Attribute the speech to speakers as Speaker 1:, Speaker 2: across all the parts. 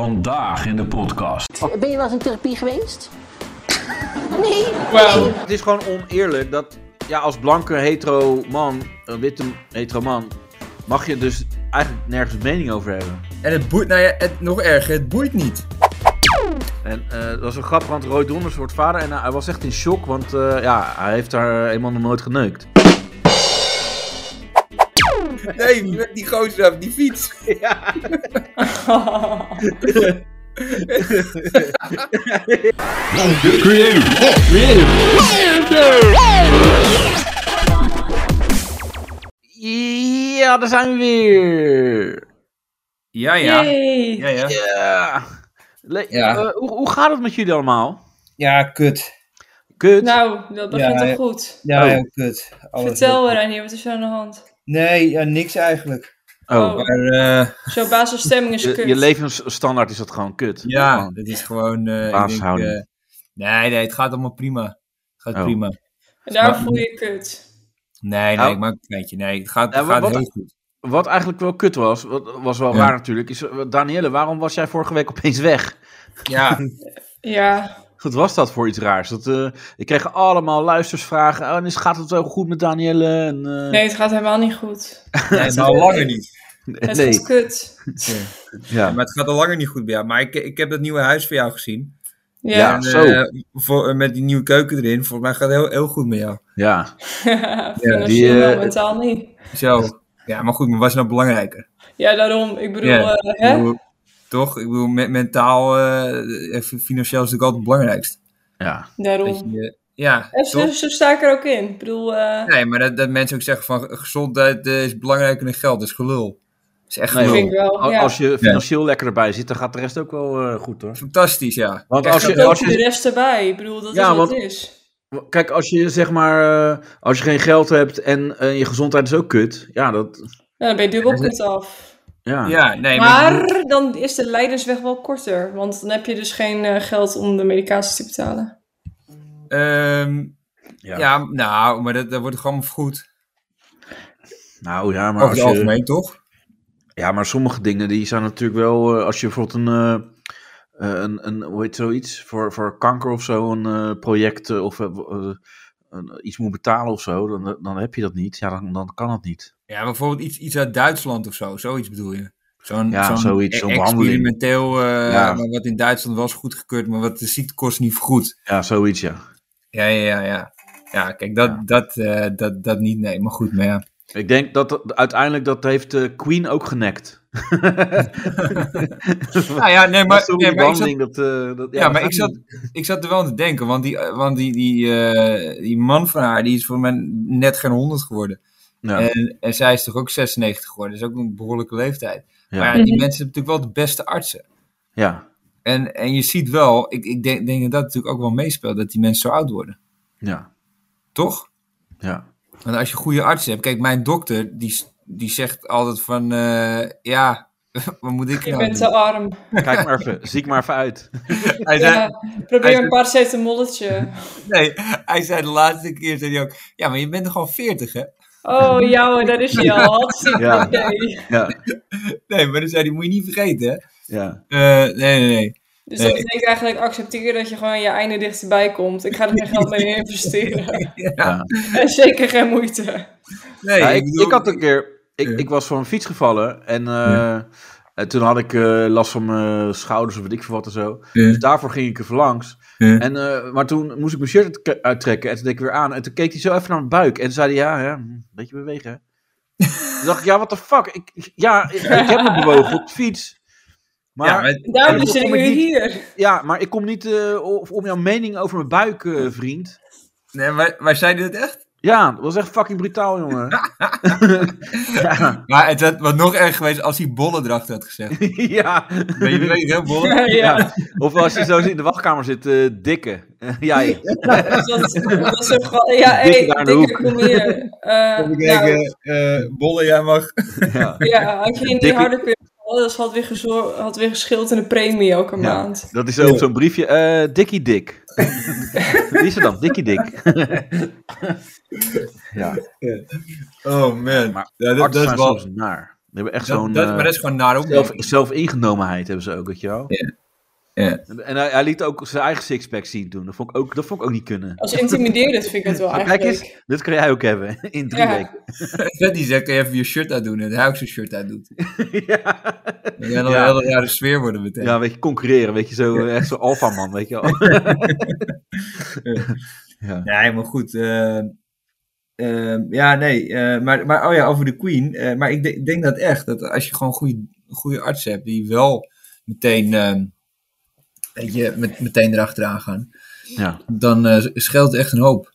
Speaker 1: Vandaag in de podcast.
Speaker 2: Ben je wel eens in therapie geweest? nee.
Speaker 3: Het is gewoon oneerlijk dat ja, als blanke hetero man, een witte hetero man, mag je dus eigenlijk nergens een mening over hebben.
Speaker 4: En het boeit, nou ja, het, nog erger, het boeit niet.
Speaker 3: En eh, dat was een grap, want Roy Donders wordt vader en eh, hij was echt in shock, want eh, ja, hij heeft haar eenmaal nog nooit geneukt.
Speaker 4: Nee, met die gozer af, die fiets.
Speaker 1: Creative.
Speaker 3: Ja, daar zijn we weer!
Speaker 4: Ja, ja.
Speaker 5: Yay.
Speaker 4: Ja, ja.
Speaker 3: Ja! Le-
Speaker 4: Ja.
Speaker 3: eh, hoe, hoe gaat het met jullie allemaal?
Speaker 6: Ja, kut.
Speaker 3: Kut.
Speaker 5: Nou, dat begint
Speaker 6: Ja,
Speaker 5: toch
Speaker 6: ja.
Speaker 5: goed.
Speaker 6: Ja,
Speaker 3: Oh.
Speaker 6: heel kut. Alles
Speaker 5: Vertel
Speaker 6: heel-
Speaker 5: Reinier, wat is er aan de hand?
Speaker 6: Nee, ja, niks eigenlijk.
Speaker 3: oh,
Speaker 5: oh.
Speaker 4: Maar eh,
Speaker 5: Zo'n basisstemming is
Speaker 3: je,
Speaker 5: kut.
Speaker 3: je levensstandaard is dat gewoon kut.
Speaker 4: ja,
Speaker 3: Gewoon.
Speaker 4: het is gewoon... eh, ik
Speaker 3: Baashouding.
Speaker 4: denk, eh, nee, nee, het gaat allemaal prima. Het gaat
Speaker 3: Oh.
Speaker 4: prima.
Speaker 5: En daar
Speaker 4: Maar-
Speaker 5: voel je kut.
Speaker 4: Nee, nee,
Speaker 3: Nou.
Speaker 4: ik maak een kleintje. Nee, het gaat,
Speaker 3: Ja,
Speaker 4: het
Speaker 3: maar
Speaker 4: gaat
Speaker 3: wat-
Speaker 4: heel goed.
Speaker 3: Wat eigenlijk wel kut was, wat was wel
Speaker 4: Ja.
Speaker 3: waar natuurlijk, is eh, Danielle, waarom was jij vorige week opeens weg?
Speaker 4: Ja,
Speaker 5: Ja,
Speaker 3: Wat was dat voor iets raars? Dat, eh, ik kreeg allemaal luistersvragen. Oh, en is, gaat het wel goed met Danielle? En, eh,
Speaker 5: nee, het gaat helemaal niet goed.
Speaker 4: nee, het gaat al langer niet.
Speaker 5: Het
Speaker 3: nee.
Speaker 5: gaat kut.
Speaker 3: Ja.
Speaker 4: Maar het gaat al langer niet goed bij jou. Maar ik, ik heb dat nieuwe huis voor jou gezien.
Speaker 5: Ja.
Speaker 3: Ja.
Speaker 4: En,
Speaker 3: zo.
Speaker 4: eh, voor, met die nieuwe keuken erin. Volgens mij gaat het heel, heel goed met jou.
Speaker 3: ja.
Speaker 5: Financieel
Speaker 3: die, eh,
Speaker 5: maar mentaal niet.
Speaker 4: Zo. Ja, maar goed, maar wat is nou belangrijker?
Speaker 5: Ja, daarom. Ik bedoel,
Speaker 4: Ja.
Speaker 5: eh,
Speaker 4: Ik
Speaker 5: hè?
Speaker 4: bedoel, toch? Ik bedoel, me- mentaal, eh, eh, financieel is natuurlijk altijd het belangrijkste.
Speaker 3: ja.
Speaker 4: Dat
Speaker 5: Daarom.
Speaker 4: je, eh, ja,
Speaker 5: En zo,
Speaker 4: toch?
Speaker 5: zo sta ik er ook in. Ik bedoel, eh,
Speaker 4: Nee, maar dat, dat mensen ook zeggen van gezondheid eh, is belangrijker dan geld. Dat is gelul. Dat is echt
Speaker 3: Nee,
Speaker 4: gelul.
Speaker 5: vind ik wel.
Speaker 3: Nou, Al-
Speaker 5: ja.
Speaker 3: Als je financieel lekker erbij zit, dan gaat de rest ook wel eh, goed hoor.
Speaker 4: Fantastisch, ja.
Speaker 3: Want
Speaker 4: Echt
Speaker 3: als je,
Speaker 4: gelul.
Speaker 3: als
Speaker 5: Koop je de
Speaker 3: je,
Speaker 5: rest erbij. Ik bedoel, dat
Speaker 3: Ja,
Speaker 5: is wat
Speaker 3: want-
Speaker 5: het is.
Speaker 3: kijk, als je zeg maar, eh, als je geen geld hebt en eh, je gezondheid is ook kut. Ja, dat,
Speaker 5: Ja, dan ben je dubbel kut af.
Speaker 3: ja.
Speaker 4: Ja, nee, maar... ik bedoel-
Speaker 5: Maar dan is de leidensweg wel korter. Want dan heb je dus geen eh, geld om de medicatie te betalen.
Speaker 4: ehm,
Speaker 3: Ja.
Speaker 4: ja. nou, maar dat, dat wordt gewoon goed.
Speaker 3: nou ja, maar
Speaker 4: Over
Speaker 3: als
Speaker 4: het
Speaker 3: je,
Speaker 4: algemeen, toch?
Speaker 3: Ja, maar sommige dingen die zijn natuurlijk wel. eh, als je bijvoorbeeld een. eh, eh, een, een hoe heet zoiets? Voor, voor kanker of zo, een eh, project. eh, of eh, w- eh, een- iets moet betalen of zo. Dan, dan heb je dat niet. Ja, dan, dan kan het niet.
Speaker 4: Ja, bijvoorbeeld iets, iets uit Duitsland of zo. Zoiets bedoel je? Zo'n
Speaker 3: Ja,
Speaker 4: zo'n
Speaker 3: zoiets, zo'n behandeling.
Speaker 4: experimenteel, eh,
Speaker 3: Ja.
Speaker 4: maar wat in Duitsland was goedgekeurd, maar wat de ziekte kost niet vergoed.
Speaker 3: Ja, zoiets, ja.
Speaker 4: Ja, ja, ja. Ja, ja kijk, dat,
Speaker 3: Ja.
Speaker 4: Dat, eh, dat, dat niet, nee. Maar goed, maar ja.
Speaker 3: Ik denk dat, dat uiteindelijk dat heeft eh, Queen ook genekt.
Speaker 4: Nou ja, nee,
Speaker 3: Maar,
Speaker 4: maar,
Speaker 3: zo'n
Speaker 4: nee, maar ik, zat,
Speaker 3: behandeling, dat, eh, dat-
Speaker 4: ja, maar ik, zat, ik zat er wel aan te denken, want die, eh, want die, die, eh, die man van haar, die is voor mij net geen 100 geworden.
Speaker 3: Ja,
Speaker 4: En, en zij is toch ook 96 geworden, dat is ook een behoorlijke leeftijd.
Speaker 3: ja,
Speaker 4: Maar
Speaker 3: ja,
Speaker 4: ja, die mensen hebben natuurlijk wel de beste artsen.
Speaker 3: ja,
Speaker 4: En, en je ziet wel, ik, ik denk, denk dat dat natuurlijk ook wel meespeelt, dat die mensen zo oud worden.
Speaker 3: ja,
Speaker 4: Toch?
Speaker 3: ja.
Speaker 4: Want als je goede artsen hebt, kijk, mijn dokter die, s- die zegt altijd van, eh, ja, wat moet ik
Speaker 5: Je
Speaker 4: nou
Speaker 5: bent
Speaker 4: doen?
Speaker 5: te arm.
Speaker 3: Kijk maar even, zie ik maar even uit.
Speaker 4: Hij zei,
Speaker 5: Ja, probeer een paracetamolletje.
Speaker 4: nee, hij zei de laatste keer, zei hij ook, ja, maar je bent toch al 40, hè?
Speaker 5: Oh, ja hoor, daar is hij al. Hartstikke
Speaker 3: Ja.
Speaker 5: idee.
Speaker 3: Ja,
Speaker 4: Nee, maar dan zei hij, moet je niet vergeten, hè?
Speaker 3: ja,
Speaker 4: Eh, nee, nee, nee.
Speaker 5: Dus dat
Speaker 4: Nee.
Speaker 5: betekent eigenlijk accepteer dat je gewoon je einde dichterbij komt. Ik ga er geen geld mee investeren.
Speaker 3: ja.
Speaker 5: En zeker geen moeite.
Speaker 4: Nee,
Speaker 3: Ja, ik,
Speaker 4: bedoel-
Speaker 3: ik had een keer, ik,
Speaker 4: Ja.
Speaker 3: ik was van mijn fiets gevallen en, eh, en toen had ik eh, last van mijn schouders of weet ik veel wat en zo. Dus
Speaker 4: Ja,
Speaker 3: daarvoor ging ik even langs.
Speaker 4: Ja.
Speaker 3: En, eh, maar toen moest ik mijn shirt uit- uittrekken en toen deed ik weer aan. En toen keek hij zo even naar mijn buik en toen zei hij, ja, ja een beetje bewegen hè. toen dacht ik, ja, what the fuck. Ik, ja, ik, ik heb me bewogen op de fiets. Maar,
Speaker 4: ja,
Speaker 3: ja, maar...
Speaker 4: maar,
Speaker 5: Daarom
Speaker 3: Ja,
Speaker 5: zitten
Speaker 3: maar
Speaker 5: we
Speaker 3: die-
Speaker 5: hier.
Speaker 3: ik kom niet eh, om om jouw mening over mijn buik, eh, vriend.
Speaker 4: nee, maar, maar zei hij dat echt?
Speaker 3: Ja, dat was echt fucking brutaal, jongen. ja.
Speaker 4: Maar het had wat nog erg geweest als hij bollen erachter had gezegd.
Speaker 3: ja.
Speaker 4: Ben je weet hè, bollen?
Speaker 5: Ja, ja.
Speaker 3: Of als je zo in de wachtkamer zit, eh, dikke. Jij.
Speaker 5: Dus dat, dat is ook gewoon... Ja,
Speaker 3: Dikke
Speaker 5: hey,
Speaker 3: daar in de
Speaker 5: dikke, kom hier. Eh,
Speaker 4: Ik denk,
Speaker 5: nou,
Speaker 4: eh, eh, bollen, jij mag.
Speaker 3: ja.
Speaker 5: Ja, had je in die
Speaker 3: Dikke-
Speaker 5: harde keur dat had weer, gezor- had weer geschild in de premie elke
Speaker 3: Ja.
Speaker 5: maand.
Speaker 3: Dat is zo op zo'n briefje. eh Dikkie Dik. Wie is er dan? Dikkie Dik. ja,
Speaker 4: Oh man.
Speaker 3: maar
Speaker 4: Ja, dat,
Speaker 3: artsen
Speaker 4: Oh, dat is
Speaker 3: zijn
Speaker 4: wel,
Speaker 3: soms naar. Die hebben echt
Speaker 4: Dat,
Speaker 3: zo'n
Speaker 4: dat-
Speaker 3: eh,
Speaker 4: maar dat is gewoon naar ook.
Speaker 3: zelf, zelfingenomenheid hebben ze ook, weet je wel.
Speaker 4: Ja.
Speaker 3: En hij, hij liet ook zijn eigen sixpack zien toen. Dat vond ik ook, dat vond ik ook niet kunnen.
Speaker 5: Als intimiderend vind ik het wel
Speaker 3: Maar
Speaker 5: eigenlijk.
Speaker 3: kijk eens, dit kun jij ook hebben in drie
Speaker 5: Ja.
Speaker 3: weken.
Speaker 4: Fred die zegt, kun je even je shirt uitdoen? En hij ook zijn shirt uitdoet.
Speaker 3: ja.
Speaker 4: Dan
Speaker 3: Ja.
Speaker 4: kan ja. een hele rare sfeer worden meteen.
Speaker 3: ja, weet je, concurreren, weet je, zo, eh, echt zo'n alfa-man, weet je wel.
Speaker 4: Nee, maar goed. eh, eh, ja, nee. eh, maar, maar, oh ja, over de Queen. eh, maar ik de- denk dat echt, dat als je gewoon een goede, goede arts hebt, die wel meteen, eh, weet je, met, meteen erachteraan gaan,
Speaker 3: ja.
Speaker 4: dan eh scheelt het echt een hoop.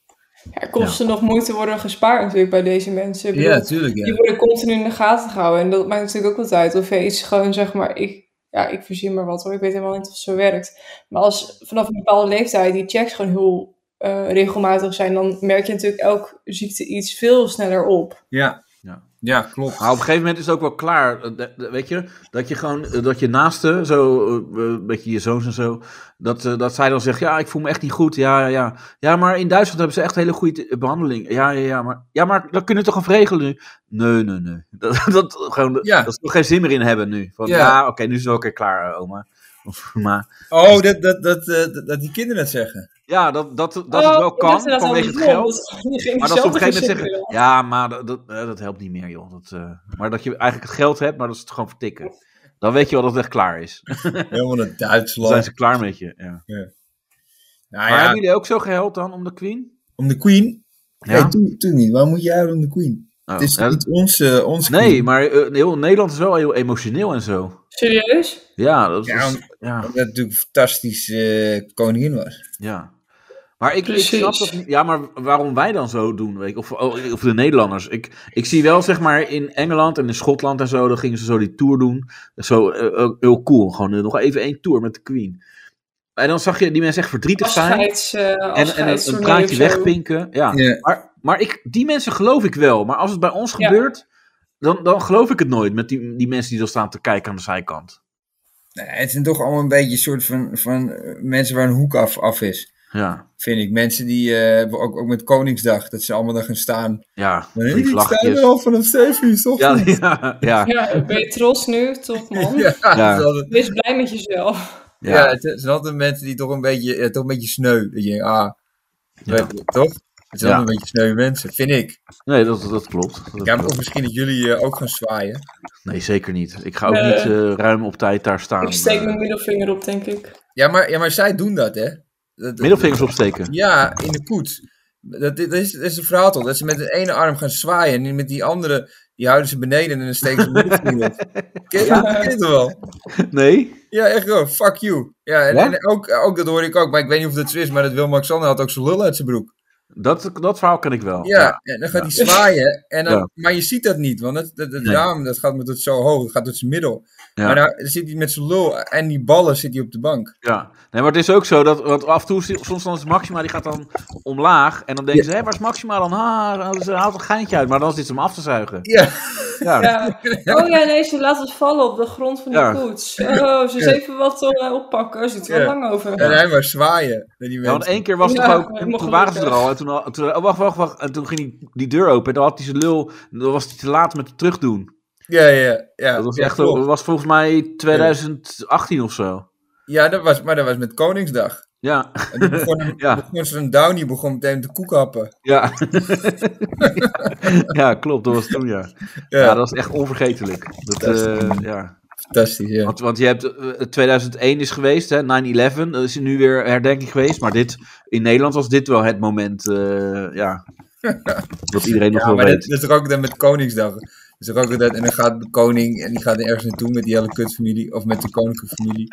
Speaker 5: Ja, kosten nog moeite worden gespaard natuurlijk bij deze mensen. Ik bedoel,
Speaker 4: Ja, tuurlijk.
Speaker 5: Die
Speaker 4: Ja.
Speaker 5: worden continu in de gaten gehouden. En dat maakt natuurlijk ook wat uit. Of je iets gewoon, zeg maar, ik, ja, ik verzin maar wat hoor. Ik weet helemaal niet of het zo werkt. Maar als vanaf een bepaalde leeftijd die checks gewoon heel eh, regelmatig zijn, dan merk je natuurlijk elk ziekte iets veel sneller op.
Speaker 4: Ja.
Speaker 3: Ja.
Speaker 4: ja, klopt.
Speaker 3: Maar op een gegeven moment is het ook wel klaar, eh, de- de- weet je, dat je gewoon, eh, dat je naasten, zo, eh, een beetje je zoons en zo, dat, eh, dat zij dan zegt, ja, ik voel me echt niet goed, ja, ja, ja. Ja, maar in Duitsland hebben ze echt hele goede eh, behandeling. Ja, ja, ja, maar, ja, maar dat kunnen we toch afregelen nu? Nee, nee, nee. Dat, dat, gewoon,
Speaker 4: Ja.
Speaker 3: dat ze er geen zin meer in hebben nu. Van, ja,
Speaker 4: Ja.
Speaker 3: oké, nu is het wel een keer klaar, eh, oma. Of, maar
Speaker 4: Oh, dat, dat, dat, dat, die kinderen dat zeggen.
Speaker 3: Ja, dat, dat, Oh, dat het wel kan vanwege het geld. Maar dat ze op een gegeven moment zeggen, ja, maar dat, dat, eh, dat helpt niet meer, joh. Dat, eh, maar dat je eigenlijk het geld hebt, maar dat ze het gewoon vertikken. Dan weet je wel dat het echt klaar is. Dan
Speaker 4: Helemaal naar
Speaker 3: zijn
Speaker 4: Duitsland.
Speaker 3: ze klaar met je. Ja.
Speaker 4: Nou
Speaker 3: Maar hebben
Speaker 4: ja,
Speaker 3: jullie ook zo gehuild dan om de Queen?
Speaker 4: om de Queen?
Speaker 3: Ja?
Speaker 4: Nee, toen, toen niet. Waarom moet je huilen om de Queen?
Speaker 3: Oh,
Speaker 4: het is
Speaker 3: ja,
Speaker 4: niet ons, eh, ons
Speaker 3: nee,
Speaker 4: Queen.
Speaker 3: maar eh, heel Nederland is wel heel emotioneel en zo.
Speaker 5: Serieus?
Speaker 3: Ja, dat
Speaker 4: Ja,
Speaker 3: is. Ja,
Speaker 4: Omdat het natuurlijk een fantastische eh, koningin was.
Speaker 3: ja. Maar ik, ik snap
Speaker 5: Precies.
Speaker 3: dat niet. Ja, maar waarom wij dan zo doen? Weet ik, of, oh, of de Nederlanders. Ik, ik zie wel, zeg maar, in Engeland en in Schotland en zo, dan gingen ze zo die tour doen. Zo eh, ook heel cool. Gewoon eh, nog even één tour met de Queen. En dan zag je die mensen echt verdrietig zijn.
Speaker 5: Afscheids, eh
Speaker 3: En, en een, een
Speaker 5: afscheidstoernooi
Speaker 3: traantje
Speaker 5: of zo.
Speaker 3: wegpinken. Ja.
Speaker 4: Ja.
Speaker 3: Maar, maar ik, die mensen geloof ik wel. Maar als het bij ons
Speaker 5: Ja.
Speaker 3: gebeurt, dan, dan geloof ik het nooit. Met die, die mensen die dan staan te kijken aan de zijkant.
Speaker 4: Nou ja, het zijn toch allemaal een beetje een soort van, van eh, mensen waar een hoek af, af is,
Speaker 3: Ja,
Speaker 4: vind ik. Mensen die, eh, ook, ook met Koningsdag, dat ze allemaal daar gaan staan.
Speaker 3: ja.
Speaker 4: Maar
Speaker 3: Drie
Speaker 4: ik sta er
Speaker 3: vlaggetjes.
Speaker 4: al vanaf zeven uur, toch?
Speaker 3: Ja, ja, ja.
Speaker 5: Ja, ben je trots nu? Top man.
Speaker 4: Ja,
Speaker 3: Ja.
Speaker 4: het is altijd-
Speaker 5: Wees blij met jezelf.
Speaker 4: ja. het het zijn altijd mensen die toch een beetje, eh, toch een beetje sneu. Dat je denkt, ah,
Speaker 3: Ja.
Speaker 4: we- toch? Het zijn
Speaker 3: Ja.
Speaker 4: allemaal een beetje sneu mensen, vind ik.
Speaker 3: Nee, dat, dat klopt. Dat
Speaker 4: Ja, maar
Speaker 3: klopt.
Speaker 4: ook misschien dat jullie eh, ook gaan zwaaien.
Speaker 3: Nee, zeker niet. Ik ga ook
Speaker 5: Nee.
Speaker 3: niet eh, ruim op tijd daar staan.
Speaker 5: Ik steek
Speaker 3: Eh,
Speaker 5: mijn middelvinger op, denk ik.
Speaker 4: Ja, maar, ja, maar zij doen dat, hè? Dat- dat-
Speaker 3: Middelvingers opsteken.
Speaker 4: Ja, in de koets. Dat, dat, is, dat is een verhaal toch? Dat ze met de ene arm gaan zwaaien en die- met die andere die houden ze beneden en dan steken ze de middelvinger op. Ken je dat? Ken je dat wel?
Speaker 3: Nee?
Speaker 4: Ja, echt wel. Fuck you. Ja, en,
Speaker 3: Ja?
Speaker 4: en ook, ook, dat hoor ik ook, maar ik weet niet of dat zo is, maar dat Willem-Alexander had ook zijn lul uit zijn broek.
Speaker 3: Dat, dat verhaal kan ik wel.
Speaker 4: Ja, en dan gaat hij zwaaien, en dan,
Speaker 3: Oh, Ja.
Speaker 4: maar je ziet dat niet, want dat, dat, dat
Speaker 3: Nee.
Speaker 4: raam dat gaat met het zo hoog, dat gaat tot zijn middel.
Speaker 3: Ja.
Speaker 4: Maar nou zit hij met zijn lul en die ballen zit hij op de bank.
Speaker 3: Ja. Nee, maar het is ook zo dat want af en toe, is- soms dan is Maxima, die gaat dan omlaag. En dan denken ze, hé, waar is Maxima dan? Ah, ze haalt een geintje uit. Maar dan zit ze hem af te zuigen.
Speaker 4: Ja,
Speaker 3: Ja.
Speaker 5: Ja. Oh ja, nee, ze laat het vallen op de grond van die
Speaker 3: Ja.
Speaker 5: koets. Oh, ze is even wat eh, oppakken. Ze doet er wel
Speaker 4: Ja.
Speaker 5: lang over.
Speaker 4: en hij maar zwaaien naar die
Speaker 3: Ja, want
Speaker 4: mensen.
Speaker 3: één keer was het
Speaker 5: Ja,
Speaker 3: ook,
Speaker 5: helemaal
Speaker 3: toen waren ze er
Speaker 5: gelukkig.
Speaker 3: al. En toen, al- toen, oh, wacht, wacht, wacht. En toen ging die, die deur open en dan had hij zijn lul, dan was hij te laat met het terugdoen.
Speaker 4: Ja, ja, ja.
Speaker 3: Dat was,
Speaker 4: Ja,
Speaker 3: echt,
Speaker 4: klopt.
Speaker 3: dat was volgens mij 2018 of zo.
Speaker 4: Ja, dat was, maar dat was met Koningsdag.
Speaker 3: Ja,
Speaker 4: En toen begon,
Speaker 3: Ja.
Speaker 4: begon zo'n Downy begon meteen te koekhappen.
Speaker 3: ja. ja, klopt, dat was toen, ja.
Speaker 4: Ja,
Speaker 3: Ja, dat is echt onvergetelijk. Dat,
Speaker 4: Fantastisch.
Speaker 3: eh, ja.
Speaker 4: fantastisch, ja.
Speaker 3: want, want je hebt eh, 2001 is geweest, hè, 9-11, er is nu weer herdenking geweest. Maar dit, in Nederland was dit wel het moment, eh, ja, dat iedereen nog
Speaker 4: Ja,
Speaker 3: wel
Speaker 4: maar dat,
Speaker 3: weet.
Speaker 4: dat is toch ook Dus dat met Koningsdag. Dat is toch ook dat, en dan gaat de koning, en die gaat er ergens naartoe met die hele kutfamilie, of met de koninklijke familie.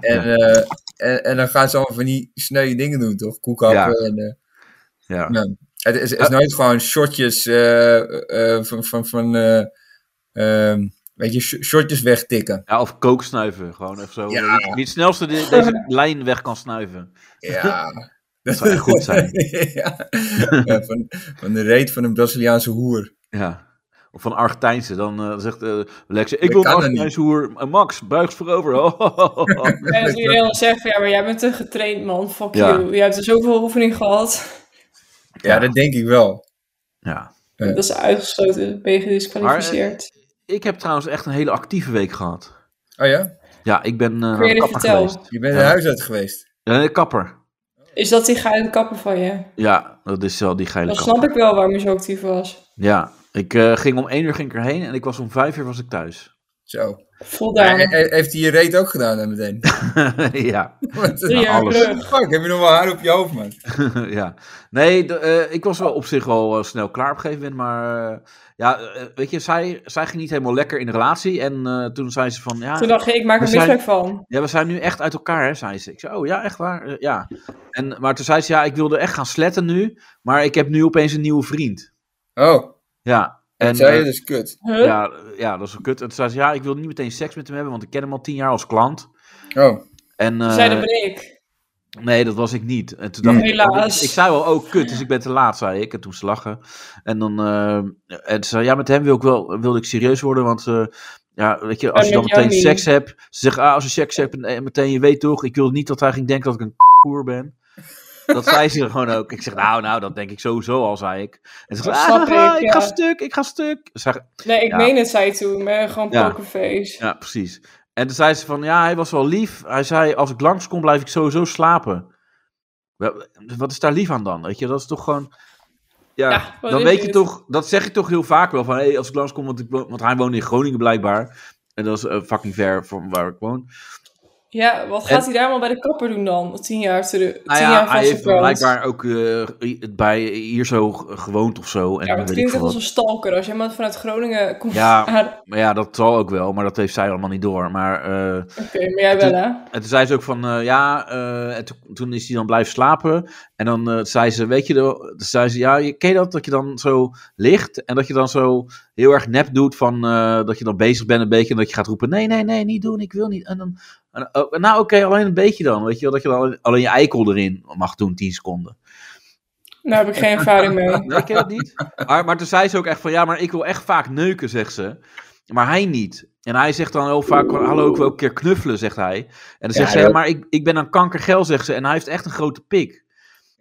Speaker 4: en, eh, en, en dan gaan ze allemaal van die sneuwe dingen doen, toch? Koekhappen en... eh,
Speaker 3: Ja.
Speaker 4: nou, het is, het is nooit gewoon shortjes eh, eh, van, van, van eh, ehm, weet je, sh- shortjes wegtikken.
Speaker 3: ja, of kooksnuiven, gewoon even zo.
Speaker 4: Ja.
Speaker 3: Wie het snelste de- deze lijn weg kan snuiven.
Speaker 4: Ja.
Speaker 3: Dat zou echt goed zijn.
Speaker 4: ja. Ja, van, van de reet van een Braziliaanse hoer.
Speaker 3: Ja. Of van Argentijnse, dan eh, zegt eh Lex, ik
Speaker 4: Dat
Speaker 3: wil een
Speaker 4: kan er
Speaker 3: Argentijnse hoer. En Max, buigt voorover. Oh, oh, oh, oh.
Speaker 5: En ze wil dan zeggen, ja, maar jij bent een getraind man. Fuck
Speaker 3: Ja.
Speaker 5: you. Jij hebt er zoveel oefening gehad.
Speaker 4: Ja, dat denk ik wel.
Speaker 3: Ja.
Speaker 5: Dat is uitgesloten. Ben je gedisqualificeerd.
Speaker 3: Ik heb trouwens echt een hele actieve week gehad.
Speaker 7: Oh ja?
Speaker 3: Ja, ik ben eh, naar de
Speaker 5: Creative
Speaker 3: kapper
Speaker 5: vertel.
Speaker 3: geweest.
Speaker 7: Je bent
Speaker 3: Ja.
Speaker 7: de huisarts geweest.
Speaker 3: Ja, de kapper. eh,
Speaker 5: Is dat die geile kapper van je?
Speaker 3: Ja, dat is wel die geile
Speaker 5: Dan
Speaker 3: kapper.
Speaker 5: snap ik wel waarom je zo actief was.
Speaker 3: Ja, ik eh, ging om één uur ging ik erheen en ik was om vijf uur was ik thuis.
Speaker 7: Zo.
Speaker 5: Voldaan.
Speaker 7: He- he- heeft hij je reet ook gedaan dan meteen?
Speaker 3: ja,
Speaker 7: Wat
Speaker 5: Drie
Speaker 3: nou,
Speaker 5: jaar
Speaker 3: alles.
Speaker 5: terug.
Speaker 7: fuck, heb je nog wel haar op je hoofd, man?
Speaker 3: ja. Nee, de- eh, ik was wel op zich wel eh, snel klaar op een gegeven moment. Maar eh, ja, eh, weet je, zij, zij ging niet helemaal lekker in de relatie. En eh, toen zei ze van, ja,
Speaker 5: Toen dacht ik, ik maak
Speaker 3: We
Speaker 5: er
Speaker 3: zijn-
Speaker 5: misbruik van.
Speaker 3: ja, we zijn nu echt uit elkaar, hè, zei ze. Ik zei, oh ja, echt waar? Eh, ja. En, maar toen zei ze, ja, ik wilde echt gaan sletten nu. Maar ik heb nu opeens een nieuwe vriend.
Speaker 7: Oh,
Speaker 3: Ja.
Speaker 7: en
Speaker 3: En,
Speaker 7: zei je
Speaker 3: eh,
Speaker 7: dus kut.
Speaker 5: Huh?
Speaker 3: ja, ja, dat is wel kut. En toen zei ze, ja, ik wil niet meteen seks met hem hebben, want ik ken hem al tien jaar als klant.
Speaker 7: Oh,
Speaker 3: En, eh,
Speaker 5: Zij, dat ben ik.
Speaker 3: Nee, dat was ik niet. En toen dacht
Speaker 5: Nee.
Speaker 3: ik, want
Speaker 5: Helaas.
Speaker 3: Ik, ik zei wel, oh kut, dus ik ben te laat, zei ik. En toen ze lachen. En dan, eh, en ze zei, ja, met hem wil ik wel, wilde ik serieus worden, want eh, ja, weet je, als
Speaker 5: En
Speaker 3: je dan
Speaker 5: met jou
Speaker 3: meteen
Speaker 5: niet.
Speaker 3: seks hebt. Ze zegt, ah, als je seks hebt, en, en meteen, je weet toch, ik wil niet dat hij ging denken dat ik een koer ben. Dat zei ze gewoon ook. Ik zeg, nou, nou, dat denk ik sowieso al, zei ik. En ze
Speaker 5: Dat
Speaker 3: zegt, ah,
Speaker 5: snap
Speaker 3: haha, ik,
Speaker 5: ik, ja.
Speaker 3: ga stuk, ik ga stuk. Zeg,
Speaker 5: Nee, ik
Speaker 3: Ja.
Speaker 5: meen het, zij toen. Maar gewoon
Speaker 3: Ja.
Speaker 5: pokerface.
Speaker 3: ja, precies. En toen zei ze van, ja, hij was wel lief. Hij zei, als ik langskom, blijf ik sowieso slapen. Wel, Wat is daar lief aan dan? Weet je, dat is toch gewoon... Ja,
Speaker 5: Ja, wat
Speaker 3: dan
Speaker 5: is
Speaker 3: weet je
Speaker 5: dit?
Speaker 3: toch... Dat zeg je toch heel vaak wel, van, hé, hey, als ik langskom, want, ik, wo- want hij woonde in Groningen blijkbaar. En dat is eh, fucking ver van waar ik woon.
Speaker 5: Ja, wat
Speaker 3: En-
Speaker 5: gaat hij daar allemaal bij de kapper doen dan? Tien jaar terug. Tien
Speaker 3: Nou
Speaker 5: jaar
Speaker 3: ja, hij
Speaker 5: vast
Speaker 3: heeft
Speaker 5: verbrand.
Speaker 3: blijkbaar ook eh, i- bij hier zo g- gewoond of zo. En
Speaker 5: Ja, maar
Speaker 3: weet
Speaker 5: het
Speaker 3: ik
Speaker 5: klinkt
Speaker 3: veel
Speaker 5: echt als
Speaker 3: wat.
Speaker 5: een stalker. Als jij maar vanuit Groningen komt Ah,
Speaker 3: Ja.
Speaker 5: naar-
Speaker 3: Maar ja, dat zal ook wel, maar dat heeft zij allemaal niet door. Maar... eh,
Speaker 5: Oké, maar jij wel, hè?
Speaker 3: En toen zei ze ook van, eh, ja, eh, en toen, toen is hij dan blijven slapen. En dan eh, zei ze, weet je, wel- toen zei ze, ja, je, ken je dat? Dat je dan zo ligt en dat je dan zo heel erg nep doet van, eh, dat je dan bezig bent een beetje en dat je gaat roepen, nee, nee, nee, niet doen, ik wil niet. En dan, en, oh, nou oké, alleen een beetje dan, weet je wel, dat je dan alleen, alleen je eikel erin mag doen, 10 seconden.
Speaker 5: Daar heb ik geen ervaring mee.
Speaker 3: Nee, ken je dat niet? Maar, maar toen zei ze ook echt van, ja, maar ik wil echt vaak neuken, zegt ze. Maar hij niet. En hij zegt dan heel vaak van, hallo, ik wil ook een keer knuffelen, zegt hij. En dan zegt ze, ja,
Speaker 7: dat-
Speaker 3: maar ik, ik ben aan kankergel, zegt ze. En hij heeft echt een grote pik.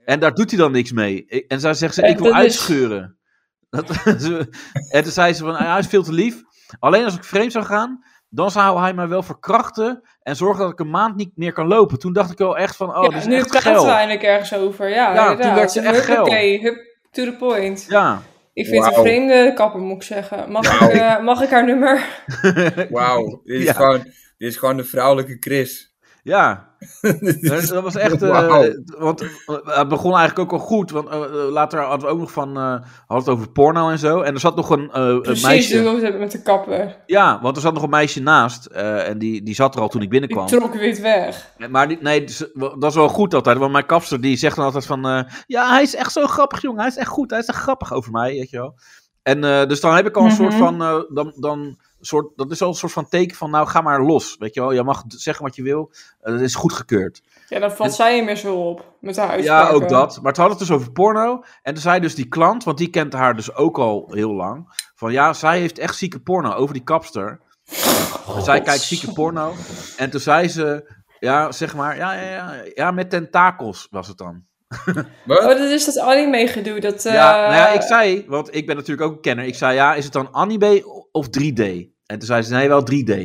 Speaker 3: En daar doet hij dan niks mee. Ik- En zij zegt ze,
Speaker 5: Ja,
Speaker 3: ik wil
Speaker 5: dat is-
Speaker 3: uitscheuren. Dat, ze- en toen zei ze van, hij is veel te lief. Alleen als ik vreemd zou gaan, dan zou hij mij wel verkrachten. En zorgen dat ik een maand niet meer kan lopen. Toen dacht ik wel echt van, oh,
Speaker 5: Ja,
Speaker 3: dit is
Speaker 5: nu
Speaker 3: echt
Speaker 5: praten we
Speaker 3: geil.
Speaker 5: eindelijk ergens over. Ja,
Speaker 3: Ja, toen
Speaker 5: inderdaad.
Speaker 3: werd ze echt
Speaker 5: Hup, Oké, hup, to the point.
Speaker 3: Ja,
Speaker 5: Ik vind het een
Speaker 7: Wauw.
Speaker 5: vreemde kapper, moet ik zeggen. Mag,
Speaker 3: Nou.
Speaker 7: Wauw.
Speaker 5: ik, eh, mag ik haar nummer?
Speaker 7: wauw. Dit, is
Speaker 3: Ja.
Speaker 7: gewoon- dit is gewoon de vrouwelijke Chris.
Speaker 3: ja. Dat, dat was echt. eh,
Speaker 7: Wauw.
Speaker 3: want eh, het begon eigenlijk ook wel goed. Want eh, eh, later hadden we ook nog van. eh hadden het over porno en zo. En er zat nog een, eh, een
Speaker 5: Precies,
Speaker 3: meisje.
Speaker 5: doe ik ook altijd met de kapper.
Speaker 3: Ja, want er zat nog een meisje naast. eh, en die, die zat er al toen ik
Speaker 5: Die
Speaker 3: binnenkwam.
Speaker 5: trok wit weg.
Speaker 3: Maar die- nee, dus, eh, dat is wel goed altijd. Want mijn kapster die zegt dan altijd van... eh, ja, hij is echt zo grappig, jongen. Hij is echt goed. Hij is echt grappig over mij, weet je wel. En eh, dus dan heb ik al een
Speaker 5: Mhm.
Speaker 3: soort van... eh, dan, dan soort, dat is al een soort van teken van... Nou, ga maar los, weet je wel. Je mag d- zeggen wat je wil. eh, dat is goedgekeurd.
Speaker 5: Ja, dan valt zij hem zo op. Met haar
Speaker 3: Ja,
Speaker 5: uitspraken.
Speaker 3: ook dat. Maar toen hadden het dus over porno. En toen zei dus die klant, want die kent haar dus ook al heel lang. Van ja, zij heeft echt zieke porno over die kapster. En zij kijkt zieke porno. En toen zei ze, ja, zeg maar, ja, ja, ja, ja met tentakels was het dan.
Speaker 5: Oh,
Speaker 7: Wat?
Speaker 5: dat is dat anime gedoe. Dat, eh,
Speaker 3: Ja, nou ja, ik zei, want ik ben natuurlijk ook een kenner. Ik zei, ja, is het dan anime of 3D? En toen zei ze, nee, wel 3D.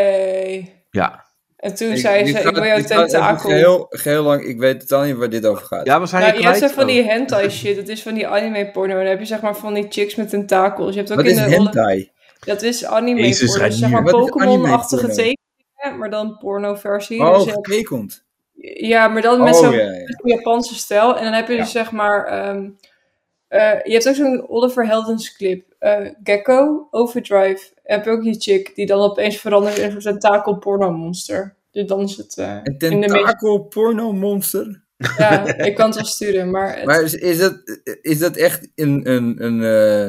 Speaker 5: Nee.
Speaker 3: Ja,
Speaker 5: En toen
Speaker 7: Ik-
Speaker 5: zei
Speaker 7: dit
Speaker 5: ze, ik
Speaker 7: gaat-
Speaker 5: wil jouw
Speaker 7: dit gaat even
Speaker 5: tentakel.
Speaker 7: Geheel, geheel lang, ik weet het al niet waar dit over gaat.
Speaker 3: ja was hij
Speaker 5: Nou,
Speaker 3: je
Speaker 5: je hebt
Speaker 3: kwijt?
Speaker 5: zo van
Speaker 3: Oh.
Speaker 5: die hentai shit, dat is van die anime porno. Dan heb je zeg maar van die chicks met tentakels. Je hebt ook
Speaker 7: Wat
Speaker 5: in
Speaker 7: is
Speaker 5: de
Speaker 7: hentai?
Speaker 5: Dat is anime
Speaker 3: Jezus,
Speaker 5: porno. Dus zeg
Speaker 3: Reinier.
Speaker 5: maar
Speaker 7: Wat is
Speaker 5: Pokémon-achtige
Speaker 7: anime porno?
Speaker 5: tekeningen, maar dan porno versie.
Speaker 7: Oh,
Speaker 5: Dus je hebt-
Speaker 7: gekrekend.
Speaker 5: ja, maar dan met
Speaker 7: Oh,
Speaker 5: zo'n
Speaker 7: ja, ja.
Speaker 5: Japanse stijl. En dan heb je dus zeg maar... ehm, eh, je hebt ook zo'n Oliver Heldens clip. eh, Gecko, Overdrive. Heb je ook die chick die dan opeens verandert in een tentakel porno monster. Dus dan is het... eh,
Speaker 7: Een
Speaker 5: in de meest-
Speaker 7: tentakel porno monster?
Speaker 5: ja, ik kan het wel sturen, maar... het-
Speaker 7: Maar is, is, dat, is dat echt een... een, een eh,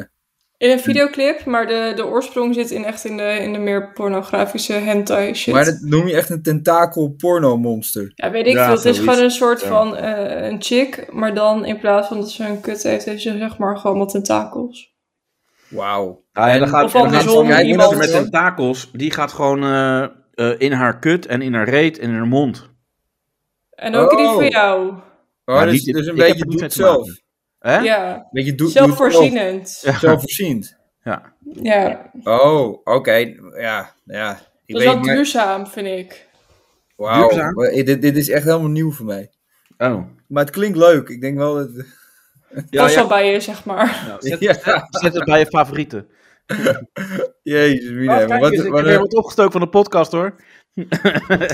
Speaker 5: In een videoclip, maar de, de oorsprong zit in echt in de, in de meer pornografische hentai shit.
Speaker 7: maar dat noem je echt een tentakel porno monster?
Speaker 5: Ja, weet ik
Speaker 3: Ja,
Speaker 5: veel. Het is
Speaker 3: zoiets.
Speaker 5: gewoon een soort
Speaker 3: Ja.
Speaker 5: van eh, een chick, maar dan in plaats van dat ze een kut heeft, heeft ze zeg maar gewoon wat tentakels.
Speaker 7: Wauw.
Speaker 4: Oh,
Speaker 3: Nou ja, dan gaat,
Speaker 5: Of
Speaker 3: dan gaat
Speaker 5: andersom,
Speaker 3: ze kijken
Speaker 5: iemand-
Speaker 3: met tentakels, die gaat gewoon eh, eh, in haar kut en in haar reet en in haar mond.
Speaker 5: En ook die
Speaker 7: Oh.
Speaker 5: voor jou.
Speaker 7: Oh,
Speaker 3: Maar
Speaker 7: dus,
Speaker 3: niet-
Speaker 7: dus een
Speaker 3: ik heb
Speaker 7: beetje
Speaker 3: er niets
Speaker 7: doet
Speaker 3: mee te
Speaker 7: zelf.
Speaker 3: maken. Hè?
Speaker 5: Ja.
Speaker 7: Beetje doet- doet zelf.
Speaker 5: Zelfvoorzienend.
Speaker 7: Zelfvoorzienend.
Speaker 3: Ja.
Speaker 5: Ja,
Speaker 4: Oh, oké. Ja, ja. Ik
Speaker 5: Dus dat is wel
Speaker 4: maar-
Speaker 5: duurzaam, vind ik.
Speaker 4: Wauw,
Speaker 3: Duurzaam.
Speaker 4: maar dit, dit is echt helemaal nieuw voor mij.
Speaker 3: Oh.
Speaker 4: Maar het klinkt leuk. Ik denk wel dat...
Speaker 5: Pas wel bij je, zeg maar.
Speaker 3: Nou, zet,
Speaker 4: Ja,
Speaker 3: zet het bij je favorieten.
Speaker 4: jezus,
Speaker 3: Oh,
Speaker 4: mina. maar,
Speaker 3: kijk
Speaker 4: wat,
Speaker 3: eens, ik
Speaker 4: wat,
Speaker 3: heb weer
Speaker 4: een-
Speaker 3: wat opgestoken van de podcast hoor.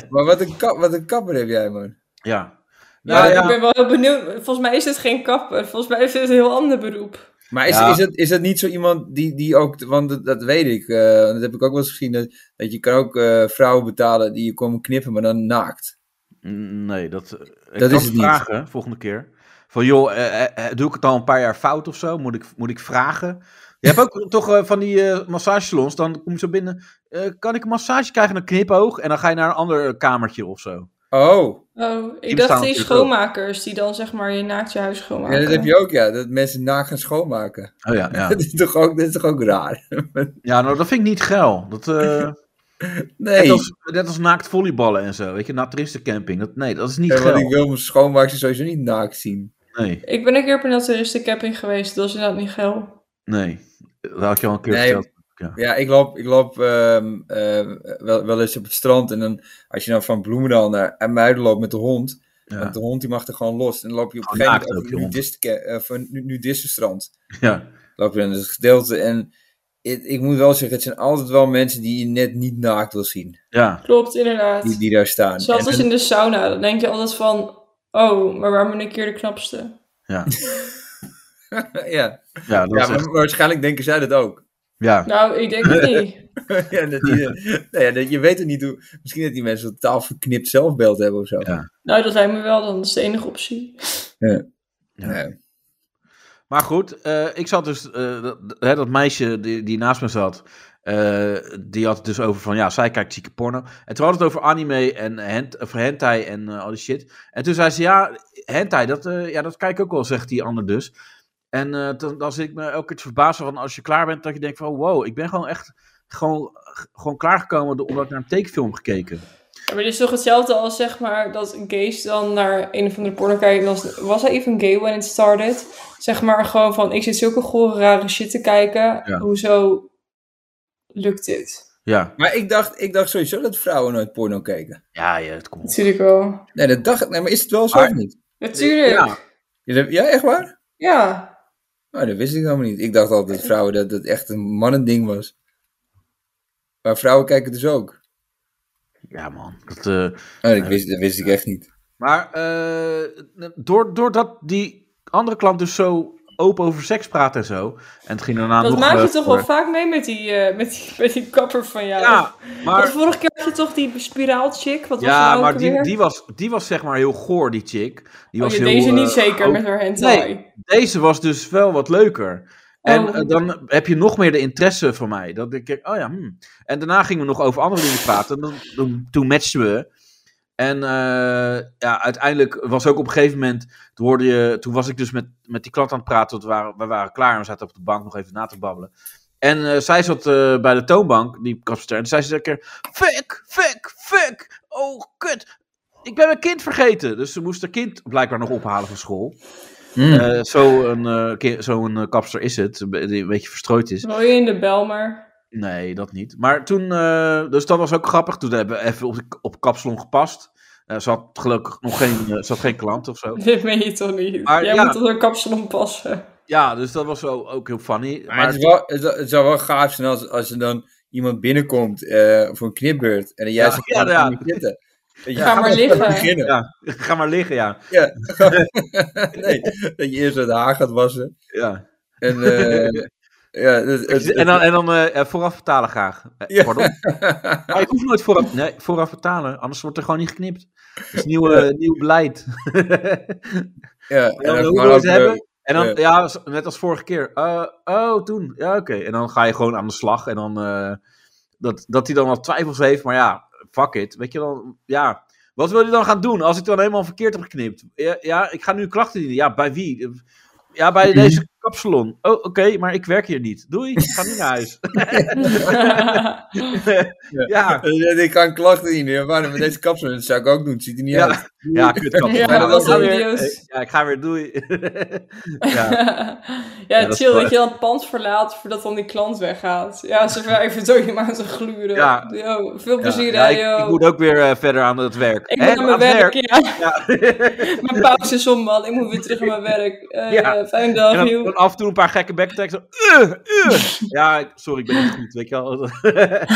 Speaker 4: maar wat, een kap, wat een kapper heb jij, man.
Speaker 3: Ja.
Speaker 4: Nou
Speaker 5: ja,
Speaker 4: ja.
Speaker 5: Ik ben wel heel benieuwd. Volgens mij is dit geen kapper. Volgens mij is dit een heel ander beroep.
Speaker 4: Maar is,
Speaker 3: Ja.
Speaker 4: is, dat, is dat niet zo iemand die, die ook... Want dat, dat weet ik. eh, dat heb ik ook wel eens gezien. Dat, dat je kan ook eh, vrouwen betalen die je komen knippen, maar dan naakt.
Speaker 3: Mm, Nee, dat, eh, ik
Speaker 4: Dat
Speaker 3: kan
Speaker 4: is het niet.
Speaker 3: vragen volgende keer. Van joh, eh, eh, eh, doe ik het al een paar jaar fout of zo? Moet ik, moet ik vragen? Je hebt ook toch eh, van die eh massagesalons, dan kom je zo binnen. eh, kan ik een massage krijgen? Dan knipoog en dan ga je naar een ander kamertje of zo.
Speaker 4: Oh,
Speaker 5: Oh,
Speaker 3: Die
Speaker 5: ik dacht
Speaker 3: bestaan
Speaker 5: die
Speaker 3: natuurlijk ook.
Speaker 5: schoonmakers die dan zeg maar je naakt je huis
Speaker 4: ja,
Speaker 5: schoonmaken.
Speaker 4: dat heb je ook, ja. Dat mensen naakt gaan schoonmaken.
Speaker 3: Oh ja, ja.
Speaker 4: Dat, is toch ook, dat is toch ook raar?
Speaker 3: ja nou, dat vind ik niet geil. Dat, eh, net,
Speaker 4: Nee.
Speaker 3: als, net als naakt volleyballen en zo. Weet je, naturistencamping. Dat, nee, dat is niet
Speaker 4: Ja, want ik
Speaker 3: geil.
Speaker 4: wil mijn schoonmaakster sowieso niet naakt zien.
Speaker 3: Nee,
Speaker 5: Ik ben een keer op een naturistencamping geweest. Dat is inderdaad niet geil.
Speaker 3: nee. Dat had je al een keer
Speaker 4: Nee.
Speaker 3: verteld.
Speaker 4: Ja, ik loop, ik loop ehm, ehm, wel, wel eens op het strand. En dan, als je dan van Bloemendaal naar eh, Muiden loopt met de hond.
Speaker 3: Ja.
Speaker 4: Want de hond die mag er gewoon los. En dan loop je op een
Speaker 3: Oh,
Speaker 4: gegeven
Speaker 3: naakt
Speaker 4: moment over
Speaker 3: ook,
Speaker 4: een
Speaker 3: je
Speaker 4: nudiste- eh, van nu- nudistenstrand.
Speaker 3: ja.
Speaker 4: Loop je dan in het gedeelte. En ik, ik moet wel zeggen, het zijn altijd wel mensen die je net niet naakt wil zien.
Speaker 3: Ja,
Speaker 5: Klopt, inderdaad.
Speaker 4: Die, die daar staan.
Speaker 5: Zelfs als
Speaker 4: En-
Speaker 5: in de sauna. Dan denk je altijd van... Oh, maar waar ben ik hier de knapste?
Speaker 3: ja.
Speaker 4: ja,
Speaker 3: Ja, dat
Speaker 4: ja
Speaker 3: is echt-
Speaker 4: maar waarschijnlijk denken zij dat ook.
Speaker 3: ja.
Speaker 5: Nou, ik denk het niet.
Speaker 4: ja, dat die, nou ja, dat, je weet het niet hoe. Misschien dat die mensen totaal verknipt zelfbeeld hebben of zo.
Speaker 3: Ja.
Speaker 5: Nou, dat lijkt me wel dan. Dat is de enige optie.
Speaker 4: Ja.
Speaker 3: Maar goed, eh, ik zat dus, eh, dat, hè, dat meisje die, die naast me zat, eh, die had het dus over van, ja, zij kijkt zieke porno. En toen had het over anime en hent, of hentai en eh, al die shit. En toen zei ze, ja, hentai, dat, eh, ja, dat kijk ik ook wel, zegt die ander dus. En eh, dan, dan zit ik me elke keer te verbazen van, als je klaar bent, dat je denkt van, wow, ik ben gewoon echt, gewoon, gewoon klaargekomen door- omdat ik naar een tekenfilm heb gekeken.
Speaker 5: Ja, Maar dit is toch hetzelfde als zeg maar dat gays dan naar een of andere porno kijken. Was, was hij even gay when it started? Zeg maar gewoon van, ik zit zulke gore rare shit te kijken.
Speaker 3: Ja.
Speaker 5: Hoezo lukt dit?
Speaker 3: Ja,
Speaker 4: Maar ik dacht, ik dacht sowieso dat vrouwen nooit porno keken.
Speaker 3: ja, ja, het komt.
Speaker 5: Natuurlijk wel.
Speaker 4: Nee, dat dacht ik. Nee, maar is het wel zo
Speaker 3: Maar-
Speaker 4: of niet?
Speaker 5: Natuurlijk.
Speaker 3: Ja.
Speaker 5: Ja.
Speaker 4: Je zegt, Ja, echt waar?
Speaker 5: ja.
Speaker 4: Nou, dat wist ik helemaal niet. Ik dacht altijd dat vrouwen dat het echt een mannending was. Maar vrouwen kijken dus ook.
Speaker 3: Ja, man. Dat, eh,
Speaker 4: Nou, dat, wist, dat wist ik echt niet.
Speaker 3: Maar eh, door, doordat die andere klant dus zo open over seks praat en zo. En het ging daarna
Speaker 5: Dat
Speaker 3: nog...
Speaker 5: maak je
Speaker 3: eh,
Speaker 5: toch
Speaker 3: voor.
Speaker 5: wel vaak mee met die, eh, met die, met die kapper van jou.
Speaker 3: Ja,
Speaker 5: Want
Speaker 3: maar,
Speaker 5: vorige keer had je toch die spiraalchick? Wat was
Speaker 3: ja,
Speaker 5: nou
Speaker 3: maar
Speaker 5: ook
Speaker 3: die,
Speaker 5: alweer?
Speaker 3: die, was, die was zeg maar heel goor, die chick. Die
Speaker 5: Oh,
Speaker 3: was
Speaker 5: je-
Speaker 3: heel,
Speaker 5: deze
Speaker 3: eh,
Speaker 5: niet zeker
Speaker 3: ook-
Speaker 5: met haar hentai.
Speaker 3: Deze was dus wel wat leuker. En
Speaker 5: Oh.
Speaker 3: eh, dan heb je nog meer de interesse van mij. Dat ik denk, oh ja, hmm. En daarna gingen we nog over andere dingen praten. En dan, toen, toen matchten we. En eh, ja, uiteindelijk was ook op een gegeven moment... Toen, hoorde je, toen was ik dus met, met die klant aan het praten. We waren, we waren klaar en we zaten op de bank nog even na te babbelen. En eh, zij zat eh, bij de toonbank, die kapster. En zij zei een keer, fuck, fuck, fuck. Oh, kut. Ik ben mijn kind vergeten. Dus ze moest haar kind blijkbaar nog ophalen van school.
Speaker 4: Hmm.
Speaker 3: Eh, Zo'n eh, ki- zo'n eh, kapster is het, die een beetje verstrooid is.
Speaker 5: Wil je in de bel maar?
Speaker 3: Nee, dat niet. Maar toen, eh, dus dat was ook grappig. Toen hebben we even op, de- op kapsalon gepast. Eh, ze had gelukkig nog geen, eh, ze had geen klant of zo.
Speaker 5: Dit meen je toch niet?
Speaker 3: Maar
Speaker 5: Jij
Speaker 3: ja.
Speaker 5: moet onder een kapsalon passen.
Speaker 3: Ja, dus dat was wel, ook heel funny.
Speaker 4: Maar het,
Speaker 3: Maar,
Speaker 4: is wel, het, zou- het zou wel gaaf zijn als, als er dan iemand binnenkomt eh, voor een knipbeurt. En dan jij
Speaker 3: Ja,
Speaker 4: zegt,
Speaker 3: ja,
Speaker 4: "Nou,
Speaker 3: ja.
Speaker 4: ga maar zitten." Dat je
Speaker 5: Ga maar liggen.
Speaker 4: beginnen.
Speaker 3: Ja. ga maar liggen, ja.
Speaker 4: Nee, dat je eerst het haar gaat wassen.
Speaker 3: ja.
Speaker 4: En, eh, ja, het- het-
Speaker 3: En dan, en dan eh, eh, vooraf betalen graag. Eh,
Speaker 4: Ja.
Speaker 3: Pardon. Maar ik hoef nooit vooraf, nee, vooraf betalen, anders wordt er gewoon niet geknipt. Dat is nieuw, eh, nieuw beleid.
Speaker 4: ja, en
Speaker 3: En
Speaker 4: dan
Speaker 3: dan,
Speaker 4: gewoon
Speaker 3: hoe wil je
Speaker 4: ook,
Speaker 3: ze
Speaker 4: eh,
Speaker 3: hebben? En dan,
Speaker 4: ja.
Speaker 3: ja. s- net als vorige keer. Eh, oh, toen. Ja, oké. En dan ga je gewoon aan de slag. En dan, eh, dat, dat hij dan wat twijfels heeft. Maar ja, fuck it. Weet je dan, ja. Wat wil je dan gaan doen als ik dan helemaal verkeerd heb geknipt? Ja, ja ik ga nu klachten dienen. Ja, bij wie? Ja, bij deze kapsalon. Oh, oké, maar ik werk hier niet. Doei, ik ga niet naar huis. ja,
Speaker 7: Ik kan klachten niet meer. Waarom met deze kapsel? Dat zou ik ook doen. Het ziet er niet uit.
Speaker 3: ja, ja, kut kapsalon.
Speaker 5: Ja,
Speaker 3: Ja, dat was
Speaker 7: dat
Speaker 3: weer,
Speaker 5: serieus.
Speaker 3: ja, ik ga weer, doei. ja,
Speaker 5: ja,
Speaker 3: Ja, dat is
Speaker 5: chill
Speaker 3: wel
Speaker 5: dat je dan het pand verlaat voordat dan die klant weggaat. Ja, zo van, ja, ik vind het ook niet maar te gluren.
Speaker 3: Ja.
Speaker 5: Yo, veel
Speaker 3: ja,
Speaker 5: plezier,
Speaker 3: ja,
Speaker 5: hè,
Speaker 3: ik,
Speaker 5: yo.
Speaker 3: ik moet ook weer eh, verder aan het werk.
Speaker 5: Ik
Speaker 3: Hè,
Speaker 5: moet naar
Speaker 3: aan
Speaker 5: mijn
Speaker 3: het
Speaker 5: werk, ja.
Speaker 3: Ja.
Speaker 5: Mijn pauze is om, man. Ik moet weer terug naar mijn werk. Eh
Speaker 3: Ja.
Speaker 5: Fijne dag,
Speaker 3: En dan,
Speaker 5: joh.
Speaker 3: dan af en toe een paar gekke backtracks. Zo, "Eh, "Ugh, ugh." Ja, ik- sorry, ik ben niet goed. Weet je wel.
Speaker 7: Ja,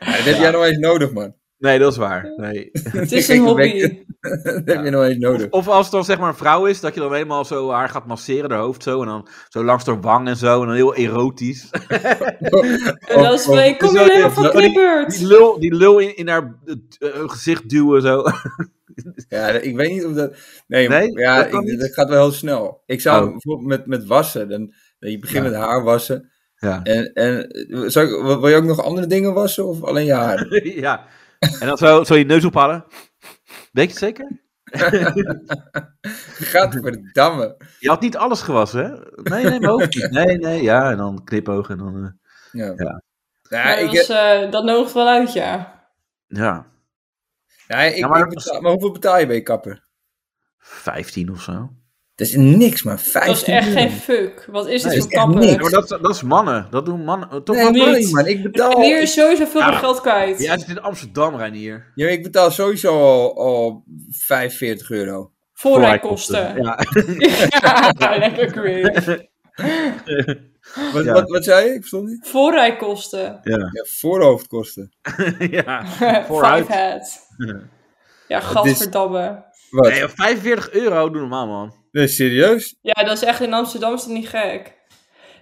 Speaker 7: dat heb jij nog eens nodig, man.
Speaker 3: Nee, dat is waar. Nee.
Speaker 5: Het is een hobby.
Speaker 7: Dat heb je nog eens nodig.
Speaker 3: Of als het dan zeg maar een vrouw is, dat je dan helemaal zo haar gaat masseren, haar hoofd zo. En dan zo langs haar wang en zo. En dan heel erotisch.
Speaker 5: En dan is
Speaker 7: Of-
Speaker 5: van, ik kom
Speaker 3: Zo,
Speaker 5: hier helemaal
Speaker 3: zo, die- Die
Speaker 5: verknipperd.
Speaker 3: lul, die lul in, in haar eh, eh, gezicht duwen zo.
Speaker 7: Ja, ik weet niet of dat. Nee,
Speaker 3: Nee,
Speaker 7: ja,
Speaker 3: dat
Speaker 7: ik-
Speaker 3: kan
Speaker 7: dat,
Speaker 3: niet.
Speaker 7: gaat wel heel snel. Ik zou
Speaker 3: Oh.
Speaker 7: bijvoorbeeld met, met wassen. Dan, je begint
Speaker 3: Ja.
Speaker 7: met haar wassen.
Speaker 3: Ja.
Speaker 7: En, en eh, zou ik, wil wil je ook nog andere dingen wassen of alleen je haar?
Speaker 3: ja. En dan zo, zo je neus ophalen. Weet je het zeker?
Speaker 7: Gadverdamme.
Speaker 3: Je had niet alles gewassen, hè? Nee, nee, mijn hoofd niet. Nee, nee, ja. En dan knipoog en dan... eh,
Speaker 7: Ja.
Speaker 3: Ja.
Speaker 7: Nou,
Speaker 5: Maar
Speaker 7: ik,
Speaker 5: dat is, eh, Dat nodigt wel uit, ja.
Speaker 3: ja,
Speaker 7: nou, ik,
Speaker 3: Ja, maar-
Speaker 7: ik betaal- maar hoeveel betaal je bij je kapper?
Speaker 3: 15 of zo.
Speaker 7: Dat is niks, maar
Speaker 5: Dat is
Speaker 7: 15
Speaker 5: echt
Speaker 7: euro.
Speaker 5: geen fuck. Wat is dit
Speaker 7: Nee,
Speaker 5: voor
Speaker 7: is echt
Speaker 5: kappen?
Speaker 7: niks.
Speaker 3: Ja, maar dat, dat is mannen. Dat doen mannen. eh, Toch
Speaker 7: Nee,
Speaker 3: wel
Speaker 5: niet.
Speaker 7: nee, man, ik betaal,
Speaker 5: En hier is sowieso veel
Speaker 3: Ja.
Speaker 5: meer geld kwijt.
Speaker 3: Ja, het zit in Amsterdam, Reinier.
Speaker 7: ja, ik betaal sowieso al, al 45 euro.
Speaker 5: Voorrijkosten.
Speaker 3: Ja.
Speaker 5: Ja, lekker creative.
Speaker 7: Wat,
Speaker 3: Ja.
Speaker 7: wat, wat zei je? Ik verstond niet.
Speaker 5: Voorrijkosten.
Speaker 7: Ja, voorhoofdkosten.
Speaker 3: ja.
Speaker 5: Five
Speaker 3: Vooruit.
Speaker 5: head. Ja, gadverdamme.
Speaker 7: Wat?
Speaker 3: Nee, 45 euro, doe normaal, man.
Speaker 7: Nee, serieus?
Speaker 5: Ja, dat is echt in Amsterdam is dat niet gek.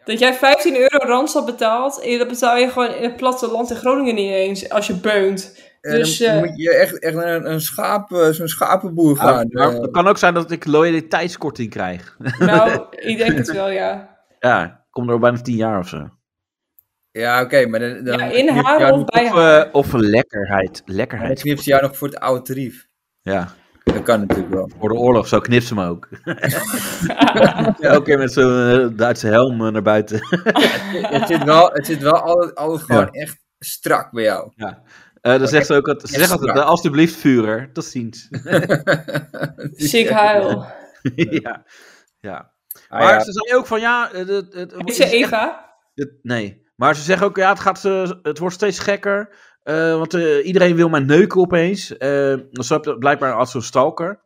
Speaker 5: Dat jij 15 euro randstad betaalt, en dat betaal je gewoon in het platteland in Groningen niet eens als je beunt.
Speaker 7: Ja,
Speaker 5: Dus,
Speaker 7: dan
Speaker 5: eh,
Speaker 7: moet je echt, echt naar een, een schaap, eh, zo'n schapenboer gaan.
Speaker 3: maar
Speaker 7: eh.
Speaker 3: het kan ook zijn dat ik loyaliteitskorting krijg.
Speaker 5: Nou, ik denk het wel, ja.
Speaker 3: Ja, ik kom er al bijna 10 jaar of zo.
Speaker 7: ja, oké, maar dan, dan,
Speaker 5: Ja, in
Speaker 7: knipt
Speaker 5: haar
Speaker 7: jou
Speaker 5: of
Speaker 7: nog-
Speaker 5: bij
Speaker 3: Of,
Speaker 5: haar.
Speaker 3: eh, of een lekkerheid.
Speaker 7: dan
Speaker 3: Lekkerheid.
Speaker 7: knipt ze jou nog voor het oude tarief.
Speaker 3: Ja,
Speaker 7: Dat kan natuurlijk wel.
Speaker 3: voor de oorlog, zo knipt ze me ook. Elke keer met zo'n eh, Duitse helm eh, naar buiten.
Speaker 7: Het zit wel, het zit wel altijd, altijd gewoon echt strak bij jou.
Speaker 3: Eh
Speaker 7: Oh,
Speaker 3: dan zegt ze ook, dat- ze zegt altijd,
Speaker 7: strak.
Speaker 3: eh, alsjeblieft, vurer. Tot ziens.
Speaker 5: Ziek huil.
Speaker 3: Dus ja. ja.
Speaker 7: Ah,
Speaker 3: maar
Speaker 7: ja.
Speaker 3: ze zei ook van, ja... Het, het, het,
Speaker 5: Is ze Eva?
Speaker 3: Het- nee. Maar ze zeggen ook, ja, het, gaat, eh, het wordt steeds gekker. eh, want eh, iedereen wil mij neuken opeens. Eh ze had blijkbaar als zo'n stalker.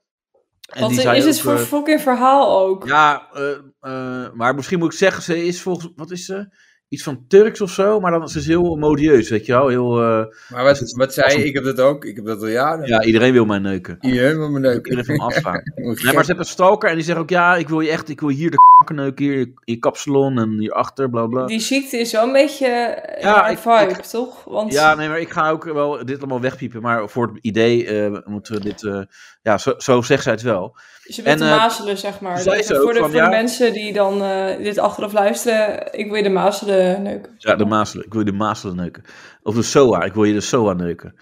Speaker 3: En
Speaker 5: Wat
Speaker 3: die
Speaker 5: is
Speaker 3: zei
Speaker 5: dit
Speaker 3: ook,
Speaker 5: voor
Speaker 3: eh,
Speaker 5: fucking verhaal ook?
Speaker 3: ja, eh, eh, maar misschien moet ik zeggen, ze is volgens... Wat is ze? Iets van Turks of zo. Maar dan ze is heel modieus, weet je wel. Heel, eh,
Speaker 7: Maar wat, wat zei je? Ik heb dat ook. Ik heb dat al jaren.
Speaker 3: ja, iedereen wil mij neuken.
Speaker 7: Hier, helemaal mijn neuk.
Speaker 3: Iedereen van me afslaan. Nee,
Speaker 7: Gek.
Speaker 3: maar ze hebben een stalker en die zegt ook, ja, ik wil je echt, ik wil hier de k neuken, hier in je kapsalon en hierachter, bla bla.
Speaker 5: Die ziekte is wel een beetje eh,
Speaker 3: Ja,
Speaker 5: een
Speaker 3: ik-
Speaker 5: vibe, toch? Want
Speaker 3: Ja, nee, maar ik ga ook wel dit allemaal wegpiepen. Maar voor het idee eh, moeten we dit. eh, ja, zo, zo zegt zij het wel.
Speaker 5: ze bent
Speaker 3: en,
Speaker 5: de
Speaker 3: eh,
Speaker 5: mazelen, zeg maar.
Speaker 3: zei
Speaker 5: Dat is
Speaker 3: ze
Speaker 5: voor
Speaker 3: ook
Speaker 5: de,
Speaker 3: van,
Speaker 5: voor
Speaker 3: ja.
Speaker 5: de mensen die dan eh, dit achteraf luisteren, ik wil je de mazelen neuken.
Speaker 3: Ja, de mazelen. Ik wil je de mazelen neuken. Of de SOA. Ik wil je de SOA neuken.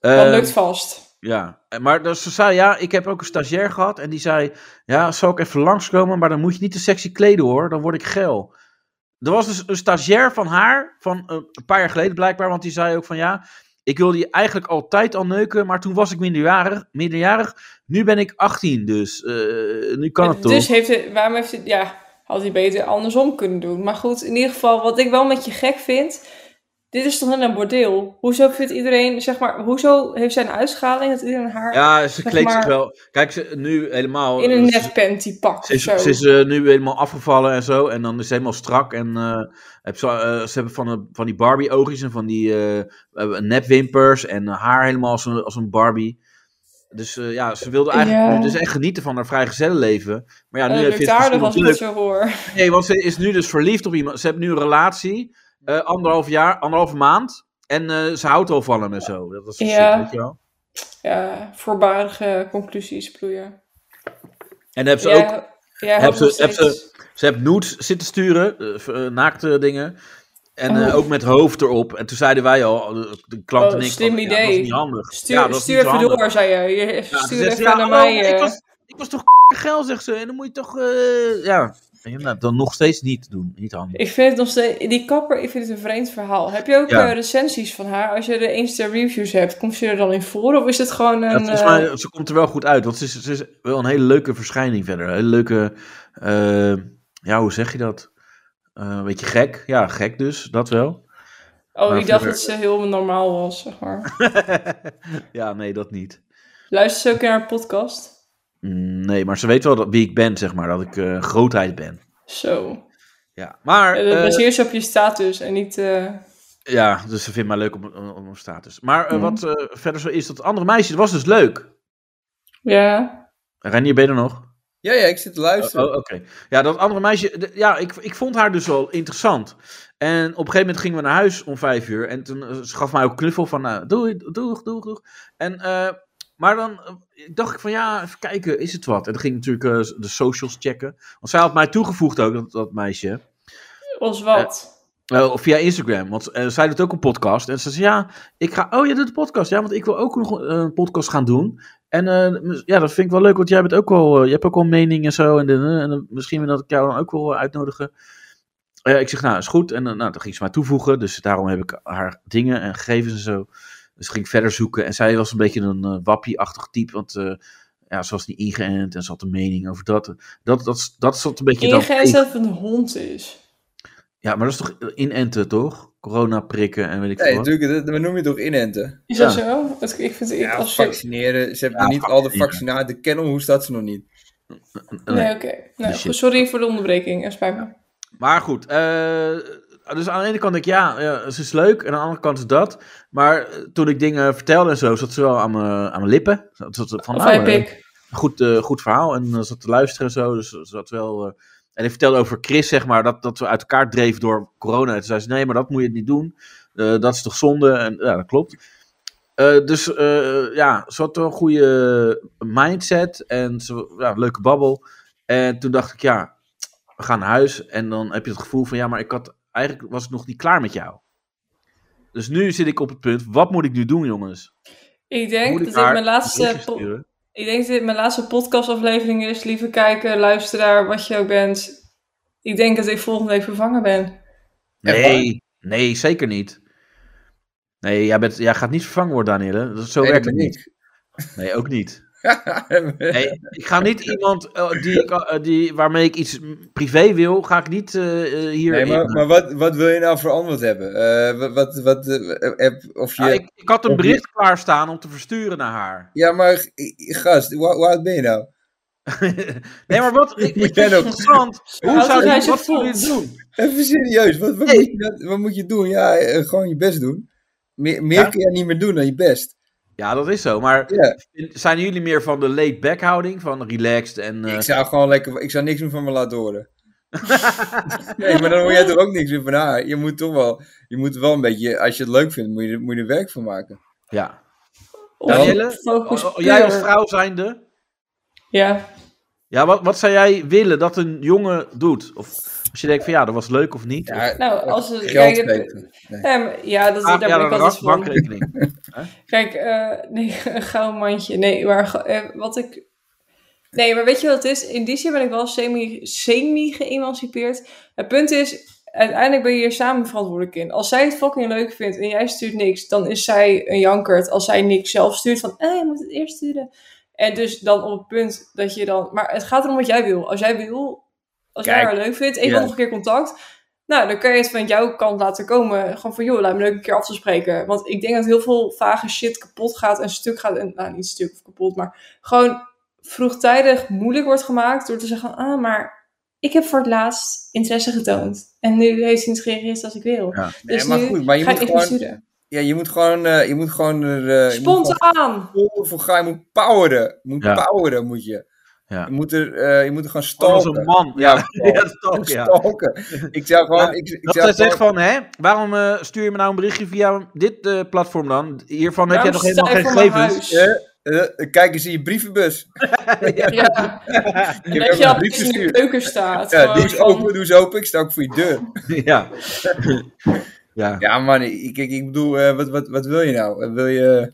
Speaker 5: Dat
Speaker 3: Eh,
Speaker 5: lukt vast.
Speaker 3: Ja, Eh, maar dus ze zei ja, ik heb ook een stagiair gehad. En die zei: Ja, zal ik even langskomen? Maar dan moet je niet te sexy kleden hoor. Dan word ik geil. Er was dus een stagiair van haar, van eh, een paar jaar geleden blijkbaar. Want die zei ook van ja. Ik wilde je eigenlijk altijd al neuken, maar toen was ik minderjarig. minderjarig. Nu ben ik 18, dus eh, nu kan het toch?
Speaker 5: dus heeft het, waarom heeft het, ja, had hij beter andersom kunnen doen. Maar goed, in ieder geval, wat ik wel met je gek vind, dit is toch net een bordeel? Hoezo vindt iedereen, zeg maar, hoezo heeft zij een uitschaling dat iedereen haar
Speaker 3: Ja, ze
Speaker 5: zeg
Speaker 3: kleedt zich
Speaker 5: maar-
Speaker 3: wel. Kijk, ze, nu helemaal. eh,
Speaker 5: in een
Speaker 3: ze-
Speaker 5: netpanty pakt
Speaker 3: Ze
Speaker 5: of
Speaker 3: is,
Speaker 5: zo?
Speaker 3: ze is eh, nu helemaal afgevallen en zo. En dan is ze helemaal strak. En eh, heb ze, eh, ze hebben van, eh, van die Barbie-oogjes en van die eh, eh, nepwimpers. En haar helemaal als een, als een Barbie. Dus eh, ja, ze wilde eigenlijk
Speaker 5: Ja. Oh,
Speaker 3: nu dus echt genieten van haar vrijgezellenleven. Maar ja,
Speaker 5: En
Speaker 3: nu
Speaker 5: dat
Speaker 3: heeft
Speaker 5: lukt
Speaker 3: ze
Speaker 5: haar
Speaker 3: het
Speaker 5: nog als Eh, ik dus
Speaker 3: natuurlijk-
Speaker 5: het zo hoor.
Speaker 3: Nee, want ze is nu dus verliefd op iemand. Ze heeft nu een relatie. eh, anderhalf jaar, anderhalf maand. En eh, ze houdt al van hem en zo. Dat is
Speaker 5: Ja.
Speaker 3: shit, weet je wel.
Speaker 5: Ja, voorbarige conclusies vloeien.
Speaker 3: En heb ze ook
Speaker 5: Ja, ja,
Speaker 3: Heb
Speaker 5: heb ze,
Speaker 3: ze- heb Ze heeft nudes zitten sturen, eh, v- eh, naakte dingen. En eh,
Speaker 5: Oh.
Speaker 3: ook met hoofd erop. En toen zeiden wij al, de, de klant
Speaker 5: Oh,
Speaker 3: en ik,
Speaker 5: slim
Speaker 3: van, ja,
Speaker 5: idee.
Speaker 3: dat is niet handig.
Speaker 5: Stuur,
Speaker 3: ja, dat is
Speaker 5: stuur
Speaker 3: niet zo
Speaker 5: even
Speaker 3: handig.
Speaker 5: door, zei je. je
Speaker 3: Ja, ze
Speaker 5: stuur
Speaker 3: zegt,
Speaker 5: even
Speaker 3: ja,
Speaker 5: naar
Speaker 3: oh,
Speaker 5: mij.
Speaker 3: Ik
Speaker 5: eh.
Speaker 3: was, ik was toch geil, zegt ze. En dan moet je toch, eh, ja. Vind je dat dan nog steeds niet doen? Niet handig.
Speaker 5: Ik vind het nog steeds, die kapper, ik vind het een vreemd verhaal. Heb je ook
Speaker 3: Ja.
Speaker 5: eh, recensies van haar? Als je er eens de reviews hebt, komt ze er dan in voor? Of is het gewoon
Speaker 3: Ja,
Speaker 5: een...
Speaker 3: volgens
Speaker 5: eh,
Speaker 3: mij, ze komt er wel goed uit, want ze is, ze is wel een hele leuke verschijning verder. Een hele leuke, eh, ja, hoe zeg je dat? Eh, Een beetje gek. Ja, gek dus, dat wel.
Speaker 5: oh,
Speaker 3: maar
Speaker 5: ik dacht
Speaker 3: verder-
Speaker 5: dat ze heel normaal was, zeg maar.
Speaker 3: ja, nee, dat niet.
Speaker 5: Luister ze ook naar haar podcast?
Speaker 3: Mm, Nee, maar ze weet wel dat, wie ik ben, zeg maar. Dat ik eh, grootheid ben.
Speaker 5: Zo.
Speaker 3: Ja, maar...
Speaker 5: Ja, dat
Speaker 3: eh,
Speaker 5: baseert ze op je status en niet... eh,
Speaker 3: ja, dus ze vindt mij leuk om, om, om mijn status. Maar eh, wat eh, verder zo is, dat andere meisje, dat was dus leuk.
Speaker 5: ja.
Speaker 3: Renier, ben je er nog?
Speaker 4: Ja, ja, ik zit te luisteren.
Speaker 3: Oh, oké. Ja, dat andere meisje. de- ja, ik, ik vond haar dus wel interessant. En op een gegeven moment gingen we naar huis om vijf uur. En toen eh, ze gaf mij ook een knuffel van. nou, doei, doeg, doeg, doeg. En, eh, maar dan eh, dacht ik van ja, even kijken, is het wat? En dan ging ik natuurlijk eh, de socials checken. Want zij had mij toegevoegd ook, dat, dat meisje.
Speaker 5: Ons wat?
Speaker 3: Eh, of via Instagram, want eh, zij doet ook een podcast. En ze zei, ja, ik ga... Oh, jij doet een podcast. Ja, want ik wil ook nog eh, een podcast gaan doen. En eh, ja, dat vind ik wel leuk, want jij bent ook wel... eh, je hebt ook wel een mening en zo. En, dit, eh, en dan misschien wil dat ik jou dan ook wel eh, uitnodigen. Eh, ik zeg, nou, is goed. En eh, nou, dan ging ze mij toevoegen. Dus daarom heb ik haar dingen en gegevens en zo. Dus ging ik verder zoeken. En zij was een beetje een eh, wappie-achtig type, want... eh, ja, ze was niet ingeënt en ze had een mening over dat. Dat, dat, dat zat een beetje... dan
Speaker 5: Ingeënt dat het een hond is.
Speaker 3: ja, maar dat is toch inenten, toch? Corona prikken en weet ik
Speaker 4: Nee, dus-
Speaker 3: veel wat.
Speaker 4: natuurlijk, dat, dat noem je toch inenten?
Speaker 5: Is
Speaker 3: Ja.
Speaker 5: dat zo? Dat, ik vind het...
Speaker 4: Ja,
Speaker 5: als je,
Speaker 4: vaccineren. Ze hebben
Speaker 3: Ja,
Speaker 4: nog niet al de
Speaker 3: vaccineren.
Speaker 4: vaccinaten. De kennelhoes staat ze nog niet.
Speaker 3: Nee.
Speaker 5: nee, oké. Nee,
Speaker 3: shit.
Speaker 5: sorry voor de onderbreking. Er spijt me.
Speaker 3: Maar goed, eh, dus aan de ene kant denk ik, ja, ja, ze is leuk. En aan de andere kant is dat. Maar eh, toen ik dingen vertelde en zo, zat ze wel aan mijn aan mijn lippen. Zat ze van,
Speaker 5: Of
Speaker 3: nou,
Speaker 5: heb
Speaker 3: eh,
Speaker 5: ik.
Speaker 3: goed, eh, goed verhaal. En eh, zat te luisteren en zo. Dus ze zat wel. eh, en ik vertelde over Chris, zeg maar, dat, dat we uit elkaar dreven door corona. En toen zei ze: nee, maar dat moet je niet doen. Eh, dat is toch zonde? En ja, dat klopt. Eh, dus eh, ja, ze had wel een goede mindset en ze, ja, leuke babbel. En toen dacht ik, ja, we gaan naar huis. En dan heb je het gevoel van, ja, maar ik had, eigenlijk was ik nog niet klaar met jou. Dus nu zit ik op het punt, wat moet ik nu doen, jongens?
Speaker 5: Ik denk
Speaker 3: moet
Speaker 5: dat dit
Speaker 3: haar
Speaker 5: mijn
Speaker 3: een
Speaker 5: laatste...
Speaker 3: berichtje
Speaker 5: po-
Speaker 3: sturen?
Speaker 5: Ik denk dat dit mijn laatste podcastaflevering is. Lieve kijker, luisteraar, wat je ook bent. Ik denk dat ik volgende week vervangen ben.
Speaker 4: Echt waar?
Speaker 3: Nee, nee, zeker niet. Nee, jij, bent, jij gaat niet vervangen worden, Danielle. Dat, zo
Speaker 4: Nee, dat
Speaker 3: werkt het
Speaker 4: ben
Speaker 3: niet. Nee, ook niet.
Speaker 4: ik.
Speaker 3: Nee, ik ga niet iemand eh, die, ik, eh, die, waarmee ik iets mm, privé wil, ga ik niet eh, eh, hier...
Speaker 4: Nee, maar,
Speaker 3: in-
Speaker 4: maar wat, wat wil je nou voor antwoord hebben? Eh, wat, wat, wat, eh, heb- of je...
Speaker 3: Ja, ik, ik had een
Speaker 4: Of je-
Speaker 3: bericht klaarstaan om te versturen naar haar.
Speaker 4: Ja, maar g- gast, hoe, hoe oud ben je nou?
Speaker 3: nee, maar wat... Ik, ik
Speaker 4: Ja,
Speaker 3: vind het
Speaker 4: dat-
Speaker 3: interessant. Hoe
Speaker 5: Houdt
Speaker 3: zou
Speaker 5: hij
Speaker 3: je,
Speaker 5: zich
Speaker 3: wat zou je
Speaker 5: vol?
Speaker 3: doen?
Speaker 4: Even serieus, wat, wat,
Speaker 3: Nee.
Speaker 4: moet, je dat- wat moet je doen? Ja, eh, gewoon je best doen. Meer, meer
Speaker 3: Ja.
Speaker 4: kun je niet meer doen dan je best.
Speaker 3: Ja, dat is zo. Maar
Speaker 4: Ja.
Speaker 3: zijn jullie meer van de laid-back houding? Van relaxed en... eh,
Speaker 4: Ik zou gewoon lekker, ik zou niks meer van me laten horen. nee, maar dan hoor jij toch ook niks meer van haar. Je moet toch wel, je moet wel een beetje, als je het leuk vindt, moet je, er- moet je er werk van maken.
Speaker 3: Ja.
Speaker 5: Of
Speaker 3: Danielle,
Speaker 5: focus
Speaker 3: o- o- Oh, jij als
Speaker 5: puur.
Speaker 3: vrouw zijnde...
Speaker 5: Ja.
Speaker 3: Ja, wat, wat zou jij willen dat een jongen doet? Of als je denkt van ja, dat was leuk of niet? Of-
Speaker 4: Ja, eh,
Speaker 5: Nou, als het-
Speaker 4: geld
Speaker 5: kijk, het-
Speaker 4: geven.
Speaker 5: Ja, maar- ja, dat,
Speaker 3: Ah,
Speaker 5: daar
Speaker 3: ja,
Speaker 5: ben ik
Speaker 3: dan
Speaker 5: altijd
Speaker 3: een Oh,
Speaker 5: van.
Speaker 3: bankrekening.
Speaker 5: Kijk, eh, nee, een gouden mandje. Nee, maar ge- eh, wat ik... Nee, maar weet je wat het is? In die zin ben ik wel semi, semi geëmancipeerd. Het punt is, uiteindelijk ben je hier samen verantwoordelijk in. Als zij het fucking leuk vindt en jij stuurt niks, dan is zij een jankert. Als zij niks zelf stuurt, van, eh, je moet het eerst sturen. En dus dan op het punt dat je dan... Maar het gaat erom wat jij wil. Als jij wil, als jij
Speaker 4: Kijk,
Speaker 5: haar leuk vindt en je
Speaker 4: ja.
Speaker 5: wil nog een keer contact... Nou, dan kan je het van jouw kant laten komen. Gewoon van, joh, laat me leuk een keer af te spreken. Want ik denk dat heel veel vage shit kapot gaat en stuk gaat. En, nou, niet stuk of kapot, maar gewoon vroegtijdig moeilijk wordt gemaakt door te zeggen, ah, maar ik heb voor het laatst interesse getoond. En nu heeft hij niet gereageerd als ik wil.
Speaker 3: Ja.
Speaker 5: Dus
Speaker 4: Nee, maar
Speaker 5: nu
Speaker 4: goed, maar je
Speaker 5: ga
Speaker 4: moet
Speaker 5: ik niet meer
Speaker 4: gewoon-
Speaker 5: sturen.
Speaker 4: Ja, je moet gewoon, eh, je moet gewoon er... eh, je moet gewoon-
Speaker 5: Spontaan!
Speaker 4: vol voor gaan. Je moet poweren. Je moet
Speaker 3: Ja.
Speaker 4: poweren, moet je.
Speaker 3: Ja.
Speaker 4: Je, moet er, eh, je moet er gaan
Speaker 3: Als
Speaker 4: stalken.
Speaker 3: een man. Ja, ja, dat is ook, ja.
Speaker 4: Stalken. Ik zou gewoon...
Speaker 3: Ja,
Speaker 4: ik, ik
Speaker 3: Dat
Speaker 4: zou
Speaker 3: zij zegt
Speaker 4: gewoon-
Speaker 3: van, hè, waarom eh, stuur je me nou een berichtje via dit eh, platform dan? Hiervan heb jij
Speaker 5: Waarom
Speaker 3: nog
Speaker 5: sta
Speaker 3: helemaal
Speaker 5: je
Speaker 3: geen
Speaker 5: voor mijn
Speaker 3: gegevens.
Speaker 5: huis?
Speaker 4: eh, eh, kijk eens in je brievenbus. Ik
Speaker 5: Ja,
Speaker 4: heb
Speaker 5: en dat
Speaker 4: hem
Speaker 5: je
Speaker 4: een
Speaker 5: al
Speaker 4: brief
Speaker 5: iets in de
Speaker 4: gestuurd.
Speaker 5: keuken staat.
Speaker 4: Ja,
Speaker 5: Gewoon
Speaker 4: doe eens
Speaker 5: van-
Speaker 4: open, doe eens open. Ik sta ook voor je deur.
Speaker 3: ja. ja.
Speaker 4: Ja, man. Ik, ik, ik bedoel, eh, wat, wat, wat wil je nou? Eh, wil je...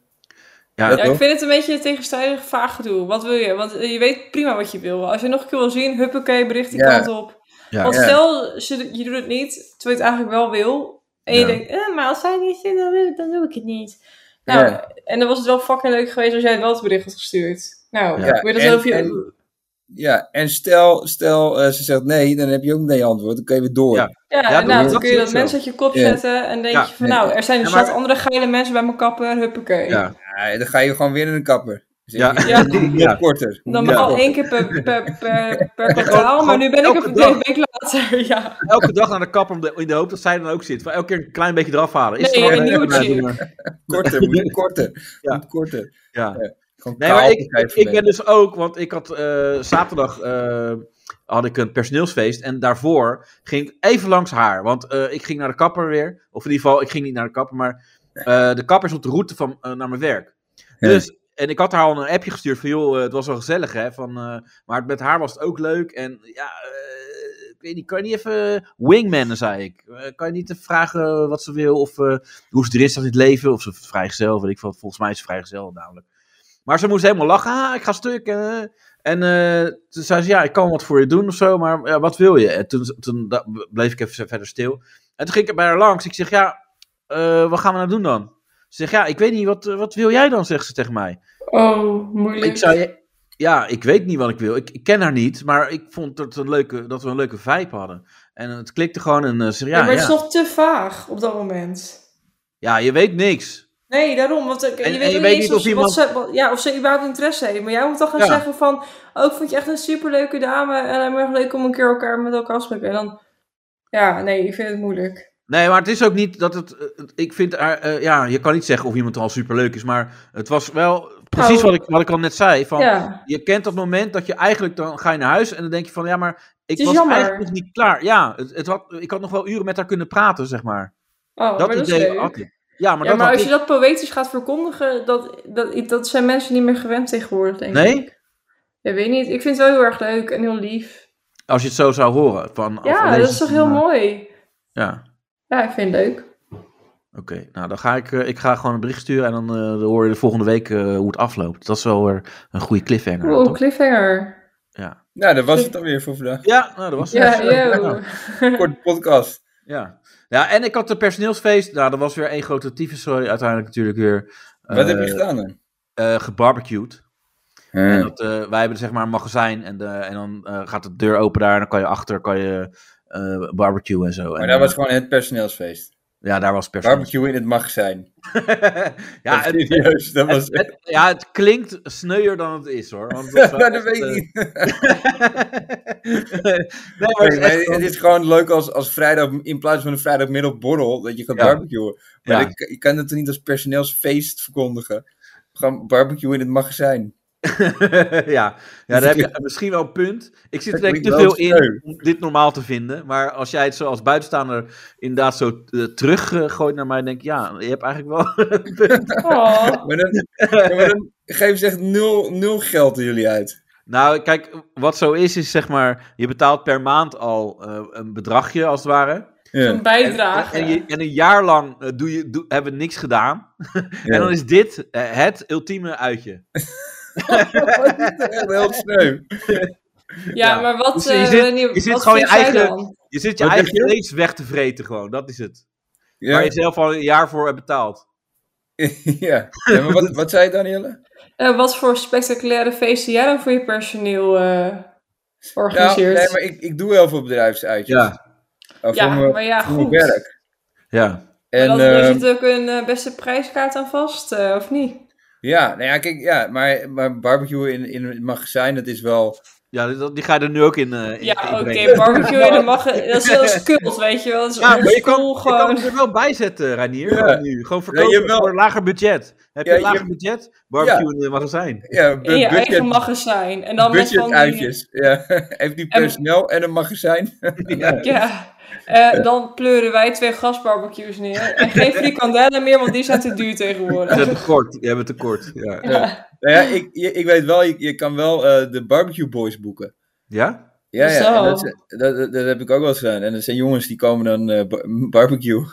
Speaker 3: Ja.
Speaker 4: dat
Speaker 5: Ja, ik
Speaker 4: toch?
Speaker 5: vind het een beetje tegenstrijdig vaag gedoe. Wat wil je? Want eh, je weet prima wat je wil. Als je nog een keer wil zien, huppakee, bericht die
Speaker 4: Ja.
Speaker 5: kant op.
Speaker 3: Ja.
Speaker 5: Want
Speaker 4: Ja.
Speaker 5: stel, ze, je doet het niet, terwijl je het eigenlijk wel wil. En je
Speaker 7: Ja.
Speaker 5: denkt, eh, maar als zij het niet vindt, dan, wil- dan doe ik het niet. Nou,
Speaker 4: Ja.
Speaker 5: en dan was het wel fucking leuk geweest als jij het wel het bericht had gestuurd. Nou,
Speaker 3: Ja.
Speaker 5: ja. je dat
Speaker 4: En-
Speaker 5: over je...
Speaker 4: en- Ja, en stel, stel eh, ze zegt nee, dan heb je ook nee antwoord. Dan kun je weer door.
Speaker 3: Ja.
Speaker 5: ja,
Speaker 3: dat
Speaker 5: inderdaad,
Speaker 3: is
Speaker 5: dan kun je
Speaker 3: ook
Speaker 5: dat
Speaker 3: zo.
Speaker 5: mensen uit je kop
Speaker 4: Ja.
Speaker 5: zetten en denk
Speaker 3: Ja,
Speaker 5: je van,
Speaker 4: nee.
Speaker 5: nou, er zijn een
Speaker 3: Ja, maar-
Speaker 5: zat andere geile mensen bij mijn kapper, huppakee.
Speaker 3: Ja,
Speaker 4: Ja, dan ga je gewoon weer naar de kapper. Dus
Speaker 3: Ja.
Speaker 4: ik-
Speaker 5: Ja.
Speaker 4: Nog
Speaker 3: Ja.
Speaker 4: korter.
Speaker 5: Normaal
Speaker 4: Ja.
Speaker 5: één keer per, per, per, per kwartaal, maar nu ben ik
Speaker 3: elke
Speaker 5: er
Speaker 3: dag.
Speaker 5: een week later. Ja.
Speaker 3: elke dag naar de kapper om de- in de hoop dat zij dan ook zit. Van elke keer een klein beetje eraf halen. Is
Speaker 5: Nee,
Speaker 3: er
Speaker 5: een
Speaker 3: nog-
Speaker 5: nieuwtje.
Speaker 4: Korter, moet korter.
Speaker 3: Ja.
Speaker 4: Moet korter.
Speaker 3: Ja.
Speaker 4: Gewoon
Speaker 3: Nee, maar
Speaker 4: kaal
Speaker 3: ik,
Speaker 4: bekijken
Speaker 3: ik,
Speaker 4: van
Speaker 3: ik ben dus ook, want ik had eh, zaterdag eh, had ik een personeelsfeest en daarvoor ging ik even langs haar, want eh, ik ging naar de kapper weer, of in ieder geval ik ging niet naar de kapper, maar eh, de kapper is op de route van eh, naar mijn werk.
Speaker 4: Ja.
Speaker 3: Dus en ik had haar al een appje gestuurd van joh, eh, het was wel gezellig hè, van, eh, maar met haar was het ook leuk en ja, eh, ik weet niet, kan je niet even wingmannen zei ik, Eh, kan je niet even vragen wat ze wil of eh, hoe ze er is in het leven of ze vrijgezel, weet ik veel, volgens mij is ze vrijgezel namelijk. Maar ze moest helemaal lachen. Ah, ik ga stuk. eh. en eh, toen zei ze, ja, ik kan wat voor je doen of zo, maar ja, wat wil je? En toen, toen da- bleef ik even verder stil. En toen ging ik bij haar langs. Ik zeg, ja, eh, wat gaan we nou doen dan? Ze zegt, ja, ik weet niet, wat, eh, wat wil jij dan, zegt ze tegen mij.
Speaker 5: Oh, moeilijk.
Speaker 3: Ik zei, ja, ik weet niet wat ik wil. Ik, ik ken haar niet, maar ik vond dat, een leuke, dat we een leuke vibe hadden. En het klikte gewoon en eh, ze zei,
Speaker 5: ja, maar
Speaker 3: ja,
Speaker 5: het is
Speaker 3: ja.
Speaker 5: nog te vaag op dat moment.
Speaker 3: ja, je weet niks.
Speaker 5: Nee, daarom. Want ik- je
Speaker 3: En-
Speaker 5: weet,
Speaker 3: en
Speaker 5: ook
Speaker 3: je
Speaker 5: niet
Speaker 3: weet
Speaker 5: eens
Speaker 3: niet
Speaker 5: of,
Speaker 3: of
Speaker 5: wat ze, wat- ja, of ze überhaupt interesse heeft. Maar jij moet dan gaan
Speaker 3: Ja.
Speaker 5: zeggen van... Oh, ik vond je echt een superleuke dame. En het erg leuk om een keer elkaar met elkaar af te spreken. En dan... Ja, nee, ik vind het moeilijk.
Speaker 3: Nee, maar het is ook niet dat het. eh, het- Ik vind haar. eh, ja, je kan niet zeggen of iemand al superleuk is. Maar het was wel precies
Speaker 5: Oh.
Speaker 3: wat, ik, wat ik al net zei. Van,
Speaker 5: ja.
Speaker 3: Je kent dat moment dat je eigenlijk. Dan ga je naar huis en dan denk je van. Ja, maar ik
Speaker 5: Het is
Speaker 3: was
Speaker 5: jammer.
Speaker 3: eigenlijk nog niet klaar. Ja, het, het had, ik had nog wel uren met haar kunnen praten, zeg maar.
Speaker 5: Oh,
Speaker 3: dat
Speaker 5: maar dat is
Speaker 3: idee
Speaker 5: leuk.
Speaker 3: had ik. Ja, maar
Speaker 5: ja,
Speaker 3: dat
Speaker 5: maar
Speaker 3: had
Speaker 5: als je
Speaker 3: ik.
Speaker 5: dat poëtisch gaat verkondigen... Dat, dat, dat zijn mensen niet meer gewend tegenwoordig, denk ik.
Speaker 3: Nee?
Speaker 5: Ja, weet niet. Ik vind het wel heel erg leuk en heel lief.
Speaker 3: Als je het zo zou horen. Van, of
Speaker 5: Ja,
Speaker 3: lezen
Speaker 5: dat is toch
Speaker 3: van,
Speaker 5: heel
Speaker 3: eh,
Speaker 5: mooi.
Speaker 3: Ja,
Speaker 5: Ja, ik vind het leuk.
Speaker 3: oké. Nou, dan ga ik, eh, ik ga gewoon een bericht sturen. En dan eh, dan hoor je de volgende week eh, hoe het afloopt. Dat is wel weer een goede cliffhanger.
Speaker 5: Wow,
Speaker 3: toch?
Speaker 5: cliffhanger.
Speaker 3: Ja.
Speaker 4: Nou, dat was het dan weer voor vandaag.
Speaker 3: ja, nou, dat was het.
Speaker 5: Ja,
Speaker 3: Nou.
Speaker 5: yo.
Speaker 4: Korte podcast.
Speaker 3: Ja. ja, en ik had een personeelsfeest. Nou, dat was weer één grote tyfuszooi. Uiteindelijk natuurlijk weer eh,
Speaker 4: Wat heb je gedaan dan?
Speaker 3: eh, gebarbecued. En
Speaker 4: Eh,
Speaker 3: dat, eh, wij hebben zeg maar een magazijn en, de, en dan eh, gaat de deur open daar en dan kan je achter kan je, eh barbecue en zo.
Speaker 4: Maar
Speaker 3: en,
Speaker 4: dat
Speaker 3: eh,
Speaker 4: was gewoon het personeelsfeest.
Speaker 3: Ja, daar was personeels.
Speaker 4: Barbecue in het magazijn.
Speaker 3: ja,
Speaker 4: Ja,
Speaker 3: het,
Speaker 4: serieus. Dat was...
Speaker 3: het- het- ja, het klinkt sneuier dan het is hoor. Want was wel
Speaker 4: Nou, dat
Speaker 3: echt,
Speaker 4: weet ik
Speaker 3: eh,
Speaker 4: niet.
Speaker 3: nee, maar het is echt
Speaker 4: Nee, maar
Speaker 3: gewoon-
Speaker 4: het is gewoon leuk als, als vrijdag, in plaats van een vrijdagmiddagborrel, dat je gaat
Speaker 3: Ja.
Speaker 4: barbecuen. Maar
Speaker 3: Ja.
Speaker 4: ik, je kan het toch niet als personeelsfeest verkondigen? Gewoon barbecue in het magazijn.
Speaker 3: ja, ja daar heb je misschien wel een punt. Ik zit er denk ik te
Speaker 4: klinkt
Speaker 3: veel
Speaker 4: wel
Speaker 3: in
Speaker 4: sneu.
Speaker 3: om dit normaal te vinden. Maar als jij het zo als buitenstaander inderdaad zo teruggooit naar mij, denk ik, ja, je hebt eigenlijk wel...
Speaker 5: Oh.
Speaker 4: Maar dan, ja, maar dan geven ze echt nul, nul geld aan jullie uit.
Speaker 3: nou, kijk, wat zo is, is zeg maar, je betaalt per maand al eh, een bedragje, als het ware.
Speaker 4: Ja.
Speaker 5: Een bijdrage.
Speaker 3: En, je, en een jaar lang eh, doe je, doe, hebben we niks gedaan.
Speaker 4: Ja.
Speaker 3: En dan is dit eh, het ultieme uitje.
Speaker 4: Dat is toch echt heel sneu.
Speaker 5: ja,
Speaker 3: ja.
Speaker 5: maar
Speaker 3: Dus
Speaker 5: wat,
Speaker 3: je
Speaker 5: eh,
Speaker 3: zit-
Speaker 5: wanneer-
Speaker 3: je zit
Speaker 5: wat
Speaker 3: gewoon
Speaker 5: vind
Speaker 3: je
Speaker 5: jij
Speaker 3: eigen-
Speaker 5: dan?
Speaker 3: Je zit je
Speaker 4: Wat zeg
Speaker 3: eigen vlees weg te vreten gewoon, dat is het.
Speaker 4: Ja.
Speaker 3: Waar je zelf al een jaar voor hebt betaald.
Speaker 4: Ja. Ja, maar wat, wat zei je, Danielle?
Speaker 5: Eh, wat voor spectaculaire feesten jij dan voor je personeel eh,
Speaker 4: Nou,
Speaker 5: organiseert?
Speaker 4: nee, maar ik, ik doe heel veel bedrijfsuitjes.
Speaker 3: Ja,
Speaker 4: Eh,
Speaker 5: Ja,
Speaker 4: voor mijn,
Speaker 5: maar ja,
Speaker 4: voor mijn
Speaker 5: goed.
Speaker 4: werk.
Speaker 3: ja.
Speaker 4: En,
Speaker 5: dan, er
Speaker 4: ehm,
Speaker 5: zit ook een eh, beste prijskaart aan vast, eh, of niet?
Speaker 4: ja, nou ja, kijk, ja, maar, maar barbecue in, in het magazijn, dat is wel...
Speaker 3: Ja, die, die ga je er nu ook in. eh, in-
Speaker 5: Ja,
Speaker 3: in
Speaker 5: oké,
Speaker 3: brengen.
Speaker 5: barbecue in de mag. Dat is wel eens cult, weet je wel. Dat is
Speaker 3: Ja, maar je kan,
Speaker 5: oldschool
Speaker 3: je kan
Speaker 5: gewoon.
Speaker 3: het er wel bij zetten, Ranier.
Speaker 4: Ja.
Speaker 3: gewoon Nu. Gewoon verkopen
Speaker 4: Ja, je wel.
Speaker 3: voor een lager budget. Heb je
Speaker 4: Ja,
Speaker 3: een lager
Speaker 4: je-
Speaker 3: budget? Barbecue in het magazijn.
Speaker 4: Ja, bu-
Speaker 5: In je
Speaker 4: budget-
Speaker 5: eigen magazijn. En dan met van die-
Speaker 4: Budgetuitjes. Ja. Heeft die
Speaker 5: En-
Speaker 4: personeel en een magazijn?
Speaker 5: Ja, Eh, dan pleuren wij twee gasbarbecues neer. En geen frikandellen meer, want die zijn te duur
Speaker 3: Je
Speaker 5: tegenwoordig.
Speaker 3: hebt tekort. Je hebt het tekort. Ja?
Speaker 4: Nou ja, ik, je- ik weet wel, je, je kan wel eh, de barbecue boys boeken.
Speaker 3: ja?
Speaker 4: Ja, ja. en
Speaker 5: Zo.
Speaker 4: Dat, zijn- dat, dat, dat heb ik ook wel eens gedaan. En dat zijn jongens die komen dan eh, ba- barbecue.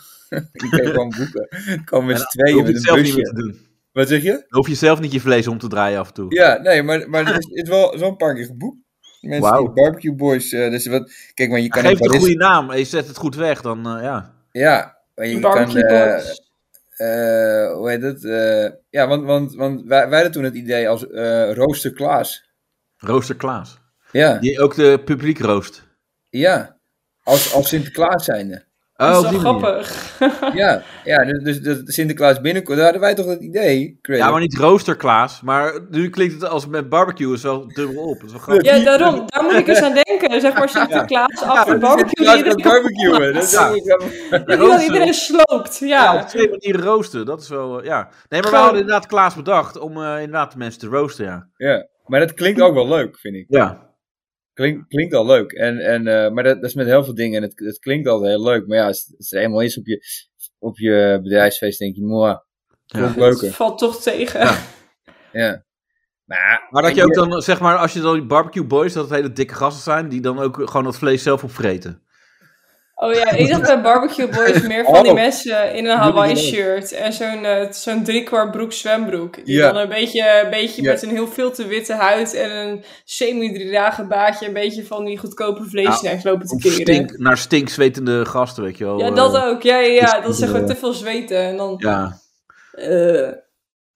Speaker 4: die kan je gewoon boeken. Komen met
Speaker 3: En
Speaker 4: z'n
Speaker 3: Dan
Speaker 4: tweeën
Speaker 3: hoef je het
Speaker 4: met een
Speaker 3: zelf niet meer
Speaker 4: busje.
Speaker 3: te doen.
Speaker 4: Wat zeg je?
Speaker 3: Dan hoef je zelf niet je vlees om te draaien af en toe.
Speaker 4: Ja, nee, maar, maar het is, is wel zo'n paar keer geboekt. Mensen
Speaker 3: Wauw.
Speaker 4: die barbecue boys. eh, dus wat, kijk, maar je kan in
Speaker 3: Geef het een
Speaker 4: Paris-
Speaker 3: goede naam en je zet het goed weg, dan eh, ja.
Speaker 4: Ja, maar je kan.
Speaker 5: Barbecue
Speaker 4: eh,
Speaker 5: boys.
Speaker 4: eh, hoe heet het? Eh, ja, want, want, want wij, wij hadden toen het idee als eh, Rooster Klaas.
Speaker 3: Rooster Klaas.
Speaker 4: Ja,
Speaker 3: Die ook de publiek roost.
Speaker 4: ja. Als, als Sinterklaas zijnde.
Speaker 3: Oh,
Speaker 5: dat
Speaker 3: op
Speaker 5: is wel
Speaker 3: die manier.
Speaker 5: grappig.
Speaker 4: Ja, ja dus, dus, dus Sinterklaas binnenkomt. Daar hadden wij toch het idee, Chris?
Speaker 3: Ja, maar niet rooster Klaas. Maar nu klinkt het als met barbecue is wel dubbel op. Dat is wel grappig.
Speaker 5: Ja, daarom. Daar moet ik eens aan denken. Zeg maar Sinterklaas achter barbecue.
Speaker 4: Sinterklaas
Speaker 5: die
Speaker 4: gaat
Speaker 5: iedereen-
Speaker 4: barbecuen. Dat
Speaker 3: Ja.
Speaker 4: dacht ik wel.
Speaker 5: Die dan iedereen sloopt.
Speaker 3: Ja, op
Speaker 5: Ja.
Speaker 3: twee manieren roosten. Dat is wel, eh, ja. Nee, maar we
Speaker 5: Gewoon-
Speaker 3: hadden inderdaad Klaas bedacht om eh, inderdaad de mensen te roosten, ja.
Speaker 4: Ja, maar dat klinkt ook wel leuk, vind ik.
Speaker 3: Ja.
Speaker 4: Klink, klinkt al leuk. En, en, eh, maar dat, dat is met heel veel dingen. En het, het klinkt altijd heel leuk. Maar ja, als, als het eenmaal is op je, op je bedrijfsfeest, denk je, moa, klonk
Speaker 5: Het
Speaker 4: leuker.
Speaker 5: valt toch tegen.
Speaker 4: Ja. Maar,
Speaker 3: Maar dat je ook dan, zeg maar, als je dan die barbecue boys, dat het hele dikke gasten zijn, die dan ook gewoon dat vlees zelf opvreten.
Speaker 5: Oh ja, ik dacht bij Barbecue Boys meer van die
Speaker 4: Oh.
Speaker 5: mensen in een
Speaker 4: Doe
Speaker 5: Hawaii
Speaker 4: die
Speaker 5: shirt. En zo'n eh, zo'n driekwart broek zwembroek. Die
Speaker 4: Ja.
Speaker 5: dan een beetje, een beetje
Speaker 4: Ja.
Speaker 5: met een heel veel te witte huid en een semi-driedagen baadje. Een beetje van die goedkope vleesnacks lopen te
Speaker 3: Om
Speaker 5: keren.
Speaker 3: stink, naar stinkzwetende gasten, weet je wel.
Speaker 5: Ja,
Speaker 3: eh,
Speaker 5: dat ook. Ja, ja, ja. Dat ze
Speaker 3: eh,
Speaker 5: gewoon te veel zweten. En dan...
Speaker 3: Ja.
Speaker 5: eh,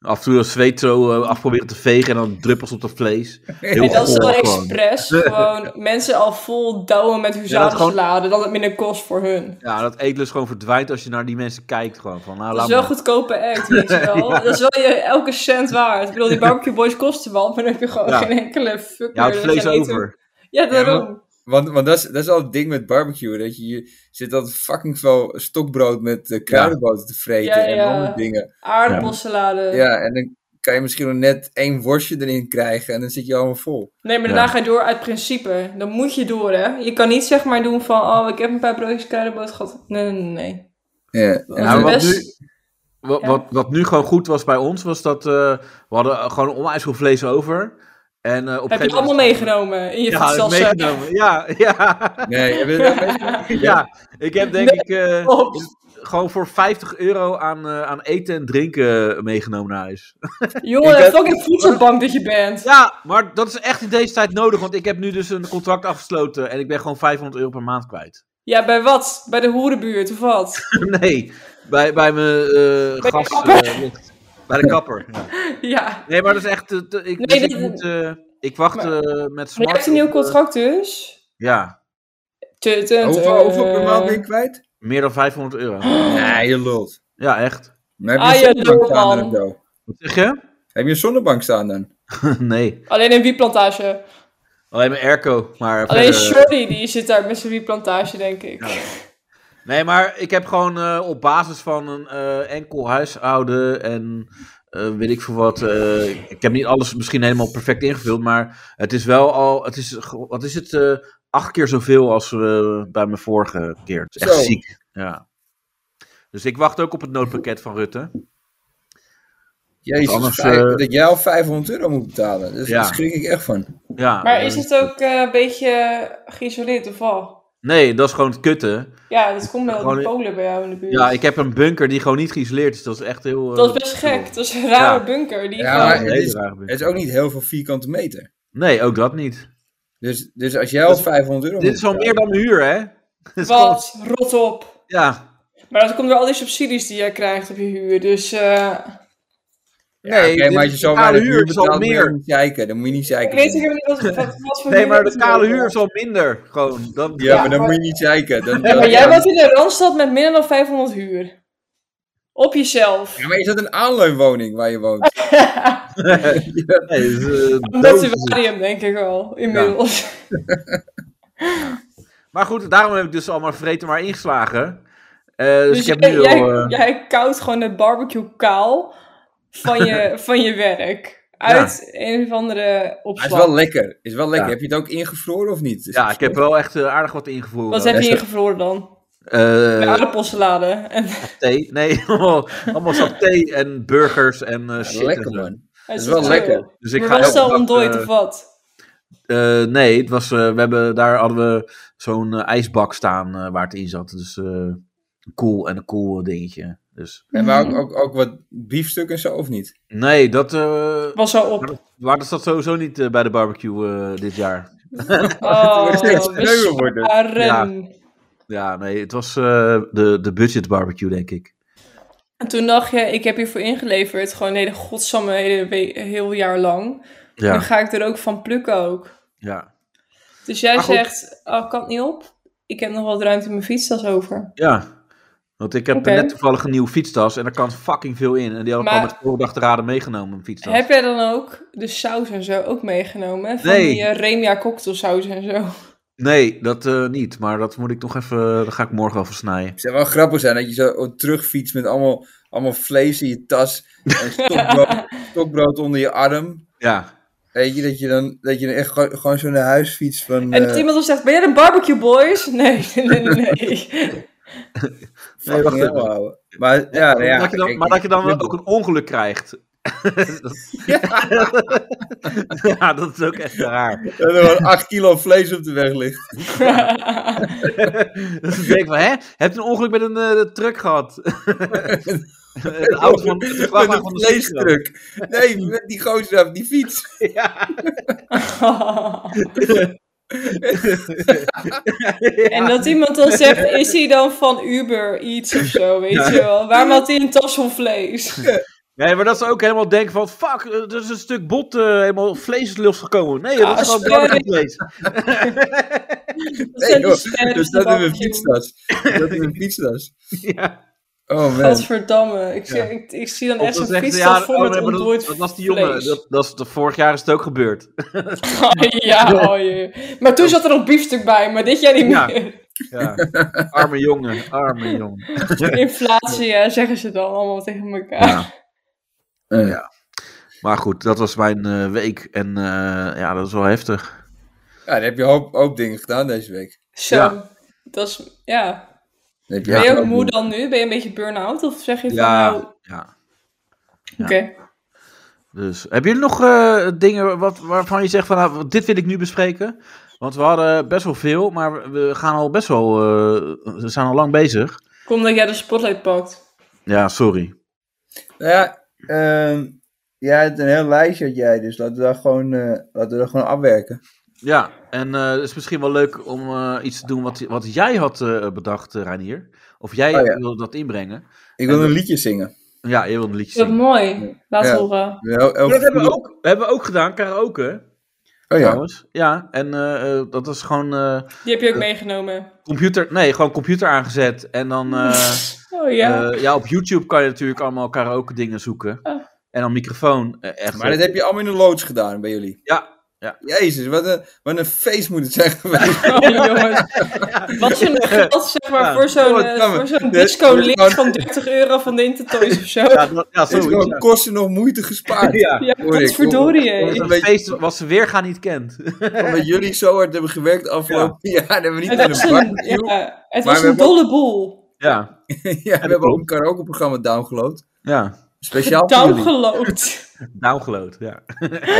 Speaker 3: Af en toe dat zweet zo eh, af proberen te vegen en dan druppels op dat vlees. Heel
Speaker 5: en dat is
Speaker 3: goor
Speaker 5: dan
Speaker 3: gewoon.
Speaker 5: expres gewoon mensen al vol douwen met
Speaker 3: gewoon-
Speaker 5: huzadensalade. Dat het minder kost voor hun.
Speaker 3: Ja, dat eetlust gewoon verdwijnt als je naar die mensen kijkt. Gewoon van, nou,
Speaker 5: Dat
Speaker 3: laat
Speaker 5: is wel
Speaker 3: maar.
Speaker 5: een goedkope act, weet je wel. Dat is wel je elke cent waard. Ik bedoel, die barbecue boys kosten wel, maar dan heb je gewoon
Speaker 3: Ja.
Speaker 5: geen enkele fuck
Speaker 3: Je houdt
Speaker 5: meer. Dan
Speaker 3: vlees
Speaker 5: gaan eten.
Speaker 3: over.
Speaker 5: Ja, daarom.
Speaker 4: Want, want dat, is, dat is al het ding met barbecue. Dat je, je zit altijd fucking veel stokbrood met eh, kruidenboter te vreten.
Speaker 5: Ja, ja.
Speaker 4: En andere dingen.
Speaker 5: Aardappelsalade.
Speaker 4: Ja, en dan kan je misschien nog net één worstje erin krijgen. En dan zit je allemaal vol.
Speaker 5: Nee, maar daarna ga je door uit principe. Dan moet je door, hè. Je kan niet zeg maar doen van, oh, ik heb een paar broodjes kruidenboot gehad. Nee, nee, nee.
Speaker 4: Ja.
Speaker 5: Want
Speaker 3: Ja,
Speaker 5: de
Speaker 3: Nou, wat
Speaker 5: rest-
Speaker 3: nu- Wat,
Speaker 5: Ja.
Speaker 3: wat, wat nu gewoon goed was bij ons, was dat eh, we hadden gewoon onwijs veel vlees over. En, eh, op een
Speaker 5: heb je
Speaker 3: gegeven
Speaker 5: het allemaal
Speaker 3: moment-
Speaker 5: meegenomen in je
Speaker 3: Ja, dat is
Speaker 5: fietsassen.
Speaker 3: meegenomen. Ja, ja,
Speaker 4: Nee, heb je dat ook meegemaakt?
Speaker 3: ja, ik heb denk ik eh,
Speaker 5: Oh,
Speaker 3: gewoon voor 50 euro aan, eh, aan eten en drinken meegenomen naar huis.
Speaker 5: jongen,
Speaker 4: Ik heb-
Speaker 5: fucking voedselbank dat je bent.
Speaker 3: Ja, maar dat is echt in deze tijd nodig, want ik heb nu dus een contract afgesloten en ik ben gewoon 500 euro per maand kwijt.
Speaker 5: Ja, bij wat? Bij de hoerenbuurt of wat?
Speaker 3: Nee, bij, bij mijn
Speaker 5: de
Speaker 3: eh gas...
Speaker 5: kapper.
Speaker 3: eh, licht. bij de kapper, ja.
Speaker 5: ja.
Speaker 3: Nee, maar dat is echt. eh, te- ik,
Speaker 5: Nee,
Speaker 3: dus ik,
Speaker 5: dat-
Speaker 3: moet, eh, ik wacht
Speaker 5: Maar-
Speaker 3: eh, met
Speaker 5: Maar
Speaker 3: smart. eh,
Speaker 5: je hebt een nieuw contract dus?
Speaker 3: ja,
Speaker 5: Tut, tut,
Speaker 4: Hoeveel,
Speaker 5: eh.
Speaker 4: hoeveel per maand ben je kwijt?
Speaker 3: meer dan 500 euro.
Speaker 4: Nee, je lult.
Speaker 3: Ja, echt.
Speaker 4: Maar
Speaker 5: Ah,
Speaker 4: heb
Speaker 5: je
Speaker 4: je een zonnebank
Speaker 5: lult,
Speaker 4: staan
Speaker 5: man.
Speaker 4: dan? Bro?
Speaker 3: Wat zeg je?
Speaker 4: Heb je een zonnebank staan dan?
Speaker 3: nee,
Speaker 5: Alleen een wietplantage.
Speaker 3: alleen mijn airco. Maar
Speaker 5: Alleen
Speaker 3: verder-
Speaker 5: Shorty die zit daar met zijn wietplantage, denk ik.
Speaker 3: eh, Nee, maar ik heb gewoon eh, op basis van een eh, enkel huishouden en eh, weet ik veel wat. eh, ik heb niet alles misschien helemaal perfect ingevuld, maar het is wel al. Het is, ge- wat is het? eh, acht keer zoveel als eh, bij mijn vorige keer. Het is echt
Speaker 4: Zo.
Speaker 3: ziek. Ja. Dus ik wacht ook op het noodpakket van Rutte.
Speaker 4: Jezus,
Speaker 3: Anders,
Speaker 4: vijf-
Speaker 3: eh,
Speaker 4: dat jij al 500 euro moet betalen. Dus
Speaker 3: Ja.
Speaker 4: Daar schrik ik echt van.
Speaker 3: Ja,
Speaker 5: Maar
Speaker 3: eh,
Speaker 5: is het ook eh, een beetje eh, geïsoleerd of wel?
Speaker 3: Nee, dat is gewoon het kutte.
Speaker 5: Ja, dat komt wel
Speaker 3: Gewoon-
Speaker 5: in Polen bij jou in de buurt.
Speaker 3: Ja, ik heb een bunker die gewoon niet geïsoleerd is. Dat is echt heel... eh,
Speaker 5: Dat is best gek. Dat is een rare
Speaker 3: Ja.
Speaker 5: bunker. Die
Speaker 4: Ja,
Speaker 5: gewoon-
Speaker 3: Ja,
Speaker 4: maar-
Speaker 3: een
Speaker 4: het
Speaker 3: hele
Speaker 4: is-
Speaker 3: rare bunker.
Speaker 4: Het is ook niet heel veel vierkante meter.
Speaker 3: Nee, ook dat niet.
Speaker 4: Dus, dus als jij al
Speaker 3: Dat is-
Speaker 4: 500 euro
Speaker 3: Dit
Speaker 4: moet
Speaker 3: is al meer
Speaker 4: betalen-
Speaker 3: dan mijn huur, hè? Het is gewoon-
Speaker 5: Wat? Rot op.
Speaker 3: Ja.
Speaker 5: Maar dat komt door al die subsidies die jij krijgt op je huur. Dus eh,
Speaker 3: Nee,
Speaker 4: Oké,
Speaker 3: dit
Speaker 4: maar
Speaker 3: is
Speaker 4: als je zo
Speaker 3: de kale
Speaker 4: weinig
Speaker 3: huur is al
Speaker 4: betaalt, moet je ook
Speaker 3: meer.
Speaker 4: niet zeiken. Dan moet je niet zeiken.
Speaker 5: ik weet helemaal niet wat, wat, wat voor
Speaker 3: Nee,
Speaker 5: huur
Speaker 3: maar
Speaker 5: dat
Speaker 3: de
Speaker 5: is.
Speaker 3: kale huur is al minder. Gewoon. Dan,
Speaker 4: Ja,
Speaker 5: Ja,
Speaker 4: maar dan
Speaker 5: maar-
Speaker 4: moet je niet zeiken. Dan,
Speaker 5: Ja, maar
Speaker 4: dan-
Speaker 5: jij woont in de Randstad met minder dan 500 huur. Op jezelf.
Speaker 4: Ja, maar is dat een aanleunwoning waar je woont?
Speaker 3: Nee, het is, eh, dood.
Speaker 5: Een Multivarium, denk ik al, inmiddels.
Speaker 3: Maar goed, daarom heb ik dus allemaal vreten maar ingeslagen. Eh, dus,
Speaker 5: Dus
Speaker 3: ik heb
Speaker 5: jij,
Speaker 3: nu
Speaker 5: jij,
Speaker 3: al... eh,
Speaker 5: jij koudt gewoon het barbecue kaal van je, van je werk. Uit een of andere
Speaker 4: Maar het
Speaker 5: opslag.
Speaker 4: is wel lekker. Is wel lekker.
Speaker 3: Ja.
Speaker 4: Heb je het ook ingevroren of niet? Is
Speaker 3: ja,
Speaker 4: het-
Speaker 3: ik heb wel echt eh, aardig wat ingevoerd.
Speaker 5: Wat heb
Speaker 4: dat
Speaker 5: je
Speaker 4: is-
Speaker 5: ingevroren dan?
Speaker 3: Eh,
Speaker 5: Aardappelsalade. En,
Speaker 3: thee. Nee, allemaal, allemaal saté en burgers en eh shit. en
Speaker 4: lekker
Speaker 3: zo.
Speaker 4: man.
Speaker 5: dat
Speaker 4: is wel lekker.
Speaker 3: Dus ik
Speaker 5: maar
Speaker 3: ga
Speaker 5: wel
Speaker 3: elke
Speaker 5: stel
Speaker 3: dag,
Speaker 5: ontdooid
Speaker 3: eh,
Speaker 5: of wat?
Speaker 3: eh, nee, het was, eh, we hebben, daar hadden we zo'n eh, ijsbak staan eh, waar het in zat. Dus eh cool en een cool dingetje. Dus,
Speaker 4: En maar ook, ook, ook wat biefstuk en zo of niet?
Speaker 3: nee, dat, eh
Speaker 5: Was zo op.
Speaker 3: waar dat zat sowieso niet eh, bij de barbecue eh, dit jaar.
Speaker 5: Oh, ah,
Speaker 4: steeds leuker worden.
Speaker 5: besparen.
Speaker 3: Ja. Ja, nee, het was eh, de, de budget barbecue, denk ik.
Speaker 5: En toen dacht je, ik heb hiervoor ingeleverd. Gewoon nee, de godsamme hele we- heel jaar lang. Dan
Speaker 3: Ja,
Speaker 5: ga ik er ook van plukken ook.
Speaker 3: ja.
Speaker 5: Dus jij
Speaker 3: Maar goed.
Speaker 5: zegt, oh, ik kan het niet op. Ik heb nog wat ruimte in mijn fietstas over.
Speaker 3: ja. Want ik heb
Speaker 5: Oké.
Speaker 3: net toevallig een nieuwe fietstas en daar kan fucking veel in. En die had ik
Speaker 5: Maar-
Speaker 3: al met voorbedachte raden meegenomen, een fietstas.
Speaker 5: Heb jij dan ook de saus en zo ook meegenomen? hè? Van
Speaker 3: Nee.
Speaker 5: die eh, Remia cocktailsaus en zo.
Speaker 3: Nee, dat eh, niet. Maar dat moet ik nog even, dat ga ik morgen wel versnijden.
Speaker 4: Het zou wel grappig zijn dat je zo terugfietst met allemaal, allemaal vlees in je tas en stokbrood, stokbrood onder je arm.
Speaker 3: Ja,
Speaker 4: Weet je, dat je dan, dat je dan echt gewoon, gewoon zo naar huis fietst van...
Speaker 5: En
Speaker 4: eh,
Speaker 5: dat iemand dan zegt, ben jij een barbecue boys? Nee, nee, nee, nee.
Speaker 4: fucking
Speaker 3: wacht
Speaker 4: hell
Speaker 3: even.
Speaker 4: houden. Maar ja, nou ja,
Speaker 3: dat je dan,
Speaker 4: kijk,
Speaker 3: maar dat je dan wel
Speaker 4: ik-
Speaker 3: ook een ongeluk krijgt. Dat- ja, dat is ook echt raar.
Speaker 4: Dat er gewoon 8 kilo vlees op de weg ligt.
Speaker 3: Dat ik denk van, hè? Heb je een ongeluk met een eh, truck gehad? de auto van de
Speaker 4: Met
Speaker 3: vrachtwagen van
Speaker 4: een
Speaker 3: de fietstas.
Speaker 4: vleestruk. Nee, met die gozer op die fiets.
Speaker 5: En dat iemand dan zegt, is hij dan van Uber iets of zo, weet je wel? Waarom had hij een tas van vlees?
Speaker 3: Nee, maar dat ze ook helemaal denken van, fuck, eh, er is een stuk bot, eh, helemaal vlees is losgekomen. Nee, dat is
Speaker 5: Ah,
Speaker 3: gewoon
Speaker 5: sorry.
Speaker 3: varkensvlees.
Speaker 5: Dat
Speaker 4: Nee
Speaker 5: zijn die
Speaker 4: joh, Dus
Speaker 5: sterren
Speaker 3: Dus
Speaker 4: dat
Speaker 5: van
Speaker 4: staat in mijn
Speaker 5: barbecue.
Speaker 4: fietstas. Dat is in mijn fietstas.
Speaker 3: Ja.
Speaker 4: Oh man.
Speaker 5: Gadverdamme, ik, zie- ik, ik zie dan
Speaker 3: Of
Speaker 5: echt
Speaker 3: dan
Speaker 5: zo'n
Speaker 3: zeggen ze,
Speaker 5: fietstas
Speaker 3: ja,
Speaker 5: vol
Speaker 3: oh,
Speaker 5: met
Speaker 3: nee, maar dat-
Speaker 5: ontdooid
Speaker 3: Dat was die jongen,
Speaker 5: vlees.
Speaker 3: dat, dat is, de- vorig jaar is het ook gebeurd.
Speaker 5: ja, oh jee. Maar toen zat er nog biefstuk bij, maar dit jaar niet
Speaker 3: Ja.
Speaker 5: meer.
Speaker 3: Ja. Arme jongen, arme jongen.
Speaker 5: Inflatie, ja, zeggen ze dan allemaal tegen elkaar.
Speaker 3: Ja.
Speaker 4: Eh,
Speaker 3: Maar goed, dat was mijn eh, week en eh, ja, dat is wel heftig.
Speaker 4: Ja, dan heb je een hoop, hoop dingen gedaan deze week.
Speaker 5: Zo,
Speaker 3: Ja.
Speaker 5: dat is, ja.
Speaker 4: Dan heb je
Speaker 3: Ja.
Speaker 5: Ben
Speaker 4: echt
Speaker 5: je ook
Speaker 4: hoop
Speaker 5: moe
Speaker 4: dingen.
Speaker 5: dan nu? Ben je een beetje burn-out? Of zeg je van, nou, oké.
Speaker 3: Ja, ja. Dus, hebben jullie nog eh, dingen wat, waarvan je zegt van, nou, dit wil ik nu bespreken? Want we hadden best wel veel, maar we gaan al best wel, eh, we zijn al lang bezig.
Speaker 5: Kom dat jij de spotlight pakt.
Speaker 3: Ja, sorry.
Speaker 4: Nou ja, ehm, jij hebt een heel lijstje had jij, dus laten we dat gewoon, eh, laten we dat gewoon afwerken.
Speaker 3: Ja, en eh, het is misschien wel leuk om eh, iets te doen wat, wat jij had eh, bedacht, eh, Reinier. Of jij
Speaker 4: Oh, ja.
Speaker 3: wilde dat inbrengen.
Speaker 4: Ik wil een liedje zingen.
Speaker 3: Ja, je wilde een liedje
Speaker 5: Dat is
Speaker 3: zingen.
Speaker 5: mooi. Laat
Speaker 4: Ja.
Speaker 5: horen.
Speaker 4: Heel,
Speaker 3: Maar
Speaker 4: heel
Speaker 3: Dat hebben we
Speaker 4: gevoelig-
Speaker 3: ook, hebben we ook gedaan, karaoke,
Speaker 4: Oh ja,
Speaker 3: trouwens. Ja, en eh, eh, dat is gewoon eh,
Speaker 5: Die heb je ook meegenomen.
Speaker 3: computer... Nee, gewoon computer aangezet. En dan... eh,
Speaker 5: Oh ja.
Speaker 3: eh, ja, op YouTube kan je natuurlijk allemaal karaoke dingen zoeken.
Speaker 5: Ah.
Speaker 3: En dan microfoon. eh, echt.
Speaker 4: maar dat heb je allemaal in een loods gedaan bij jullie.
Speaker 3: Ja, ja.
Speaker 4: Jezus, wat een, wat een feest moet het zijn geweest.
Speaker 5: Oh, jongens. Wat zo'n geld, zeg maar,
Speaker 3: Eh. Ja. Oh,
Speaker 5: voor zo'n, eh,
Speaker 4: Godverdamme.
Speaker 5: voor zo'n
Speaker 4: Dit
Speaker 5: disco
Speaker 4: wordt
Speaker 5: link
Speaker 4: gewoon-
Speaker 5: van 30 euro van de Intertoys of zo.
Speaker 3: Ja, dat- ja,
Speaker 4: Het is
Speaker 3: zoiets,
Speaker 4: gewoon kosten nog moeite gespaard.
Speaker 3: Ja.
Speaker 5: Ja,
Speaker 4: Hoor ik,
Speaker 5: godverdorie,
Speaker 4: hoor.
Speaker 5: hé.
Speaker 3: Een feest wat ze weer gaan niet kent.
Speaker 4: Omdat jullie zo hard hebben gewerkt afgelopen jaar, dan hebben we niet
Speaker 5: Het was
Speaker 4: kunnen
Speaker 5: een,
Speaker 4: barbecue.
Speaker 5: ja, het
Speaker 4: Maar
Speaker 5: was
Speaker 4: we
Speaker 5: een
Speaker 4: hebben
Speaker 5: dolle boel.
Speaker 3: ja,
Speaker 4: Ja, we hebben ook een karaokeprogramma downgeload.
Speaker 3: ja.
Speaker 4: Speciaal voor jullie.
Speaker 5: Downgelood.
Speaker 3: Downgeload, ja.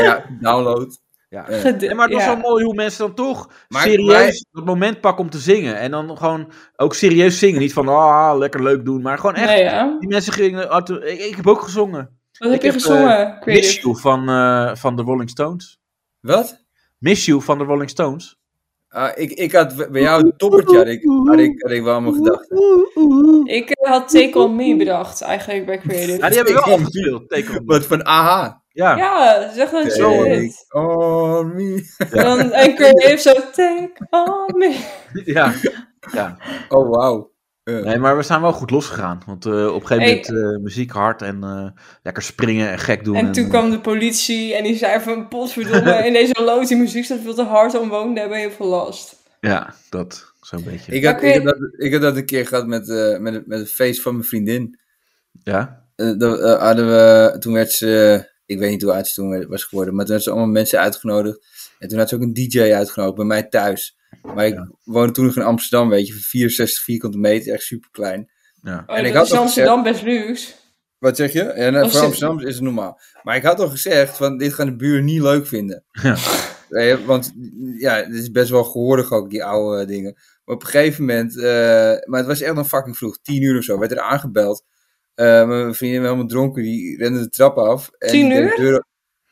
Speaker 4: Ja, download.
Speaker 3: ja.
Speaker 4: Ja.
Speaker 5: Gede-
Speaker 3: Ja, maar het was
Speaker 5: ja.
Speaker 3: wel mooi hoe mensen dan toch
Speaker 4: Maar-
Speaker 3: serieus het moment pakken om te zingen. En dan gewoon ook serieus zingen. Niet van, ah, lekker leuk doen. Maar gewoon echt,
Speaker 5: Nee, ja.
Speaker 3: die mensen gingen... uit de- Ik, ik heb ook gezongen.
Speaker 5: Wat heb
Speaker 3: Ik
Speaker 5: je
Speaker 3: heb, eh,
Speaker 5: gezongen,
Speaker 3: Miss
Speaker 5: Creative?
Speaker 3: You van, eh, van de Rolling Stones.
Speaker 4: Wat?
Speaker 3: Miss You van de Rolling Stones.
Speaker 4: Ah, ik, ik had bij jou een toppertje, had ik, had ik, had ik wel allemaal gedacht.
Speaker 5: Ik eh, had Take On Me bedacht, eigenlijk, bij
Speaker 3: Ja,
Speaker 5: Creative.
Speaker 3: die hebben we
Speaker 4: Ik
Speaker 3: wel
Speaker 4: kan-
Speaker 3: afgespeeld. Take on me.
Speaker 4: Wat van aha.
Speaker 3: Ja.
Speaker 5: Ja, zeg dat
Speaker 4: Take
Speaker 5: zo.
Speaker 4: on me.
Speaker 5: En, dan, en Creative zo, Take On Me.
Speaker 3: Ja. ja.
Speaker 4: Oh, wauw. Eh,
Speaker 3: Nee, maar we zijn wel goed losgegaan. Want eh, op een gegeven
Speaker 5: Hey.
Speaker 3: moment eh, muziek hard en eh, lekker springen en gek doen.
Speaker 5: En toen
Speaker 3: eh,
Speaker 5: kwam de politie en die zei van, potverdomme, in deze lood, die muziek staat veel te hard om wonen, daar hebben we heel veel last.
Speaker 3: Ja, dat zo'n beetje.
Speaker 4: Ik, had,
Speaker 5: Oké.
Speaker 4: ik, had dat, ik had dat een keer gehad met, eh, met, het- met het feest van mijn vriendin.
Speaker 3: Ja.
Speaker 4: Eh, dat, eh, hadden we, toen werd ze, eh, ik weet niet hoe oud ze toen werd- was geworden, maar toen had ze allemaal mensen uitgenodigd. En toen had ze ook een DJ uitgenodigd bij mij thuis. Maar ik woonde toen nog in Amsterdam, weet je, van 64 vierkante meter, echt super klein.
Speaker 3: ja.
Speaker 4: En
Speaker 5: Oh, en
Speaker 4: ik
Speaker 5: ik
Speaker 4: had
Speaker 5: is
Speaker 4: nog
Speaker 5: Amsterdam best luxe.
Speaker 4: Wat zeg je? Ja, nou,
Speaker 5: Of
Speaker 4: voor
Speaker 5: ze-
Speaker 4: Amsterdam is het normaal. Maar ik had al gezegd, van, dit gaan de buren niet leuk vinden.
Speaker 3: Ja.
Speaker 4: Eh, want ja, het is best wel gehoorig ook, die oude eh, dingen. Maar op een gegeven moment, eh, maar het was echt nog fucking vroeg, tien uur of zo, werd er aangebeld. Eh, mijn vriendin was helemaal dronken, die rende de trap af. En
Speaker 5: Tien
Speaker 4: die deed
Speaker 5: uur?
Speaker 4: de deur-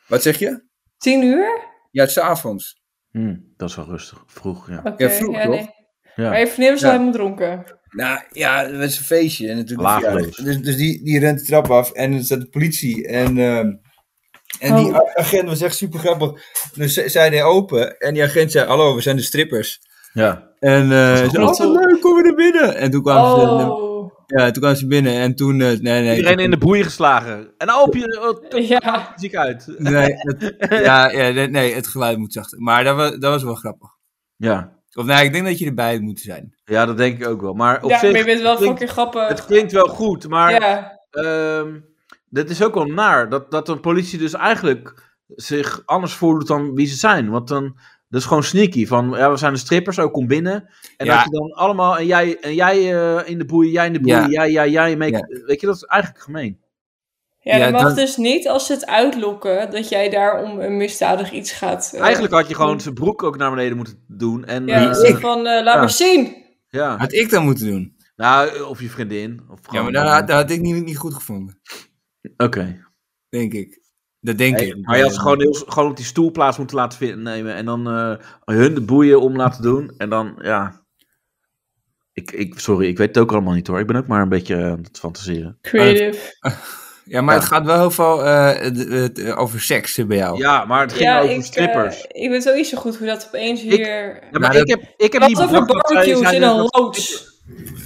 Speaker 4: Wat zeg je?
Speaker 5: Tien uur?
Speaker 4: Ja, s'avonds.
Speaker 3: Hm, dat is wel rustig. Vroeg, ja.
Speaker 5: Oké,
Speaker 8: vroeger
Speaker 5: ja,
Speaker 8: nog.
Speaker 5: nee. Maar
Speaker 3: ja.
Speaker 5: je vriendin was
Speaker 8: Ja.
Speaker 5: al helemaal dronken.
Speaker 8: Nou ja, het is een feestje. En natuurlijk
Speaker 3: Laag
Speaker 8: een verjaardag.
Speaker 3: leeg.
Speaker 4: Dus, dus die, die rent de trap af en er staat de politie. En, ehm, en die
Speaker 5: Oh.
Speaker 4: a- agent was echt super grappig. Dus ze- zei hij open en die agent zei: Hallo, we zijn de strippers.
Speaker 3: ja.
Speaker 4: En eh, ze zei:
Speaker 5: goed.
Speaker 4: Oh, wat leuk, kom weer naar binnen. En toen kwamen, ze,
Speaker 5: Oh,
Speaker 4: ja, toen kwamen ze binnen en toen. eh, nee, nee,
Speaker 3: Iedereen
Speaker 4: toen-
Speaker 3: in de boei geslagen. En nou op je oh, t-
Speaker 5: ja.
Speaker 3: ziek uit.
Speaker 4: Nee, het, ja, ja, nee, nee, het geluid moet zachter. Maar dat was, dat was wel grappig.
Speaker 3: Ja.
Speaker 4: Of nee, ik denk dat je erbij moet zijn.
Speaker 3: ja, dat denk ik ook wel. Maar op
Speaker 5: ja,
Speaker 3: zich,
Speaker 5: maar je bent wel
Speaker 3: het klinkt,
Speaker 5: fucking grappig.
Speaker 3: het klinkt wel goed, maar...
Speaker 5: ja,
Speaker 3: Ehm, dat is ook wel naar. Dat, dat de politie dus eigenlijk zich anders voordoet dan wie ze zijn. Want dan, dat is gewoon sneaky. Van, ja, we zijn de strippers, ook kom binnen. En
Speaker 4: Ja.
Speaker 3: dat je dan allemaal, en jij, en jij eh, in de boei, jij in de boei,
Speaker 4: Ja.
Speaker 3: jij, jij, jij. make- Weet je, dat is eigenlijk gemeen.
Speaker 5: ja,
Speaker 4: Ja,
Speaker 5: dat mag
Speaker 4: dat-
Speaker 5: dus niet als ze het uitlokken dat jij daar om een misdadig iets gaat. eh,
Speaker 3: Eigenlijk had je gewoon zijn broek ook naar beneden moeten doen. En,
Speaker 5: Ja,
Speaker 3: eh,
Speaker 5: zeg van, eh, laat
Speaker 3: ja.
Speaker 5: maar zien.
Speaker 3: ja.
Speaker 4: Had ik dat moeten doen.
Speaker 3: Nou, of je vriendin. Of
Speaker 4: Ja,
Speaker 3: gewoon-
Speaker 4: maar nou, dat, had- dat had ik niet, niet goed gevonden.
Speaker 3: Oké.
Speaker 4: Denk ik. Dat denk
Speaker 3: Hey,
Speaker 4: ik.
Speaker 3: maar je had ze gewoon, heel, gewoon op die stoel plaats moeten laten vi- nemen. En dan eh, hun de boeien om laten doen. En dan, ja. Ik, ik, sorry, ik weet het ook allemaal niet hoor. Ik ben ook maar een beetje eh, aan het fantaseren. Ah,
Speaker 5: Creative.
Speaker 4: Ja, maar
Speaker 3: Ja.
Speaker 4: het gaat wel heel veel eh, het- het, eh, over seks eh, bij jou.
Speaker 3: Ja, maar het ging
Speaker 5: ja,
Speaker 3: over
Speaker 5: ik,
Speaker 3: strippers.
Speaker 5: eh, ik weet sowieso goed hoe dat opeens
Speaker 3: Ik-
Speaker 5: hier...
Speaker 3: ja, maar
Speaker 4: nou,
Speaker 3: ik heb, ik heb niet
Speaker 5: Wat over
Speaker 3: bedacht dat zij
Speaker 5: barbecues in
Speaker 3: zeiden
Speaker 5: een
Speaker 3: dat-
Speaker 5: loods?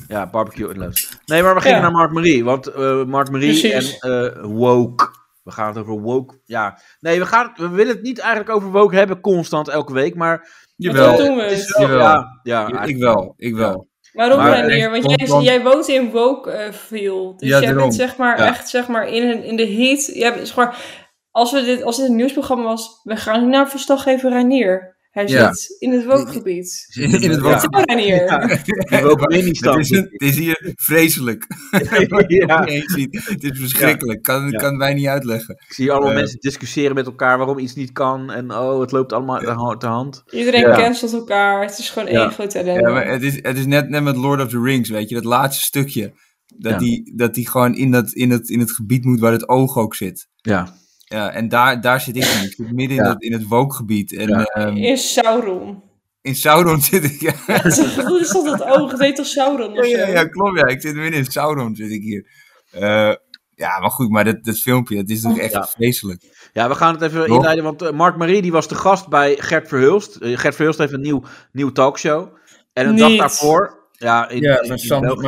Speaker 3: Ja, barbecue in loods. Nee, maar we gingen
Speaker 5: Ja.
Speaker 3: naar Mark Marie. Want eh Mark Marie
Speaker 5: Precies.
Speaker 3: en eh, woke. We gaan het over woke. Ja. Nee, we, gaan, we willen het niet eigenlijk over woke hebben constant elke week. Maar
Speaker 5: Wat
Speaker 4: Jawel.
Speaker 5: doen we?
Speaker 3: het is
Speaker 5: het?
Speaker 3: wel-
Speaker 4: Jawel.
Speaker 3: Ja, ja,
Speaker 4: Ik wel, ik wel.
Speaker 5: Waarom
Speaker 3: Maar-
Speaker 5: dan weer? Want jij,
Speaker 4: Want-
Speaker 5: jij woont in Wokeville. dus
Speaker 4: Ja,
Speaker 5: jij
Speaker 4: daarom.
Speaker 5: bent zeg maar
Speaker 3: Ja.
Speaker 5: echt zeg maar in, een- in de heat. Jij bent, zeg maar, als, we dit, als dit een nieuwsprogramma was, we gaan nu naar verslaggever Reinier. Hij
Speaker 4: Ja.
Speaker 5: zit in het wookgebied.
Speaker 4: In, in
Speaker 3: Ja.
Speaker 4: het woord.
Speaker 5: Oh, Reinier.
Speaker 3: Die woke mini-stand.
Speaker 4: Het is, het is hier vreselijk.
Speaker 3: Ja.
Speaker 4: Nee, je ziet, het is verschrikkelijk. Kan,
Speaker 3: Ja.
Speaker 4: kan wij niet uitleggen.
Speaker 3: Ik zie allemaal
Speaker 4: Eh.
Speaker 3: mensen discussiëren met elkaar waarom iets niet kan. En oh, het loopt allemaal uit de hand- de hand.
Speaker 5: Iedereen
Speaker 3: Ja.
Speaker 5: cancelt elkaar. Het is gewoon
Speaker 3: Ja.
Speaker 5: één groot ellende.
Speaker 4: Ja, maar het, is, het is net, net met Lord of the Rings, weet je. Dat laatste stukje. Dat,
Speaker 3: Ja.
Speaker 4: die, dat die gewoon in, dat, in, het, in het gebied moet waar het oog ook zit.
Speaker 3: Ja.
Speaker 4: Ja, en daar, daar zit ik in. Ik zit midden
Speaker 3: Ja.
Speaker 4: in, dat, in het wookgebied. En
Speaker 3: Ja.
Speaker 4: ehm,
Speaker 5: In Sauron.
Speaker 4: in Sauron zit ik. Ja,
Speaker 5: Hoe is dat dat oog? Het heet toch Sauron
Speaker 4: ja,
Speaker 5: of zo?
Speaker 4: ja, ja, klopt. Ja. Ik zit midden in Sauron zit ik hier. Eh, ja, maar goed. Maar dat, dat filmpje, dat is toch echt
Speaker 3: Ja.
Speaker 4: vreselijk.
Speaker 3: Ja, we gaan het even
Speaker 4: Nog?
Speaker 3: inleiden. Want eh, Mark Marie die was de gast bij Gert Verhulst. Eh, Gert Verhulst heeft een nieuw, nieuw talkshow. En een dag
Speaker 5: Niet.
Speaker 3: daarvoor. Ja, in, in- in België.
Speaker 4: zonder
Speaker 5: Oh.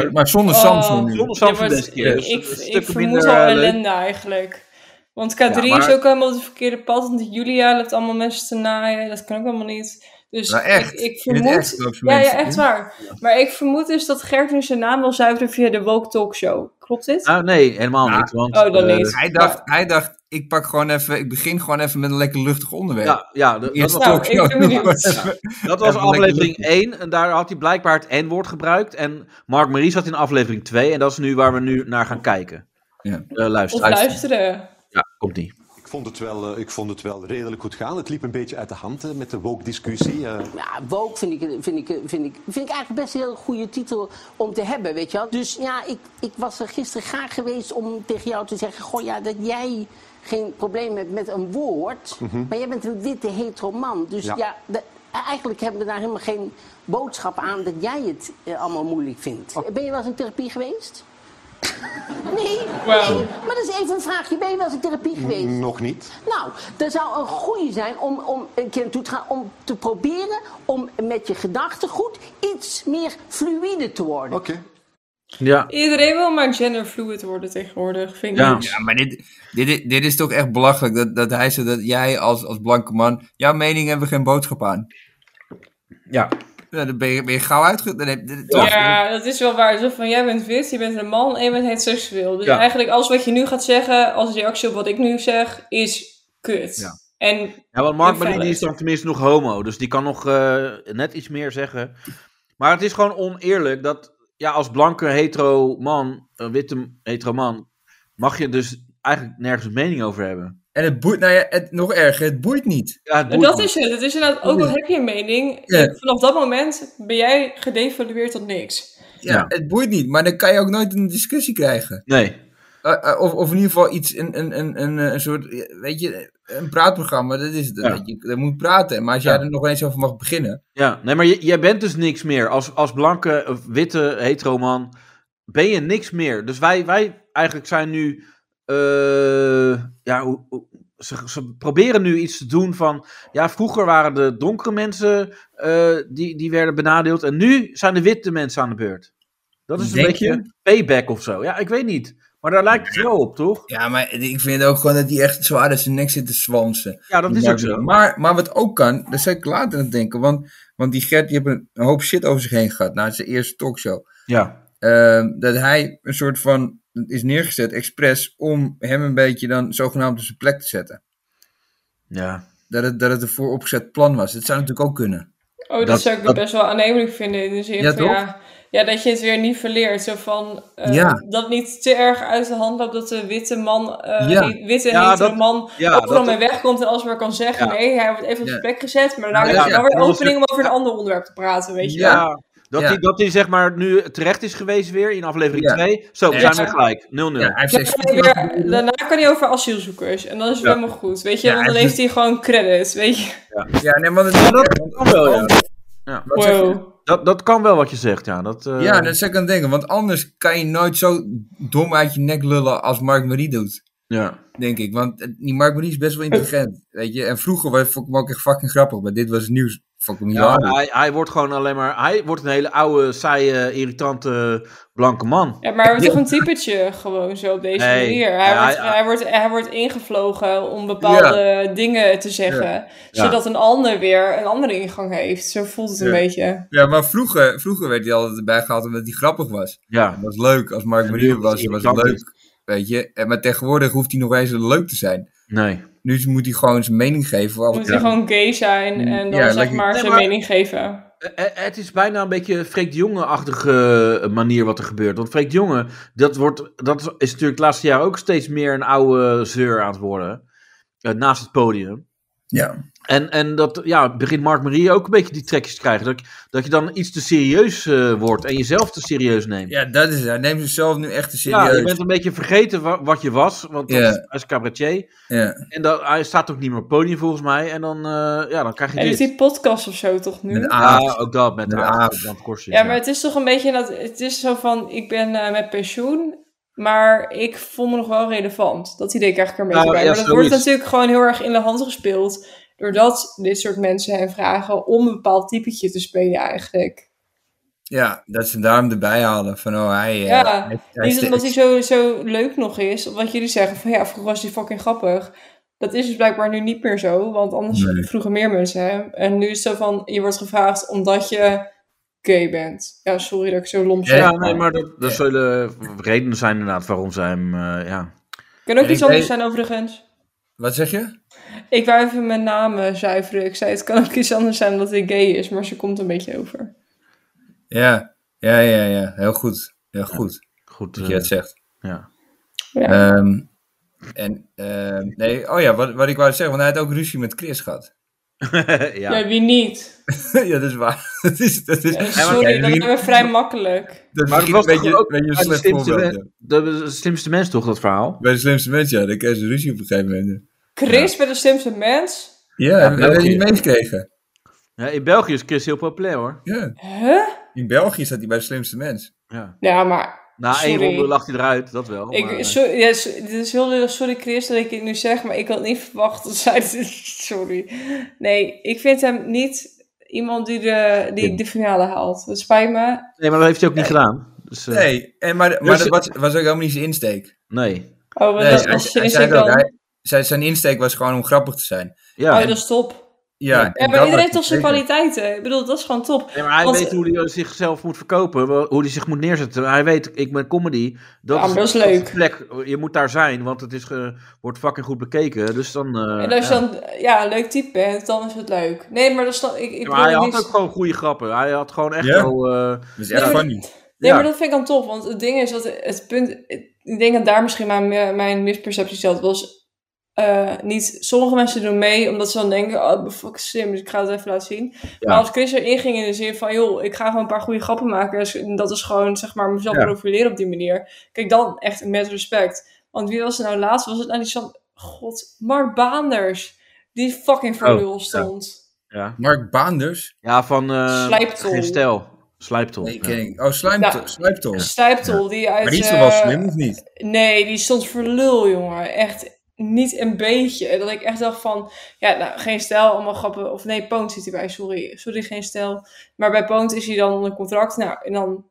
Speaker 5: Samsung
Speaker 3: Zonder Samsung
Speaker 5: Ja, maar
Speaker 3: deze keer. Dus
Speaker 5: ik,
Speaker 3: een
Speaker 5: ik
Speaker 3: stuk
Speaker 5: vermoed
Speaker 3: minder,
Speaker 5: al
Speaker 3: eh, leuk.
Speaker 5: ellende eigenlijk. Want K3
Speaker 3: Ja, maar-
Speaker 5: is ook helemaal op het verkeerde pad. Want Julia loopt allemaal mensen te naaien. Dat kan ook allemaal niet. Dus
Speaker 4: Nou, echt?
Speaker 5: ik, ik
Speaker 4: In het
Speaker 5: vermoed...
Speaker 4: echt loopt ze
Speaker 5: ja, ja,
Speaker 4: mensen
Speaker 5: echt
Speaker 4: te
Speaker 5: waar. Maar ik vermoed dus dat Gert nu zijn naam wil zuiveren via de Woke Talk Show. Klopt dit?
Speaker 3: Nou, nee, helemaal niet. Want,
Speaker 5: Oh, dan
Speaker 3: eh,
Speaker 5: niet.
Speaker 4: Hij dacht, hij dacht, ik pak gewoon even, ik begin gewoon even met een lekker luchtig onderwerp.
Speaker 3: ja, ja, dat, dat
Speaker 4: Eerst
Speaker 3: was,
Speaker 5: Nou,
Speaker 4: talkshow,
Speaker 5: ik ben benieuwd.
Speaker 4: nog even.
Speaker 3: dat was
Speaker 4: even lekker
Speaker 3: aflevering 1. En daar had hij blijkbaar het N-woord gebruikt. En Mark Marie zat in aflevering 2. En dat is nu waar we nu naar gaan kijken.
Speaker 4: Ja.
Speaker 3: Eh, luister,
Speaker 5: Of luisteren.
Speaker 3: Ja, komt die.
Speaker 9: Ik vond, het wel, eh, ik vond het wel redelijk goed gaan. Het liep een beetje uit de hand eh, met de woke-discussie. eh.
Speaker 2: Ja, woke vind ik, vind, ik, vind, ik, vind ik eigenlijk best een heel goede titel om te hebben, weet je wel. Dus ja, ik, ik was er gisteren graag geweest om tegen jou te zeggen... Goh, ja, dat jij geen probleem hebt met een woord. Maar jij bent een witte hetero man. Dus ja,
Speaker 9: Ja.
Speaker 2: dat- eigenlijk hebben we daar helemaal geen boodschap aan... dat jij het eh, allemaal moeilijk vindt. Ben je wel eens in therapie geweest? nee,
Speaker 5: Wauw.
Speaker 2: nee, maar dat is even een vraagje. Ben je wel eens in therapie geweest?
Speaker 9: nog niet.
Speaker 2: Nou, dat zou een goede zijn om, om een keer naartoe te gaan. Om te proberen om met je gedachtegoed iets meer fluïde te worden.
Speaker 9: Oké.
Speaker 3: Ja.
Speaker 5: Iedereen wil maar genderfluid worden tegenwoordig, vind ik.
Speaker 3: Ja.
Speaker 4: Ja, maar dit, dit, is- dit is toch echt belachelijk dat, dat hij zei dat jij als, als blanke man, jouw mening hebben we geen boodschap aan.
Speaker 3: Ja.
Speaker 4: Nou, dan ben je, ben je gauw uitge... Dan heb, dit- toch?
Speaker 5: Ja, dat is wel waar. Zo van, jij bent wit, je bent een man en je bent heteroseksueel. Dus
Speaker 3: Ja.
Speaker 5: eigenlijk alles wat je nu gaat zeggen, als reactie op wat ik nu zeg, is kut. En
Speaker 3: Ja, want Mark
Speaker 5: In
Speaker 3: Marini
Speaker 5: feite.
Speaker 3: is dan tenminste nog homo, dus die kan nog eh, net iets meer zeggen. Maar het is gewoon oneerlijk dat, ja, als blanke hetero man, een witte hetero man, mag je dus eigenlijk nergens een mening over hebben.
Speaker 4: En het boeit, nou ja, het, nog erger, het boeit niet.
Speaker 3: Ja, het
Speaker 5: en
Speaker 3: boeit
Speaker 5: dat
Speaker 3: me.
Speaker 5: is het. Het is inderdaad, ook al heb je een mening,
Speaker 4: Ja.
Speaker 5: vanaf dat moment ben jij gedevalueerd tot niks.
Speaker 4: Ja,
Speaker 3: Ja.
Speaker 4: het boeit niet, maar dan kan je ook nooit een discussie krijgen.
Speaker 3: Nee.
Speaker 4: eh, eh, of, of in ieder geval iets, een, een, een, een, eh, een soort, eh, weet je, een praatprogramma, dat is het.
Speaker 3: Ja.
Speaker 4: Dat je, daar moet praten. Maar als jij
Speaker 3: Ja.
Speaker 4: er nog eens over mag beginnen.
Speaker 3: Ja, nee, maar j- jij bent dus niks meer. Als, als blanke, eh, witte, heteroman ben je niks meer. Dus wij, wij eigenlijk zijn nu... eh, ja, hoe- hoe- ze, ze proberen nu iets te doen van... Ja, vroeger waren de donkere mensen eh, die, die werden benadeeld. En nu zijn de witte mensen aan de beurt. Dat is een
Speaker 4: Denk
Speaker 3: beetje payback of zo. Ja, ik weet niet. Maar daar lijkt het zo op, toch?
Speaker 4: Ja, maar ik vind ook gewoon dat hij echt zwaar uit zijn nek zit te zwansen.
Speaker 3: Ja, dat is ook zo.
Speaker 4: Maar, maar wat ook kan, daar zat ik later aan het denken. Want, want die Gert, die heeft een, een hoop shit over zich heen gehad na zijn eerste talkshow.
Speaker 3: Ja,
Speaker 4: Ehm, dat hij een soort van is neergezet expres om hem een beetje dan zogenaamd op zijn plek te zetten.
Speaker 3: ja.
Speaker 4: Dat het, dat het een vooropgezet plan was. Dat zou natuurlijk ook kunnen.
Speaker 5: Oh, dat,
Speaker 3: Dat-
Speaker 5: zou ik
Speaker 3: dat-
Speaker 5: best wel aannemelijk vinden. In de zin
Speaker 4: Ja,
Speaker 5: van
Speaker 4: toch?
Speaker 5: ja, ja, dat je het weer niet verleert. Zo van, eh,
Speaker 4: Ja.
Speaker 5: dat het niet te erg uit de hand loopt dat de witte man, eh,
Speaker 4: Ja.
Speaker 5: die witte
Speaker 3: Ja,
Speaker 5: hetere
Speaker 3: dat-
Speaker 5: man,
Speaker 3: ja,
Speaker 5: overal
Speaker 3: dat-
Speaker 5: mee wegkomt en alles maar kan zeggen.
Speaker 3: Ja.
Speaker 5: Nee, hij wordt even op
Speaker 4: Ja.
Speaker 5: zijn plek gezet, maar daarna
Speaker 4: Ja,
Speaker 5: is er
Speaker 4: ja.
Speaker 5: wel weer
Speaker 3: En als
Speaker 5: opening
Speaker 3: je-
Speaker 5: om over een ander onderwerp te praten, weet je
Speaker 4: Ja.
Speaker 5: wel.
Speaker 3: Ja. Dat,
Speaker 4: Ja.
Speaker 3: Hij, dat hij zeg maar nu terecht is geweest weer in aflevering
Speaker 4: Ja.
Speaker 3: 2. Zo, we
Speaker 4: Ja.
Speaker 3: zijn weer gelijk. 0-0.
Speaker 4: Ja, hij heeft
Speaker 5: Dan
Speaker 4: steeds
Speaker 5: kan hij weer- daarna kan hij over asielzoekers en dan is het
Speaker 3: Ja.
Speaker 5: helemaal goed, weet je.
Speaker 4: Ja,
Speaker 5: want dan
Speaker 4: hij
Speaker 5: heeft hij gewoon credits, weet je.
Speaker 4: Ja, nee, want het
Speaker 3: Ja, dat kan wel, ja.
Speaker 4: Wat zeg je?
Speaker 5: Wow.
Speaker 3: Dat, dat kan wel wat je zegt, ja. Dat, eh,
Speaker 4: Ja, dat zou ik aan het denken. Want anders kan je nooit zo dom uit je nek lullen als Mark Marie doet.
Speaker 3: ja.
Speaker 4: Denk ik. Want eh, die Mark Marie is best wel intelligent. Weet je. En vroeger was, vond ik hem ook echt fucking grappig. Maar dit was het nieuws. Fuck hem
Speaker 3: Ja,
Speaker 4: hilarisch.
Speaker 3: hij, hij wordt gewoon alleen maar... Hij wordt een hele oude, saaie, irritante, blanke man.
Speaker 5: Ja, maar toch een typetje gewoon zo op deze
Speaker 3: Nee.
Speaker 5: manier. Hij,
Speaker 3: Ja,
Speaker 5: wordt,
Speaker 3: hij-
Speaker 5: hij, wordt, hij wordt ingevlogen om bepaalde dingen te zeggen. Zodat een ander weer een andere ingang heeft. Zo voelt het een
Speaker 4: Ja.
Speaker 5: beetje.
Speaker 4: Ja, maar vroeger, vroeger werd hij altijd erbij gehaald omdat hij grappig was.
Speaker 3: Ja.
Speaker 4: Het was leuk. Als Mark
Speaker 3: En
Speaker 4: Marie
Speaker 3: nu
Speaker 4: er was,
Speaker 3: is hij
Speaker 4: was het
Speaker 3: irritant.
Speaker 4: leuk. Weet je. En, maar tegenwoordig hoeft hij nog eens leuk te zijn.
Speaker 3: Nee.
Speaker 4: Nu moet hij gewoon zijn mening geven.
Speaker 5: Moet
Speaker 4: Over
Speaker 5: hij gewoon gay zijn en dan
Speaker 4: Ja,
Speaker 5: zeg
Speaker 4: lekker-
Speaker 5: maar
Speaker 3: Nee,
Speaker 5: zijn
Speaker 3: maar-
Speaker 5: mening geven.
Speaker 3: Eh, eh, Het is bijna een beetje Freek de Jonge-achtige eh, manier wat er gebeurt. Want Freek de Jonge, dat, wordt, dat is natuurlijk het laatste jaar ook steeds meer een oude zeur aan het worden. eh, naast het podium.
Speaker 4: ja.
Speaker 3: En, en dat ja, begint Mark Marie ook een beetje die trekjes te krijgen. Dat, dat je dan iets te serieus eh, wordt en jezelf te serieus neemt.
Speaker 4: ja, dat is het. Hij neemt zichzelf nu echt te
Speaker 3: Ja, je
Speaker 4: serieus.
Speaker 3: bent een beetje vergeten wa- wat je was, want dat
Speaker 4: Ja.
Speaker 3: is- hij is cabaretier.
Speaker 4: Ja.
Speaker 3: En dat, hij staat ook niet meer op het podium volgens mij. En dan, eh, ja, dan krijg je
Speaker 5: En dus
Speaker 3: dit.
Speaker 5: die podcast of zo toch nu?
Speaker 4: Met
Speaker 3: Ja,
Speaker 4: A.
Speaker 3: ook dat met
Speaker 4: Ja.
Speaker 3: haar dan korstjes,
Speaker 5: Ja, maar het is toch een beetje dat het is zo van ik ben eh, met pensioen, maar ik voel me nog wel relevant. Dat idee krijg ik er een beetje
Speaker 3: Nou,
Speaker 5: bij.
Speaker 3: ja,
Speaker 5: maar dat
Speaker 3: zoiets.
Speaker 5: wordt natuurlijk gewoon heel erg in de hand gespeeld doordat dit soort mensen hen vragen om een bepaald typetje te spelen eigenlijk.
Speaker 4: ja, dat ze hem daarom erbij halen. Van oh, hij... eh,
Speaker 5: Ja,
Speaker 4: hij, hij
Speaker 5: Niet
Speaker 4: is
Speaker 5: omdat hij
Speaker 4: de-
Speaker 5: zo, zo leuk nog is, omdat jullie zeggen van ja, vroeger was hij fucking grappig. Dat is dus blijkbaar nu niet meer zo, want anders
Speaker 4: Nee.
Speaker 5: vroegen meer mensen hem. En nu is het zo van, je wordt gevraagd omdat je gay bent. Ja, sorry dat ik zo lomp zeg.
Speaker 3: Ja, nee, maar dat, dat zullen redenen zijn inderdaad waarom zij hem, eh, ja.
Speaker 5: Kan ook
Speaker 4: Ik
Speaker 5: iets anders
Speaker 4: weet-
Speaker 5: zijn overigens.
Speaker 4: Wat zeg je?
Speaker 5: Ik wou even mijn naam eh, zuiveren. Ik zei, het kan ook iets anders zijn dat hij gay is, maar ze komt een beetje over.
Speaker 4: Ja. Ja, ja, ja. Heel goed. Heel goed
Speaker 3: Goed,
Speaker 4: dat
Speaker 3: eh,
Speaker 4: je dat zegt.
Speaker 3: ja.
Speaker 5: Ja.
Speaker 4: Ehm, en, ehm, nee, oh ja, wat, wat ik wou zeggen, want hij had ook ruzie met Chris gehad.
Speaker 3: ja.
Speaker 5: ja. wie niet?
Speaker 4: ja, dat is waar. dat is, dat is,
Speaker 5: Ja, sorry, dat hebben we vrij makkelijk.
Speaker 4: dat is
Speaker 3: Maar het
Speaker 4: misschien
Speaker 3: was
Speaker 4: een
Speaker 3: toch
Speaker 4: beetje,
Speaker 3: ook
Speaker 4: beetje
Speaker 3: bij de
Speaker 4: een slecht
Speaker 3: slimste
Speaker 4: voorbeeld.
Speaker 3: men-
Speaker 4: ja.
Speaker 3: de- de slimste mens toch, dat verhaal?
Speaker 4: Bij de slimste mensen, ja, dan kreeg ze ruzie op een gegeven moment.
Speaker 5: Chris bij de slimste mens?
Speaker 4: Ja, hebben we
Speaker 3: België.
Speaker 4: niet meegekregen.
Speaker 3: Ja, in België is Chris heel populair, hoor.
Speaker 4: Ja.
Speaker 5: Huh?
Speaker 4: In België zat hij bij de slimste mens.
Speaker 3: Ja.
Speaker 5: Ja, maar...
Speaker 3: Na één
Speaker 5: Sorry.
Speaker 3: ronde lacht hij eruit, dat wel.
Speaker 4: Oh,
Speaker 3: maar-
Speaker 5: Ik, sorry, ja, so- dit is heel lullig. Sorry Chris dat ik het nu zeg, maar ik had niet verwacht dat zij... dit- Sorry. Nee, ik vind hem niet iemand die de, die de finale haalt. Dat spijt me.
Speaker 3: Nee, maar dat heeft hij ook niet gedaan. Dus, eh, nee.
Speaker 4: Nee, en, maar, maar
Speaker 3: Dus-
Speaker 4: dat was, was ook helemaal niet zijn insteek.
Speaker 5: Oh, wat
Speaker 4: Nee,
Speaker 5: dat
Speaker 4: hij,
Speaker 5: was
Speaker 4: hij
Speaker 5: is
Speaker 4: zei
Speaker 5: ik
Speaker 4: het ook,
Speaker 5: dan...
Speaker 4: hij, zijn- zijn insteek was gewoon om grappig te zijn.
Speaker 3: Ja.
Speaker 5: Oh, dat is top.
Speaker 4: Ja,
Speaker 5: Ja,
Speaker 4: en
Speaker 5: maar
Speaker 4: dat
Speaker 5: iedereen heeft
Speaker 4: was
Speaker 5: toch zijn
Speaker 4: zeker.
Speaker 5: kwaliteiten. Ik bedoel, dat is gewoon top.
Speaker 3: Nee, maar hij
Speaker 5: Want-
Speaker 3: weet hoe hij zichzelf moet verkopen, wel- hoe hij zich moet neerzetten. Hij weet, ik ben comedy. Dat,
Speaker 5: Ja, maar dat is
Speaker 3: de
Speaker 5: leuk.
Speaker 3: plek. Je moet daar zijn, want het is ge- wordt fucking goed bekeken. Dus dan. eh,
Speaker 5: en als je
Speaker 3: ja.
Speaker 5: dan ja, een leuk type bent, dan is het leuk. Nee, maar, dat is dan, ik, ik
Speaker 3: Ja, maar hij
Speaker 5: bedoel
Speaker 3: had
Speaker 5: niet-
Speaker 3: ook gewoon goede grappen. Hij had gewoon echt
Speaker 4: Ja?
Speaker 3: wel. eh,
Speaker 4: Dat is echt
Speaker 5: Nee, maar-
Speaker 4: funny.
Speaker 5: nee,
Speaker 3: ja.
Speaker 5: maar dat vind ik dan tof. Want het ding is, dat het punt... Ik denk dat daar misschien mijn, mijn misperceptie zat. Was eh, niet... Sommige mensen doen mee omdat ze dan denken... Oh, ik ben fucking slim, dus ik ga het even laten zien. Maar als Chris erin ging in de zin van... joh, ik ga gewoon een paar goede grappen maken. dus- en dat is gewoon, zeg maar, mezelf
Speaker 3: Ja.
Speaker 5: profileren op die manier. Kijk, dan echt met respect. Want wie was er nou laatst? Was het nou die Sam... God, Mark Baanders. Die fucking voor
Speaker 3: Oh,
Speaker 5: nul stond.
Speaker 3: Ja,
Speaker 4: Mark Baanders?
Speaker 3: ja van eh
Speaker 5: Slijptol.
Speaker 3: geen stijl. Slijptol.
Speaker 4: Nee,
Speaker 3: ja.
Speaker 4: ken ik. Oh, Slijptol.
Speaker 5: Ja.
Speaker 4: Slijptol.
Speaker 5: Stijptol, die uit...
Speaker 4: Maar die is toch
Speaker 5: eh,
Speaker 4: wel slim, of niet?
Speaker 5: Nee, die stond voor lul, jongen. Echt niet een beetje. En Dat ik echt dacht van, ja, nou, geen stijl, allemaal grappen. Of nee, Poont zit erbij, sorry. Sorry, geen stijl. Maar bij Poont is hij dan onder contract. Nou, en dan,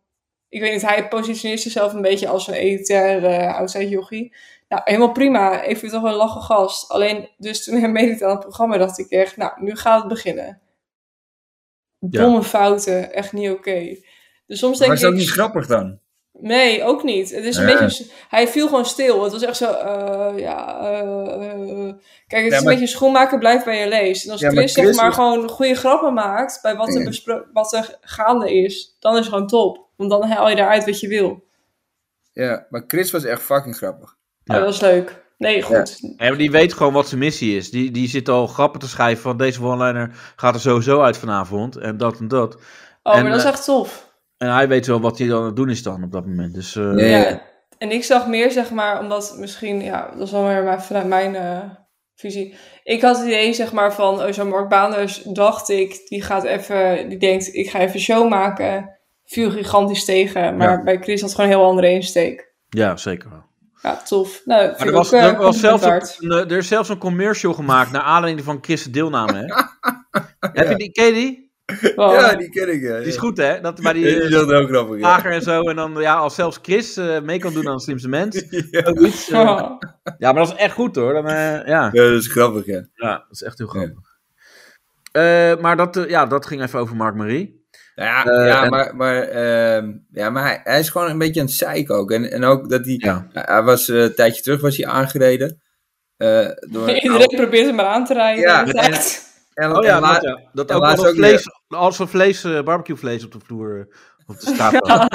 Speaker 5: ik weet niet, hij positioneert zichzelf een beetje als een elitair eh outside jochie. Nou, helemaal prima. Ik vind het toch een lachen gast. Alleen, dus toen hij meedeed aan het programma, dacht ik echt, nou, nu gaat het beginnen.
Speaker 3: Ja.
Speaker 5: Domme fouten, echt niet oké. Dus soms denk
Speaker 4: Maar is dat
Speaker 5: ik...
Speaker 4: niet grappig dan?
Speaker 5: Nee, ook niet. Het is een
Speaker 4: Ja.
Speaker 5: beetje. Hij viel gewoon stil. Het was echt zo. eh, ja. eh, eh.
Speaker 4: Ja,
Speaker 5: kijk, het is
Speaker 4: maar-
Speaker 5: een beetje schoenmaker blijft bij je lees. En als
Speaker 4: Ja, maar
Speaker 5: Chris, zeg
Speaker 4: Chris
Speaker 5: maar
Speaker 4: is- Mm.
Speaker 5: gewoon goede grappen maakt bij wat er,
Speaker 4: Ja.
Speaker 5: bespro- wat er gaande is, dan is het gewoon top. Want dan haal je eruit wat je wil. Oh,
Speaker 4: Ja, maar Chris was echt fucking grappig.
Speaker 3: Ja.
Speaker 5: Oh, dat is leuk. Nee, goed.
Speaker 3: Nee, maar die weet gewoon wat zijn missie is. Die, die zit al grappen te schrijven van deze one-liner gaat er sowieso uit vanavond. En dat en dat.
Speaker 5: Oh,
Speaker 3: En,
Speaker 5: maar dat is
Speaker 3: eh,
Speaker 5: echt tof.
Speaker 3: En hij weet wel wat hij dan aan het doen is dan op dat moment. Dus eh,
Speaker 4: Nee.
Speaker 5: Ja.
Speaker 4: Ja.
Speaker 5: En ik zag meer, zeg maar, omdat misschien, ja, dat is wel weer mijn, vanuit mijn eh, visie. Ik had het idee, zeg maar, van oh, zo'n Mark Baanders, dacht ik, die gaat even, die denkt, ik ga even een show maken. Viel gigantisch tegen, maar
Speaker 3: Ja.
Speaker 5: bij Chris had gewoon een heel andere insteek.
Speaker 3: ja, zeker wel.
Speaker 5: Ja, tof. Nou, vind
Speaker 3: Maar
Speaker 5: ik
Speaker 3: er, was,
Speaker 5: ook, eh,
Speaker 3: er, was
Speaker 5: compliment
Speaker 3: zelfs een,
Speaker 5: waard.
Speaker 3: een, eh, er is zelfs een commercial gemaakt naar aanleiding van Chris' deelname. Hè? Heb je die, ken je die?
Speaker 5: Wow.
Speaker 4: Ja, die Ah. ken ik. Ja.
Speaker 3: Die is goed hè? Dat bij
Speaker 4: Ja,
Speaker 3: die eh,
Speaker 4: die is wel heel grappig. ja.
Speaker 3: lager en zo. En dan ja, als zelfs Chris eh, mee kan doen aan de slimste mens. ook iets, eh,
Speaker 5: Ja.
Speaker 3: ja, maar dat is echt goed hoor. Dan, eh, ja.
Speaker 4: Ja, dat is grappig, ja.
Speaker 3: ja, dat is echt heel grappig. Eh, maar dat, eh, ja, dat ging even over Mark Marie.
Speaker 4: Nou Ja,
Speaker 3: Eh,
Speaker 4: ja,
Speaker 3: en-
Speaker 4: maar, maar, ehm, ja, maar hij, hij is gewoon een beetje een zeik ook. En, en ook dat hij...
Speaker 3: Ja.
Speaker 4: Hij was eh, een tijdje terug was hij aangereden. eh, door een
Speaker 5: Iedereen
Speaker 4: oude-
Speaker 5: probeert hem maar aan te rijden.
Speaker 4: Ja,
Speaker 5: dat is
Speaker 4: en-
Speaker 5: echt-
Speaker 4: en,
Speaker 3: Oh ja,
Speaker 4: en la-
Speaker 3: dat, ja. dat
Speaker 4: en
Speaker 3: ook
Speaker 4: laatst
Speaker 3: als er
Speaker 4: ook
Speaker 3: vlees, als er vlees eh, barbecuevlees op de vloer eh, op de straat was. Oh,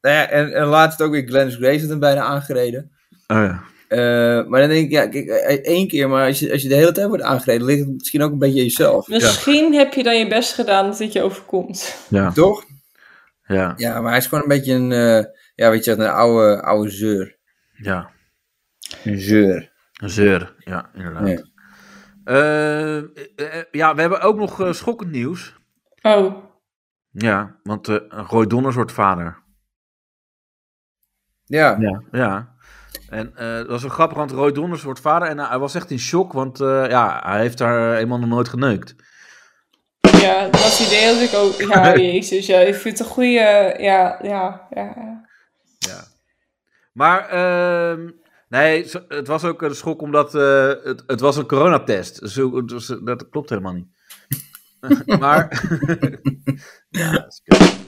Speaker 4: nou ja, en, en laatst ook weer Glennis Grace had hem bijna aangereden.
Speaker 3: Oh ja.
Speaker 4: Eh, maar dan denk ik, ja, kijk, eh, één keer, maar als je, als je de hele tijd wordt aangereden, ligt het misschien ook een beetje aan jezelf.
Speaker 5: Misschien heb je dan je best gedaan dat dit je overkomt.
Speaker 3: Ja,
Speaker 4: Toch?
Speaker 3: ja,
Speaker 4: Ja, maar hij is gewoon een beetje een, eh, ja, weet je, een oude, oude zeur.
Speaker 3: ja.
Speaker 4: Een zeur.
Speaker 3: Een zeur. Ja, inderdaad.
Speaker 4: Ja.
Speaker 3: Eh, eh, eh, ja, we hebben ook nog eh, schokkend nieuws.
Speaker 5: Oh,
Speaker 3: Ja, want eh Roy Donners wordt vader.
Speaker 4: Ja,
Speaker 3: Ja. Ja. En eh, dat is een grappig, want Roy Donners wordt vader. En eh, hij was echt in shock, want eh, ja, hij heeft daar helemaal nog nooit geneukt.
Speaker 5: Ja, dat idee had ik ook. Ja, jezus. Ja, ik vind het een goede. Ja, ja, ja.
Speaker 3: Ja. Maar, ehm, nee, zo- het was ook een schok omdat eh, het, het was een coronatest. Dus, hoe- dus, eh, dat klopt helemaal niet. maar, ja, dat is kut.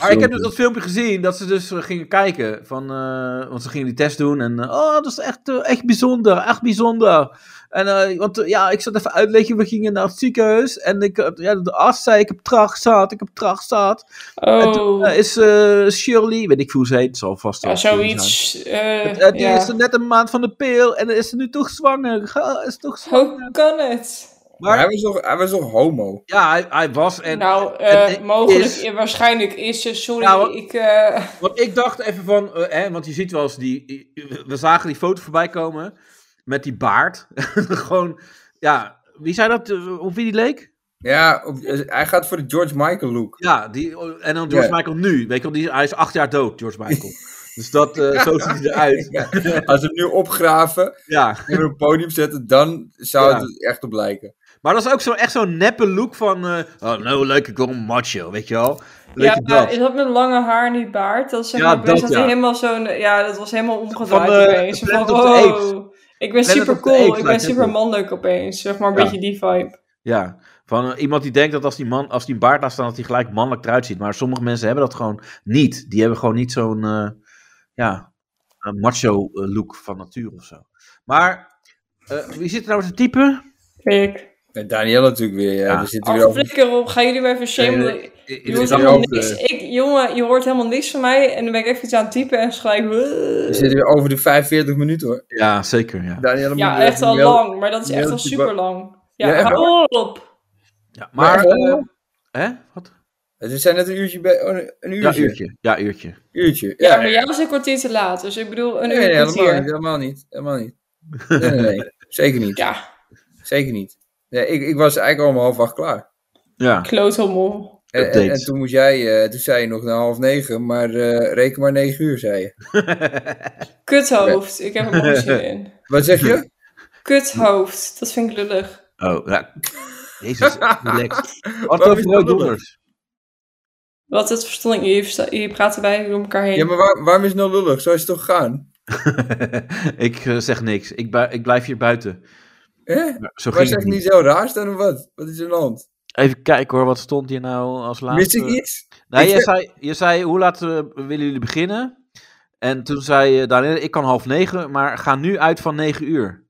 Speaker 3: maar ik heb dus dat filmpje gezien dat ze dus eh, gingen kijken. Van, eh, want ze gingen die test doen en eh, oh, dat is echt, eh, echt bijzonder, echt bijzonder. En eh, want eh, ja, ik zat even uitleggen, we gingen naar het ziekenhuis en ik, eh, ja, de arts zei ik heb traag zat, ik heb traag zat. En toen,
Speaker 5: Oh,
Speaker 3: eh, is eh, Shirley, weet ik hoe ze heet, zal vast
Speaker 5: ja,
Speaker 3: wel Shirley zijn.
Speaker 5: zoiets. eh,
Speaker 3: Het- het
Speaker 5: ja.
Speaker 3: is net een maand van de pil en dan is ze nu toch zwanger. Ga, is toch zwanger.
Speaker 5: Hoe kan het?
Speaker 4: Maar hij
Speaker 3: Maar
Speaker 4: was toch, hij was toch homo?
Speaker 3: ja, hij, hij was en,
Speaker 5: Oh. nou,
Speaker 3: en-
Speaker 5: eh,
Speaker 3: en
Speaker 5: mogelijk,
Speaker 3: is-
Speaker 5: eh, waarschijnlijk is ze. Sorry,
Speaker 3: Nou,
Speaker 5: ik. eh,
Speaker 3: want ik dacht even van, eh, hè, want je ziet wel eens die, we zagen die foto voorbij komen met die baard. Gewoon, ja, wie zei dat? eh, Op wie die leek?
Speaker 4: Ja, op- eh, hij gaat voor de George Michael look.
Speaker 3: Ja, die, en dan George
Speaker 4: Ja.
Speaker 3: Michael nu. Weet je wel, die, hij is acht jaar dood, George Michael. dus dat, eh, zo ziet hij eruit.
Speaker 4: Ja, als we hem nu opgraven
Speaker 3: Ja.
Speaker 4: en op het podium zetten, dan zou
Speaker 3: Ja.
Speaker 4: het er echt op lijken.
Speaker 3: Maar dat is ook zo, echt zo'n neppe look van... eh, oh, nou leuk, ik wil een macho, weet je wel? Weet
Speaker 5: ja,
Speaker 3: je dat?
Speaker 5: is dat met lange haar en die baard? Dat zeg
Speaker 3: Ja,
Speaker 5: maar opeens
Speaker 3: dat,
Speaker 5: dat hij
Speaker 3: ja.
Speaker 5: helemaal zo'n. Ja, dat was helemaal omgedraaid
Speaker 3: Van, eh,
Speaker 5: opeens. Zo
Speaker 3: Planet
Speaker 5: van,
Speaker 3: of the
Speaker 5: oh,
Speaker 3: Apes.
Speaker 5: Ik ben
Speaker 3: Planet of
Speaker 5: super
Speaker 3: the
Speaker 5: cool.
Speaker 3: Apes
Speaker 5: Ik ben
Speaker 3: lijkt het
Speaker 5: super
Speaker 3: wel.
Speaker 5: mannelijk opeens. Zeg maar een
Speaker 3: Ja.
Speaker 5: beetje die vibe.
Speaker 3: Ja, van eh, iemand die denkt dat als die, man, als die een baard laat staan... dat hij gelijk mannelijk eruit ziet. Maar sommige mensen hebben dat gewoon niet. Die hebben gewoon niet zo'n eh, ja, een macho eh, look van natuur of zo. Maar eh, wie zit er nou te typen?
Speaker 5: Ik.
Speaker 4: En Daniel natuurlijk weer, ja.
Speaker 3: Ja.
Speaker 4: We zitten weer
Speaker 5: Als
Speaker 4: over...
Speaker 5: flikker op. Gaan jullie me even shamen?
Speaker 3: Eh, eh, eh,
Speaker 5: Je
Speaker 4: Het
Speaker 5: hoort,
Speaker 4: is
Speaker 5: helemaal
Speaker 4: ook,
Speaker 5: niks.
Speaker 4: eh,
Speaker 5: Ik, jongen, je hoort helemaal niks van mij. En dan ben ik even iets aan het typen en schrijf.
Speaker 4: We zitten weer over de 45 minuten hoor.
Speaker 3: Ja, zeker, ja.
Speaker 4: Daniel moet
Speaker 5: Ja,
Speaker 4: weer
Speaker 5: echt al
Speaker 4: even-
Speaker 5: lang. Maar dat is echt
Speaker 4: wel-
Speaker 5: al super lang.
Speaker 4: Ja,
Speaker 5: Ja,
Speaker 4: echt
Speaker 5: hou op.
Speaker 4: eh,
Speaker 3: ja maar...
Speaker 4: Maar-
Speaker 3: eh, hè? Wat?
Speaker 4: Het is zijn net een uurtje bij. oh, een uurtje.
Speaker 3: Ja, uurtje. Ja, uurtje.
Speaker 4: Uurtje.
Speaker 5: Ja, maar jij was een kwartier te laat. Dus ik bedoel, een
Speaker 4: nee,
Speaker 5: uur
Speaker 4: nee,
Speaker 5: nee,
Speaker 4: helemaal niet. Helemaal niet. Helemaal niet. Nee, nee, nee. Zeker niet.
Speaker 5: Ja,
Speaker 4: Zeker niet. Nee, ik, ik was eigenlijk al om half acht klaar.
Speaker 3: Ja,
Speaker 5: kloothommel.
Speaker 4: En, en,
Speaker 3: Update.
Speaker 4: en toen moest jij, eh, toen zei je nog na half negen, maar eh, reken maar negen uur, zei je.
Speaker 5: Kuthoofd. Ik heb er geen zin in.
Speaker 4: Wat zeg je?
Speaker 5: Kuthoofd. Dat vind ik lullig.
Speaker 3: oh, ja. Jezus, relax. Wat
Speaker 4: Waarom
Speaker 3: over
Speaker 4: is dat
Speaker 3: brood
Speaker 4: lullig?
Speaker 3: dollars?
Speaker 5: Wat het verstond ik niet. Je versta- Je praat erbij door elkaar heen.
Speaker 4: Ja, maar waar- waarom is het nou lullig? Zo is het toch gegaan?
Speaker 3: ik eh, zeg niks. Ik, bui- ik blijf hier buiten.
Speaker 4: Hè?
Speaker 3: Zo
Speaker 4: Was
Speaker 3: ging
Speaker 4: echt
Speaker 3: het
Speaker 4: niet zo raar dan of wat? Wat is er aan de hand?
Speaker 3: Even kijken hoor, wat stond hier nou als laatste?
Speaker 4: Mis ik iets?
Speaker 3: Nou,
Speaker 4: Ik
Speaker 3: je,
Speaker 4: zeg-
Speaker 3: zei, je zei, hoe laat eh, willen jullie beginnen? En toen zei je, Danielle, ik kan half negen, maar ga nu uit van negen uur.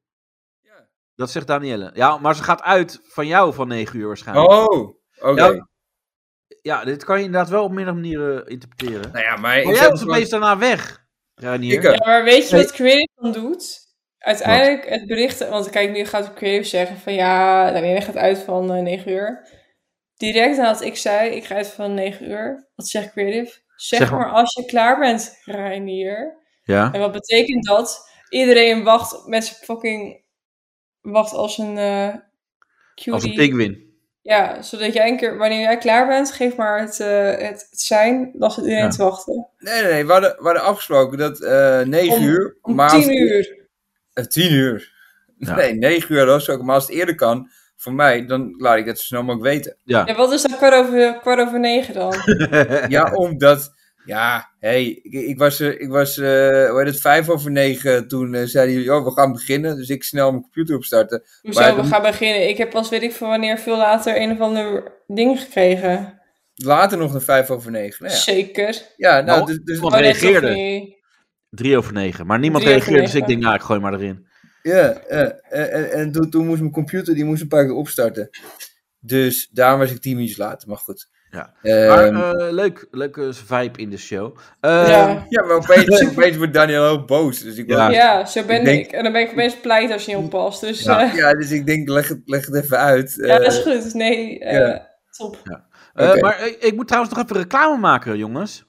Speaker 4: Ja.
Speaker 3: Dat zegt Danielle. Ja, maar ze gaat uit van jou van negen uur waarschijnlijk.
Speaker 4: Oh, oké.
Speaker 3: Ja. Ja, dit kan je inderdaad wel op meerdere manieren eh, interpreteren.
Speaker 4: Nou ja, maar ik
Speaker 3: maar jij
Speaker 4: zeg
Speaker 3: was
Speaker 4: gewoon-
Speaker 3: opeens daarna weg, Reinier.
Speaker 4: Ik, eh,
Speaker 5: Ja, maar weet je wat Creative dan doet? Uiteindelijk het bericht, want kijk, nu gaat Creative zeggen van ja, Daniela gaat uit van eh, 9 uur. Direct nadat ik zei, ik ga uit van 9 uur, wat zegt Creative? Zeg,
Speaker 3: Zeg maar-
Speaker 5: maar. als je klaar bent, Reinier.
Speaker 3: Ja,
Speaker 5: En wat betekent dat? Iedereen wacht met zijn fucking, wacht als een eh cutie.
Speaker 3: als een pinguïn.
Speaker 5: Ja, zodat jij een keer, wanneer jij klaar bent, geef maar het, eh, het, het zijn, dan zit iedereen
Speaker 3: Ja.
Speaker 5: te wachten.
Speaker 4: Nee, nee, nee. We hadden, we hadden afgesproken dat eh 9
Speaker 5: Om-
Speaker 4: uur...
Speaker 5: Om
Speaker 4: maar als-
Speaker 5: 10 uur.
Speaker 4: Eh, 10 uur?
Speaker 3: Ja.
Speaker 4: Nee, 9 uur hadden we afgesproken. Maar als het eerder kan, voor mij, dan laat ik het zo snel mogelijk weten.
Speaker 5: Ja, wat is dan kwart over, kwart over negen dan?
Speaker 4: Ja, omdat... Ja, hé, hey, ik, ik was, eh, ik was eh, hoe heet het, vijf over negen toen eh, zeiden jullie, oh, we gaan beginnen. Dus ik snel mijn computer opstarten.
Speaker 5: Hoezo,
Speaker 4: Maar-
Speaker 5: we gaan beginnen. Ik heb pas weet ik van wanneer veel later een of ander ding gekregen.
Speaker 4: Later nog naar vijf over negen. Nou, ja.
Speaker 5: Zeker.
Speaker 4: ja, nou,
Speaker 3: Nou,
Speaker 4: dus, dus-
Speaker 3: Wat
Speaker 5: Oh, nee, toch
Speaker 3: reageerde?
Speaker 5: niet.
Speaker 3: Drie over negen. Maar niemand
Speaker 5: Drie over
Speaker 3: reageerde, dus ik
Speaker 5: negen.
Speaker 3: denk, nou, ik gooi maar erin.
Speaker 4: Ja, ja. En, en, en toen, toen moest mijn computer die moest een paar keer opstarten. Dus daarom was ik tien minuutjes later, maar goed.
Speaker 3: Ja.
Speaker 4: Ehm,
Speaker 3: Maar eh, leuk, leuke vibe in de show. Eh,
Speaker 5: ja.
Speaker 4: ja, maar opeens, opeens wordt Daniel heel boos. Dus ik
Speaker 3: Ja.
Speaker 4: ja.
Speaker 5: ja, zo ben
Speaker 4: Ik
Speaker 5: ik,
Speaker 4: denk-
Speaker 5: En dan ben ik opeens pleit als je niet oppast. Dus
Speaker 3: Ja.
Speaker 5: ja,
Speaker 4: ja, dus ik denk, leg het, leg het even uit.
Speaker 5: ja
Speaker 4: Eh,
Speaker 5: dat is goed. Nee, eh,
Speaker 4: ja.
Speaker 5: top.
Speaker 3: eh,
Speaker 4: Oké.
Speaker 3: Maar ik, ik moet trouwens nog even reclame maken, jongens.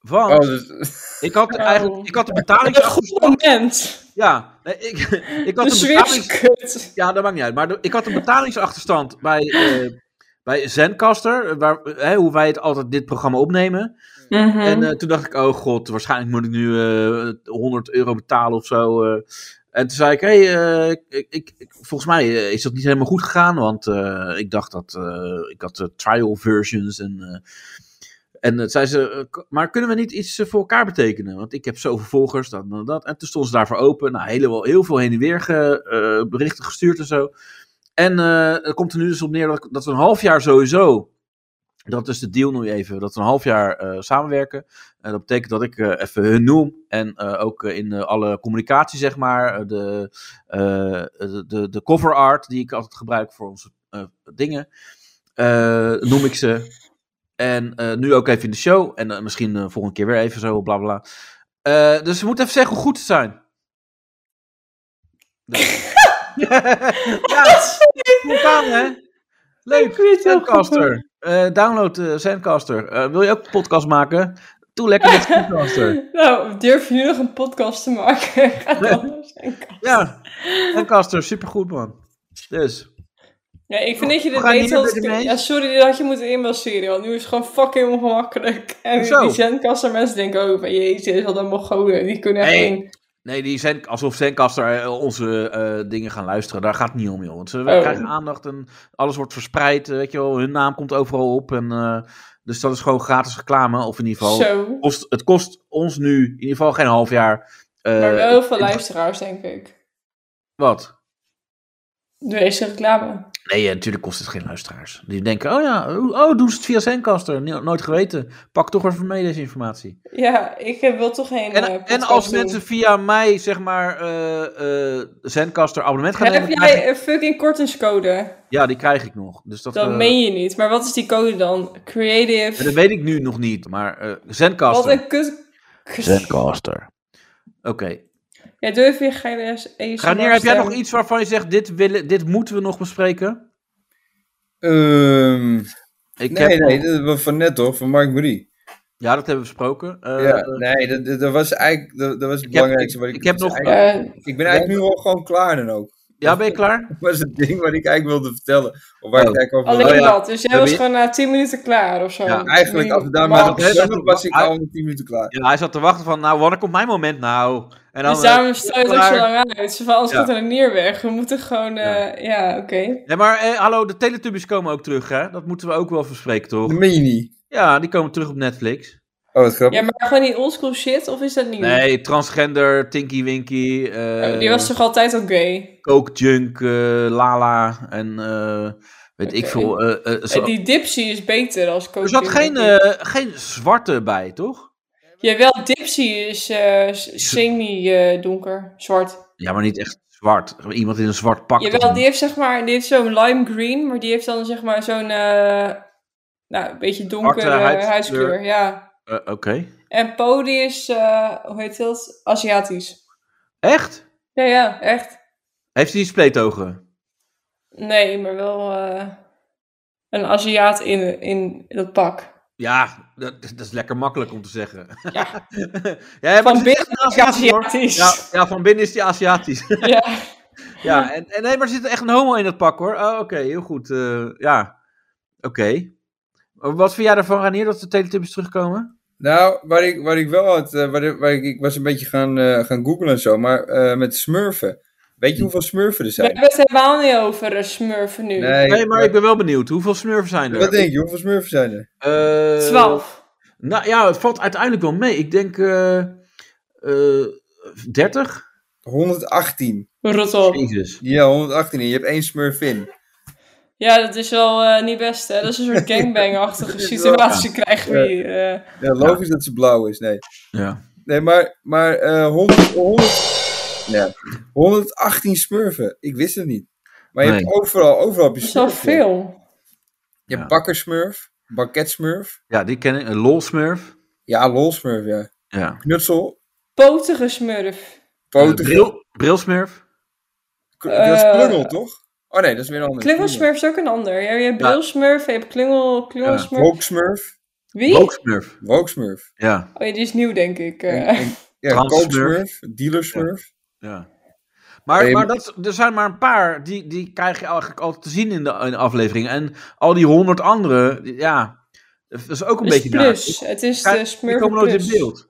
Speaker 3: Want
Speaker 4: oh, dus-
Speaker 3: ik had eigenlijk ik had de betaling.
Speaker 5: Een goed moment.
Speaker 3: Ja, nee, ik, ik
Speaker 5: De
Speaker 3: had een
Speaker 5: sfeer is
Speaker 3: betalings...
Speaker 5: kut.
Speaker 3: Ja, dat maakt niet uit. Maar de- ik had een betalingsachterstand bij, eh bij Zencaster. eh, Waar, hè, hoe wij het altijd dit programma opnemen.
Speaker 5: Mhm.
Speaker 3: En eh, toen dacht ik, oh god, waarschijnlijk moet ik nu eh 100 euro betalen of zo. eh. En toen zei ik, hey, eh, ik, ik, ik- volgens mij eh, is dat niet helemaal goed gegaan. Want eh, ik dacht dat eh, ik had eh, trial versions. En, eh, en eh, zei ze, eh, k- maar kunnen we niet iets eh, voor elkaar betekenen? Want ik heb zoveel volgers, dat en dat. En toen stond ze daarvoor open. Nou, heel, heel veel heen en weer ge- eh, berichten gestuurd en zo. En eh het komt er nu dus op neer dat, dat we een half jaar sowieso dat is de deal nu even, dat we een half jaar eh, samenwerken. En dat betekent dat ik eh, even hun noem en eh, ook eh, in eh, alle communicatie, zeg maar, eh, de, eh, de- de, de cover art die ik altijd gebruik voor onze eh, dingen, eh, noem ik ze. En eh, nu ook even in de show en eh, misschien eh, volgende keer weer even zo, bla bla. bla. Eh, dus we moeten even zeggen hoe goed ze zijn. Dus- ja, spontaan hè? Leuk.
Speaker 5: Ik weet het heel goed.
Speaker 3: Zencaster. Eh, download eh, Zencaster. Eh, wil je ook een podcast maken? Doe lekker met Zencaster.
Speaker 5: Nou, durf je nu nog een podcast te maken? Ga dan
Speaker 3: ja, Zencaster, supergoed man. Dus,
Speaker 5: Ja, ik vind dat je dit
Speaker 3: Oh, gaan
Speaker 5: weet
Speaker 3: hier
Speaker 5: als...
Speaker 3: met de meest-
Speaker 5: Ja, sorry dat je moet inbalanceren, want nu is het gewoon fucking ongemakkelijk. En
Speaker 3: Hoezo?
Speaker 5: die zendkasten mensen denken oh, ook van, jezus, wat een mogolen. Die kunnen echt
Speaker 3: Hey.
Speaker 5: geen...
Speaker 3: nee, die Zen, alsof Zencaster eh, onze eh, dingen gaan luisteren. Daar gaat het niet om, joh. Want ze
Speaker 5: Oh.
Speaker 3: krijgen aandacht en alles wordt verspreid. eh, weet je wel, hun naam komt overal op. En, eh, dus dat is gewoon gratis reclame. Of in ieder geval,
Speaker 5: Zo.
Speaker 3: kost, het kost ons nu in ieder geval geen half jaar. eh,
Speaker 5: Maar wel heel veel luisteraars, denk ik.
Speaker 3: Wat?
Speaker 5: De meeste reclame.
Speaker 3: Nee, ja, natuurlijk kost het geen luisteraars. Die denken, oh ja, oh, doen ze het via Zencaster. Nee, Nooit geweten. Pak toch even mee deze informatie.
Speaker 5: Ja, ik eh, wil toch geen
Speaker 3: En,
Speaker 5: eh,
Speaker 3: en
Speaker 5: podcast
Speaker 3: als
Speaker 5: doen.
Speaker 3: mensen via mij, zeg maar, eh, eh, Zencaster abonnement gaan
Speaker 5: Heb
Speaker 3: nemen... krijg
Speaker 5: jij
Speaker 3: ik-
Speaker 5: een fucking kortingscode?
Speaker 3: Ja, die krijg ik nog. Dus dat,
Speaker 5: Dat
Speaker 3: eh,
Speaker 5: meen je niet. Maar wat is die code dan?
Speaker 3: en dat
Speaker 5: Creative...
Speaker 3: weet ik nu nog niet, maar eh Zencaster.
Speaker 5: Wat een kut...
Speaker 3: Zencaster. Oké.
Speaker 5: Ja, durf je geen eh, eens...
Speaker 3: Garnier, heb jij nog iets waarvan je zegt, dit, willen, dit moeten we nog bespreken?
Speaker 4: ehm,
Speaker 3: Ik
Speaker 4: Nee,
Speaker 3: heb,
Speaker 4: nee, dat was van net toch, van Mark Marie.
Speaker 3: Ja, dat hebben we besproken. Eh,
Speaker 4: ja, nee, dat, dat, dat was eigenlijk dat, dat was het
Speaker 3: ik heb,
Speaker 4: belangrijkste
Speaker 3: ik,
Speaker 4: wat ik
Speaker 3: ik heb
Speaker 4: dus
Speaker 3: nog...
Speaker 4: eigenlijk-
Speaker 5: Eh,
Speaker 4: ik ben eigenlijk nu al gewoon klaar dan ook.
Speaker 3: ja, ben je klaar?
Speaker 4: Dat was het ding wat ik eigenlijk wilde vertellen. Of waar
Speaker 3: Oh.
Speaker 4: ik het eigenlijk over
Speaker 5: alleen
Speaker 4: wilde.
Speaker 3: Oh ja,
Speaker 5: dat. Dus jij
Speaker 3: hebben
Speaker 5: was
Speaker 3: je-
Speaker 5: gewoon na 10 minuten klaar of zo.
Speaker 3: Ja,
Speaker 4: Eigenlijk, als we daar
Speaker 5: Max.
Speaker 4: maar op
Speaker 3: dat hebben we
Speaker 4: zoeken, was ik
Speaker 3: nog-
Speaker 4: al 10 minuten klaar.
Speaker 3: Ja, hij zat te wachten van, nou, wanneer komt mijn moment nou? En
Speaker 5: Dus
Speaker 3: eh,
Speaker 5: daarom stel je het ook zo
Speaker 3: klaar.
Speaker 5: lang uit. Zo van, anders
Speaker 3: Ja.
Speaker 5: gaat er een nier weg. We moeten gewoon...
Speaker 3: Ja.
Speaker 5: eh, ja, oké.
Speaker 3: Ja, maar eh, hallo, de Teletubbies komen ook terug, hè? Dat moeten we ook wel verspreken, toch?
Speaker 4: De mini.
Speaker 3: Ja, die komen terug op Netflix.
Speaker 4: Oh, wat grappig.
Speaker 5: Ja, maar gewoon die oldschool shit, of is dat nieuw?
Speaker 3: Nee, transgender, Tinky Winky, eh
Speaker 5: Die was toch altijd al gay?
Speaker 3: Coke Junk, eh, Lala en eh, weet ik
Speaker 5: Oké.
Speaker 3: veel. eh, eh, zo-
Speaker 5: Eh, Die Dipsy is beter als coach.
Speaker 3: Er zat
Speaker 5: Jim,
Speaker 3: geen,
Speaker 5: denk ik.
Speaker 3: eh, geen zwarte bij, toch?
Speaker 5: Jawel, Dipsy is eh, s- semi-donker, zwart.
Speaker 3: Ja, maar niet echt zwart. Iemand in een zwart pak.
Speaker 5: Jawel, die heeft zeg maar, die heeft zo'n lime green, maar die heeft dan zeg maar zo'n, eh, nou, een beetje donkere
Speaker 3: Zwarte huidskleur.
Speaker 5: huidskleur, ja.
Speaker 3: Eh, Oké.
Speaker 5: En Po die is, eh, hoe heet dat, Aziatisch.
Speaker 3: Echt?
Speaker 5: Ja, ja, echt.
Speaker 3: Heeft hij die spleetogen?
Speaker 5: Nee, maar wel eh, een Aziat in, in dat pak.
Speaker 3: Ja, dat, dat is lekker makkelijk om te zeggen.
Speaker 5: Ja,
Speaker 3: ja, maar
Speaker 5: van
Speaker 3: het is echt
Speaker 5: binnen
Speaker 3: een
Speaker 5: is hij
Speaker 3: Aziat, hoor.
Speaker 5: Aziatisch.
Speaker 3: Ja,
Speaker 5: Ja.
Speaker 3: ja, van binnen is die Aziatisch. ja, en, en nee, maar er zit echt een homo in dat pak hoor. Oh, oké, heel goed. eh, ja, oké. Oh, Wat vind jij ervan, Ranier, dat de Teletubbies terugkomen?
Speaker 4: Nou, waar ik, waar ik wel had, eh, waar, waar ik, ik was een beetje gaan, eh, gaan googlen en zo, maar eh, met smurfen. Weet je hoeveel smurfen er
Speaker 5: We
Speaker 4: zijn?
Speaker 5: hebben het helemaal niet over eh, smurfen nu.
Speaker 3: Nee, maar ik ben wel benieuwd. Hoeveel smurfen zijn er?
Speaker 4: eh, Wat denk je, hoeveel smurfen zijn er?
Speaker 3: Eh,
Speaker 5: 12.
Speaker 3: Nou ja, het valt uiteindelijk wel mee. Ik denk eh eh 30.
Speaker 4: 118.
Speaker 5: Rot op.
Speaker 3: Jezus.
Speaker 4: Ja, 118. En je hebt één smurf in.
Speaker 5: Ja, dat is wel eh, niet best, hè. Dat is een soort gangbang-achtige
Speaker 4: Ja.
Speaker 5: situatie krijgen we hier. eh.
Speaker 4: Ja, logisch dat ze blauw is, nee.
Speaker 3: Ja.
Speaker 4: Nee, maar, maar eh 100, 100, ja, 118 smurfen. Ik wist het niet. Maar je
Speaker 3: Nee.
Speaker 4: hebt overal, overal heb je
Speaker 5: Dat is wel
Speaker 4: smurfen.
Speaker 5: veel.
Speaker 4: Je
Speaker 3: Ja.
Speaker 4: hebt bakkersmurf, banketsmurf.
Speaker 3: ja, die ken ik. Een lolsmurf.
Speaker 4: Ja, lolsmurf, ja.
Speaker 3: Ja.
Speaker 4: Knutsel,
Speaker 5: Potige smurf.
Speaker 4: poten,
Speaker 3: Bril, brilsmurf.
Speaker 4: K- dat is
Speaker 5: Eh,
Speaker 4: klungel, toch? Oh nee, dat is weer een ander.
Speaker 5: Klungelsmurf is ook een ander. Ja, je hebt
Speaker 3: Ja.
Speaker 5: brilsmurf, je hebt klungel, klungelsmurf.
Speaker 4: Woksmurf.
Speaker 5: Wie?
Speaker 3: Rooksmurf.
Speaker 4: Woksmurf.
Speaker 3: Ja.
Speaker 5: Oh ja, die is nieuw, denk ik. eh.
Speaker 4: En- en- Ja,
Speaker 3: Transsmurf.
Speaker 4: kooksmurf, dealersmurf.
Speaker 3: ja. Maar,
Speaker 5: Ehm,
Speaker 4: Nee,
Speaker 3: maar
Speaker 4: maar-
Speaker 3: dat, er zijn maar een paar. Die, die krijg je eigenlijk altijd te zien in de, in de afleveringen. En al die honderd andere. die- Ja. Dat is ook een
Speaker 5: Het is
Speaker 3: beetje naar.
Speaker 5: Dus plus. Het is de
Speaker 3: Die
Speaker 5: smurf
Speaker 3: komen nooit in
Speaker 5: plus.
Speaker 3: beeld.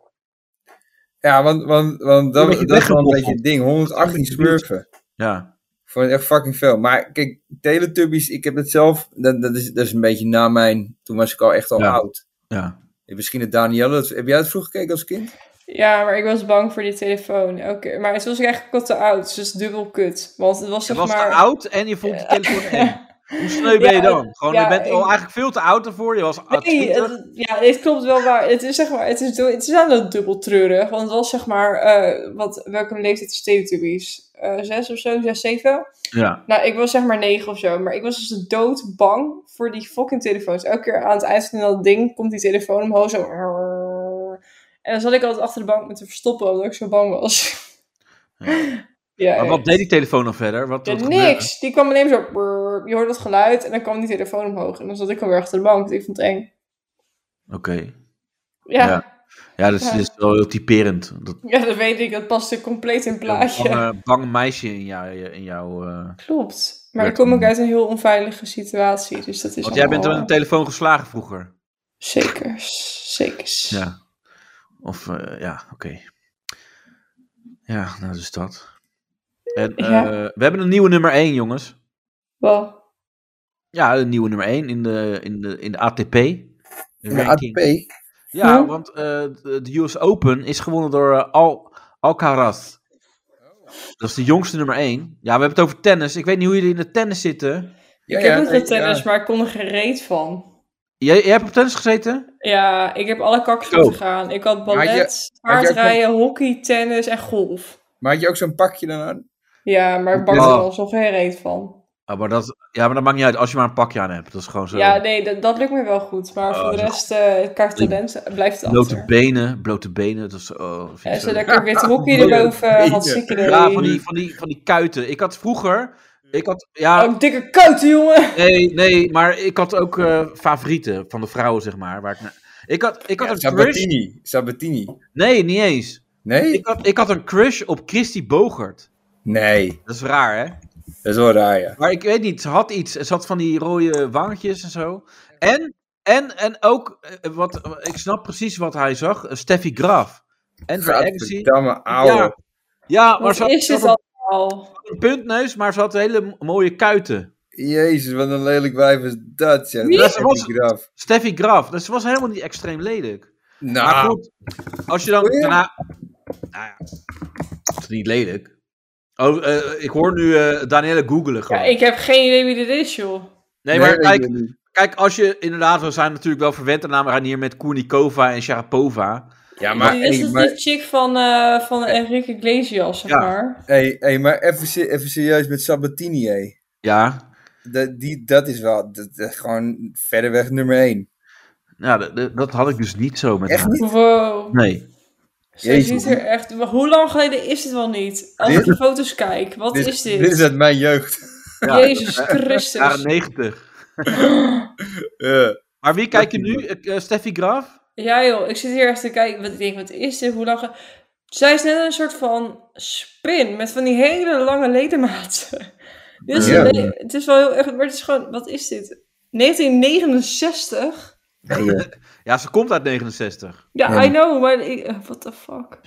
Speaker 4: Ja, want, want, want
Speaker 3: Een
Speaker 4: dat,
Speaker 3: beetje
Speaker 4: dat is wel een
Speaker 3: weggemoffeld.
Speaker 4: beetje het ding. 118 smurfen.
Speaker 3: Ja.
Speaker 4: Ik vond het echt fucking veel. Maar kijk, Teletubbies, ik heb het zelf... Dat, dat, is, dat is een beetje na mijn... Toen was ik al echt al
Speaker 3: Ja.
Speaker 4: oud.
Speaker 3: Ja.
Speaker 4: Misschien het Danielle. dat- heb jij het vroeger gekeken als kind?
Speaker 5: Ja, maar ik was bang voor die telefoon. Oké, maar het was eigenlijk al te oud. Dus dubbel kut. Want het was
Speaker 3: Je
Speaker 5: zeg
Speaker 3: was
Speaker 5: maar...
Speaker 3: te oud en je vond die telefoon eng. Hoe sneu ben je
Speaker 5: Ja,
Speaker 3: dan? Gewoon,
Speaker 5: ja,
Speaker 3: je bent al
Speaker 5: ik-
Speaker 3: eigenlijk veel te oud ervoor. Je was
Speaker 5: Nee,
Speaker 3: 20.
Speaker 5: het- ja, dit klopt wel waar. Het is zeg maar, het is, do- het is aan het dubbel treurig. Want het was zeg maar, eh, wat, welke leeftijd is Teletubbies? Eh, zes of zo, zes, zeven?
Speaker 3: Ja.
Speaker 5: Nou, ik was zeg maar negen of zo. Maar ik was dus dood bang voor die fucking telefoons. Elke keer aan het eind van dat ding komt die telefoon omhoog zo. En dan zat ik altijd achter de bank me te verstoppen, omdat ik zo bang was.
Speaker 3: Ja.
Speaker 5: Ja,
Speaker 3: Maar
Speaker 5: ja.
Speaker 3: wat deed die telefoon nog verder? Wat,
Speaker 5: Ja,
Speaker 3: wat gebeurde?
Speaker 5: niks. Die kwam alleen maar zo. brrr. Je hoorde dat geluid en dan kwam die telefoon omhoog. En dan zat ik alweer achter de bank. want Ik vond het eng.
Speaker 3: Oké.
Speaker 5: Ja,
Speaker 3: Ja.
Speaker 5: ja.
Speaker 3: Ja, dat is,
Speaker 5: Ja.
Speaker 3: dat is wel heel typerend. Dat
Speaker 5: dat weet ik. Dat paste compleet in het plaatje.
Speaker 3: bange, bange meisje in jou. In jou eh.
Speaker 5: Klopt. Maar ik
Speaker 3: Werd
Speaker 5: kom ook
Speaker 3: hem.
Speaker 5: uit een heel onveilige situatie. Dus dat is.
Speaker 3: Want jij bent door
Speaker 5: allemaal-
Speaker 3: een telefoon geslagen vroeger.
Speaker 5: Zeker. Zeker.
Speaker 3: Ja. Of, eh, ja, oké. Ja, nou, dus dat. En eh,
Speaker 5: Ja.
Speaker 3: we hebben een nieuwe nummer 1, jongens.
Speaker 5: Wel.
Speaker 3: Ja, een nieuwe nummer 1 in de, in de, in de ATP. De
Speaker 4: De
Speaker 3: ranking.
Speaker 4: ATP.
Speaker 3: Ja,
Speaker 5: Ja.
Speaker 3: want eh, de de US Open is gewonnen door eh, Al Alcaraz. Dat is de jongste nummer 1. Ja, we hebben het over tennis. Ik weet niet hoe jullie in de tennis zitten.
Speaker 4: Ja,
Speaker 5: ik
Speaker 4: ja,
Speaker 5: heb ook
Speaker 4: nee,
Speaker 5: wel tennis,
Speaker 4: ja.
Speaker 5: maar ik kon er gereed van.
Speaker 3: Jij, jij hebt op tennis gezeten?
Speaker 5: Ja, ik heb alle kaksoorten gedaan. Ik had
Speaker 4: Oh. Maar
Speaker 5: ballet,
Speaker 4: je- maar je ook
Speaker 5: paardrijden, hockey, tennis en golf.
Speaker 4: Maar had je ook zo'n pakje dan aan?
Speaker 5: Ja, maar ik bak
Speaker 3: Oh.
Speaker 5: er alsnog geen reet van.
Speaker 3: Ah, maar dat, ja, maar dat maakt niet uit als je maar een pakje aan hebt. Dat is gewoon zo.
Speaker 5: Ja, nee, dat, dat lukt me wel goed. Maar
Speaker 3: Oh,
Speaker 4: Ah,
Speaker 5: voor de
Speaker 3: dat-
Speaker 5: rest, eh qua talent, blijft het
Speaker 3: blote
Speaker 5: achter.
Speaker 3: benen, blote benen. Dat is, oh, vind ik
Speaker 5: En
Speaker 3: zo-
Speaker 5: zodat ik er wit hockey erboven eh,
Speaker 4: Blote
Speaker 5: had,
Speaker 4: benen.
Speaker 5: zieke
Speaker 3: ja, van die, van, die, van die kuiten. Ik had vroeger Ik had, ja,
Speaker 5: Oh, dikke kuiten, jongen.
Speaker 3: nee, nee, maar ik had ook eh, favorieten van de vrouwen, zeg maar. Waar ik, na- ik had, ik had
Speaker 4: Ja,
Speaker 3: een crush.
Speaker 4: Sabatini. Sabatini.
Speaker 3: Nee, niet eens.
Speaker 4: Nee?
Speaker 3: Ik had, ik had een crush op Christy Bogert.
Speaker 4: Nee.
Speaker 3: Dat is raar, hè?
Speaker 4: Dat is wel raar, ja.
Speaker 3: Maar ik weet niet, ze had iets. Ze had van die rode wangetjes en zo. En, en, en ook, eh, wat, ik snap precies wat hij zag. eh, Steffi Graf. En voor Agassi.
Speaker 4: Gadverdamme, ouwe.
Speaker 3: Ja, ja, maar
Speaker 5: Wat
Speaker 3: ze had,
Speaker 5: is
Speaker 3: ze had
Speaker 5: dit allemaal?
Speaker 3: een puntneus, maar ze had hele m- mooie kuiten.
Speaker 4: Jezus, wat een lelijk wijf is dat, zeg.
Speaker 5: Wie?
Speaker 4: Dat is
Speaker 3: Dat was-
Speaker 4: die graf.
Speaker 3: Steffi Graf, dus ze was helemaal niet extreem lelijk. Maar
Speaker 4: Nou,
Speaker 3: goed, als je dan
Speaker 4: Goeie.
Speaker 3: daarna... Nou ja, het is niet lelijk. Oh, eh, ik hoor nu eh Danielle googelen
Speaker 5: Ja,
Speaker 4: Oh.
Speaker 3: gewoon.
Speaker 5: ik heb geen idee wie dit is, joh.
Speaker 3: Nee, maar
Speaker 4: weet
Speaker 3: kijk,
Speaker 4: ik niet.
Speaker 3: Kijk, als je inderdaad, we zijn natuurlijk wel verwend aan gaan hier met Kournikova en Sharapova.
Speaker 4: Ja, maar,
Speaker 5: dit is
Speaker 4: hey,
Speaker 5: dus
Speaker 4: maar,
Speaker 5: die chick van, eh van Enrique Iglesias, zeg
Speaker 3: Ja.
Speaker 5: maar.
Speaker 4: hey, hey, maar even, se- even serieus met Sabatini, hé.
Speaker 3: Ja,
Speaker 4: Dat, die, dat is wel dat, dat is gewoon verder weg nummer 1.
Speaker 3: nou, d- d- dat had ik dus niet zo met
Speaker 4: Echt
Speaker 3: haar.
Speaker 4: niet?
Speaker 5: Wow.
Speaker 3: Nee.
Speaker 5: Ze
Speaker 4: Jezus.
Speaker 5: ziet er echt... maar Hoe lang geleden is dit wel niet? Als ik
Speaker 4: Dit-
Speaker 5: de foto's kijk, wat
Speaker 4: Dit,
Speaker 5: is
Speaker 4: Dit is
Speaker 5: dit?
Speaker 4: uit mijn jeugd.
Speaker 3: Ja.
Speaker 5: Jezus
Speaker 3: Jaren
Speaker 5: Christus.
Speaker 3: 90.
Speaker 4: Eh,
Speaker 3: Maar wie kijkt je nu? Eh, eh, Steffi Graf?
Speaker 5: Ja joh, ik zit hier echt te kijken. Wat, ik denk, wat is dit? Hoe lang... ge- Zij is net een soort van spin met van die hele lange ledematen. Dit is,
Speaker 4: Ja.
Speaker 5: nee, het is wel heel erg... Maar het is gewoon... Wat is dit? 1969?
Speaker 4: nee, joh.
Speaker 3: Ja, ze komt uit 69.
Speaker 5: Ja,
Speaker 4: Ja.
Speaker 5: I know, maar... Ik, eh, what the fuck?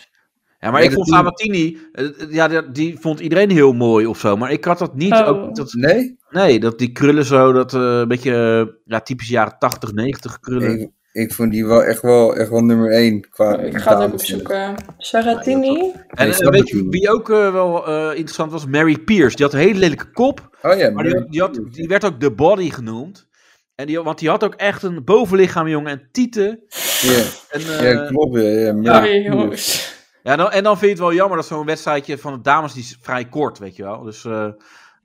Speaker 3: Ja, maar
Speaker 4: Ja,
Speaker 3: ik vond
Speaker 4: dat-
Speaker 3: Sabatini, eh, eh, ja, die, die vond iedereen heel mooi of zo. Maar ik had dat niet.
Speaker 5: Oh.
Speaker 3: Ook, niet dat,
Speaker 4: nee?
Speaker 3: nee, dat die krullen zo, dat eh, een beetje, eh, ja, typisch jaren 80, 90 krullen.
Speaker 4: Ik, ik vond die wel echt wel, echt wel nummer 1 qua
Speaker 5: Ik ga het ook
Speaker 4: taal.
Speaker 5: opzoeken. Saratini?
Speaker 3: en eh, weet je wie ook eh, wel eh, interessant was? Mary Pierce. Die had een hele lelijke kop.
Speaker 4: Oh ja,
Speaker 3: Maar die, die, had, die werd ook The Body genoemd. En die, want die had ook echt een bovenlichaam, jongen, en tieten.
Speaker 4: ja,
Speaker 3: En, eh,
Speaker 4: ja, klopt. Ja, ja, maar-
Speaker 5: Sorry Oh, jongens.
Speaker 3: ja, nou, en dan vind je het wel jammer dat zo'n wedstrijdje van de dames die is vrij kort, weet je wel. Dus eh,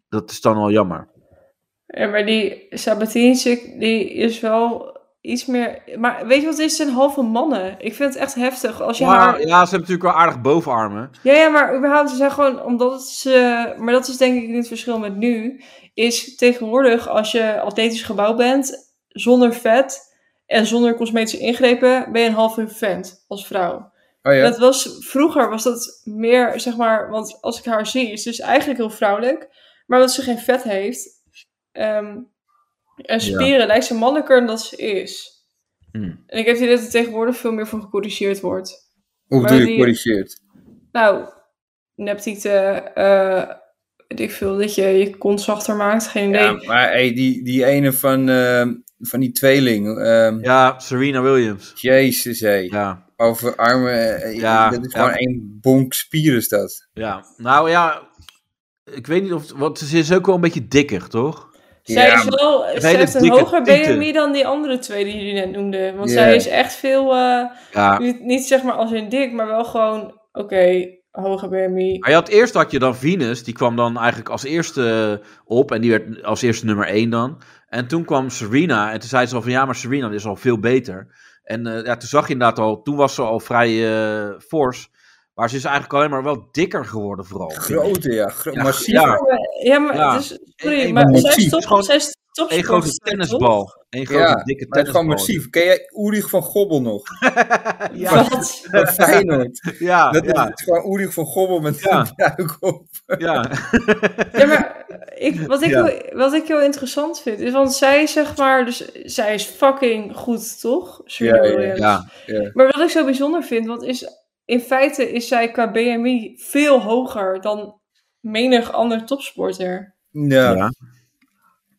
Speaker 3: dat is dan wel jammer.
Speaker 5: Ja, maar die Sabatini chick, die is wel iets meer... Maar weet je wat, dit zijn halve mannen. Ik vind het echt heftig. Als je
Speaker 3: Maar
Speaker 5: haar...
Speaker 3: ja, ze hebben natuurlijk wel aardig bovenarmen.
Speaker 5: Ja, ja, maar überhaupt, ze zijn gewoon... Omdat het ze... Maar dat is denk ik niet het verschil met nu. Is tegenwoordig, als je atletisch gebouwd bent, zonder vet en zonder cosmetische ingrepen, ben je een halve vent als vrouw.
Speaker 4: Oh ja.
Speaker 5: Dat was, vroeger was dat meer, zeg maar, want als ik haar zie, is ze dus eigenlijk heel vrouwelijk. Maar omdat ze geen vet heeft ehm, en spieren, lijkt ze mannelijker dan dat ze is.
Speaker 3: Hmm.
Speaker 5: En ik heb het idee dat er tegenwoordig veel meer voor gecorrigeerd wordt.
Speaker 4: Hoe
Speaker 5: maar
Speaker 4: doe je
Speaker 5: die-
Speaker 4: corrigeert?
Speaker 5: Nou, neptieten, eh weet ik veel, dat je je kont zachter maakt, geen idee.
Speaker 4: Ja, maar hey, die, die ene van, ehm, van die tweeling. ehm,
Speaker 3: Ja, Serena Williams.
Speaker 4: Jezus, hé.
Speaker 3: Ja,
Speaker 4: Over armen. eh,
Speaker 3: Ja,
Speaker 4: dat is
Speaker 3: ja.
Speaker 4: gewoon één bonk spier is dat.
Speaker 3: ja. Nou ja, ik weet niet of... het- Want ze is ook wel een beetje dikker, toch?
Speaker 5: Zij
Speaker 4: Ja,
Speaker 5: is wel, zij
Speaker 3: hele
Speaker 5: heeft een
Speaker 3: dikke
Speaker 5: hoger
Speaker 3: tieten.
Speaker 5: BMI dan die andere twee die jullie net noemden. Want
Speaker 4: Ja.
Speaker 5: zij is echt veel... eh,
Speaker 3: Ja.
Speaker 5: Niet, niet zeg maar als in dik, maar wel gewoon, oké, hoge BMI.
Speaker 3: Maar je had eerst had je dan Venus, die kwam dan eigenlijk als eerste op en die werd als eerste nummer één dan. En toen kwam Serena en toen zei ze al van ja, maar Serena is al veel beter. En eh, ja, toen zag je inderdaad al, toen was ze al vrij eh, fors, maar ze is eigenlijk alleen maar wel dikker geworden vooral.
Speaker 4: Grote, ja. Gro
Speaker 3: Ja,
Speaker 4: massief.
Speaker 3: ja,
Speaker 5: Ja, maar
Speaker 3: Ja.
Speaker 5: het is- sorry,
Speaker 3: Eén-
Speaker 5: maar
Speaker 4: één
Speaker 5: zij
Speaker 4: massief.
Speaker 5: is top,
Speaker 3: Gewoon
Speaker 5: zij is topsporter,
Speaker 3: Een grote
Speaker 5: toch?
Speaker 3: tennisbal. Een grote
Speaker 4: Ja,
Speaker 3: dikke
Speaker 4: Maar het is
Speaker 3: tennisbal.
Speaker 4: gewoon massief. Ken jij Oerig van Gobbel nog?
Speaker 3: Ja,
Speaker 5: Wat?
Speaker 4: Van Feyenoord.
Speaker 3: ja,
Speaker 4: Dat is,
Speaker 3: ja,
Speaker 4: het is gewoon Oerig van Gobbel met
Speaker 3: Ja.
Speaker 4: een duik op.
Speaker 3: ja.
Speaker 5: Ja, maar ik, wat, ik,
Speaker 3: Ja.
Speaker 5: heel- wat ik heel interessant vind, is want zij zeg maar, dus zij is fucking goed, toch? Serena
Speaker 4: Ja, ja,
Speaker 5: Williams.
Speaker 3: ja.
Speaker 4: ja.
Speaker 5: Maar wat ik zo bijzonder vind, want is, in feite is zij qua BMI veel hoger dan menig ander topsporter.
Speaker 4: Ja. Oh,
Speaker 3: Ja.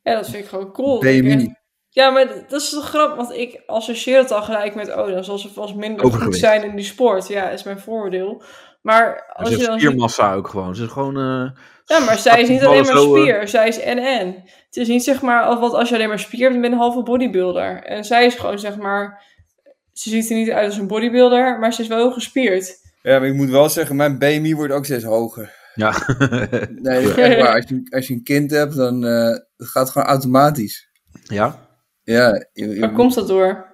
Speaker 5: Ja, dat vind ik gewoon cool. Ik denk echt-
Speaker 4: BMI.
Speaker 5: Ja, maar dat- dat is toch grap, want ik associeer het al gelijk met, oh, dan zal ze vast minder goed
Speaker 3: Overgewicht.
Speaker 5: zijn in die sport. Ja, is mijn voordeel. Maar als
Speaker 3: Ze
Speaker 5: je
Speaker 3: heeft
Speaker 5: dan ziet,
Speaker 3: spiermassa ook gewoon. Ze is gewoon... eh,
Speaker 5: ja, maar zij is niet alleen
Speaker 3: ballen
Speaker 5: maar
Speaker 3: zo, eh,
Speaker 5: spier, zij is NN. Het is niet zeg maar, als- want als je alleen maar spier hebt, dan ben je een halve bodybuilder. En zij is gewoon zeg maar, ze ziet er niet uit als een bodybuilder, maar ze is wel heel gespierd.
Speaker 4: Ja, maar ik moet wel zeggen, mijn BMI wordt ook steeds hoger.
Speaker 3: ja.
Speaker 4: Nee, dat is echt waar. Als je, als je een kind hebt, dan eh, dat gaat het gewoon automatisch.
Speaker 3: ja.
Speaker 4: Ja, je- je-
Speaker 5: Waar komt dat door?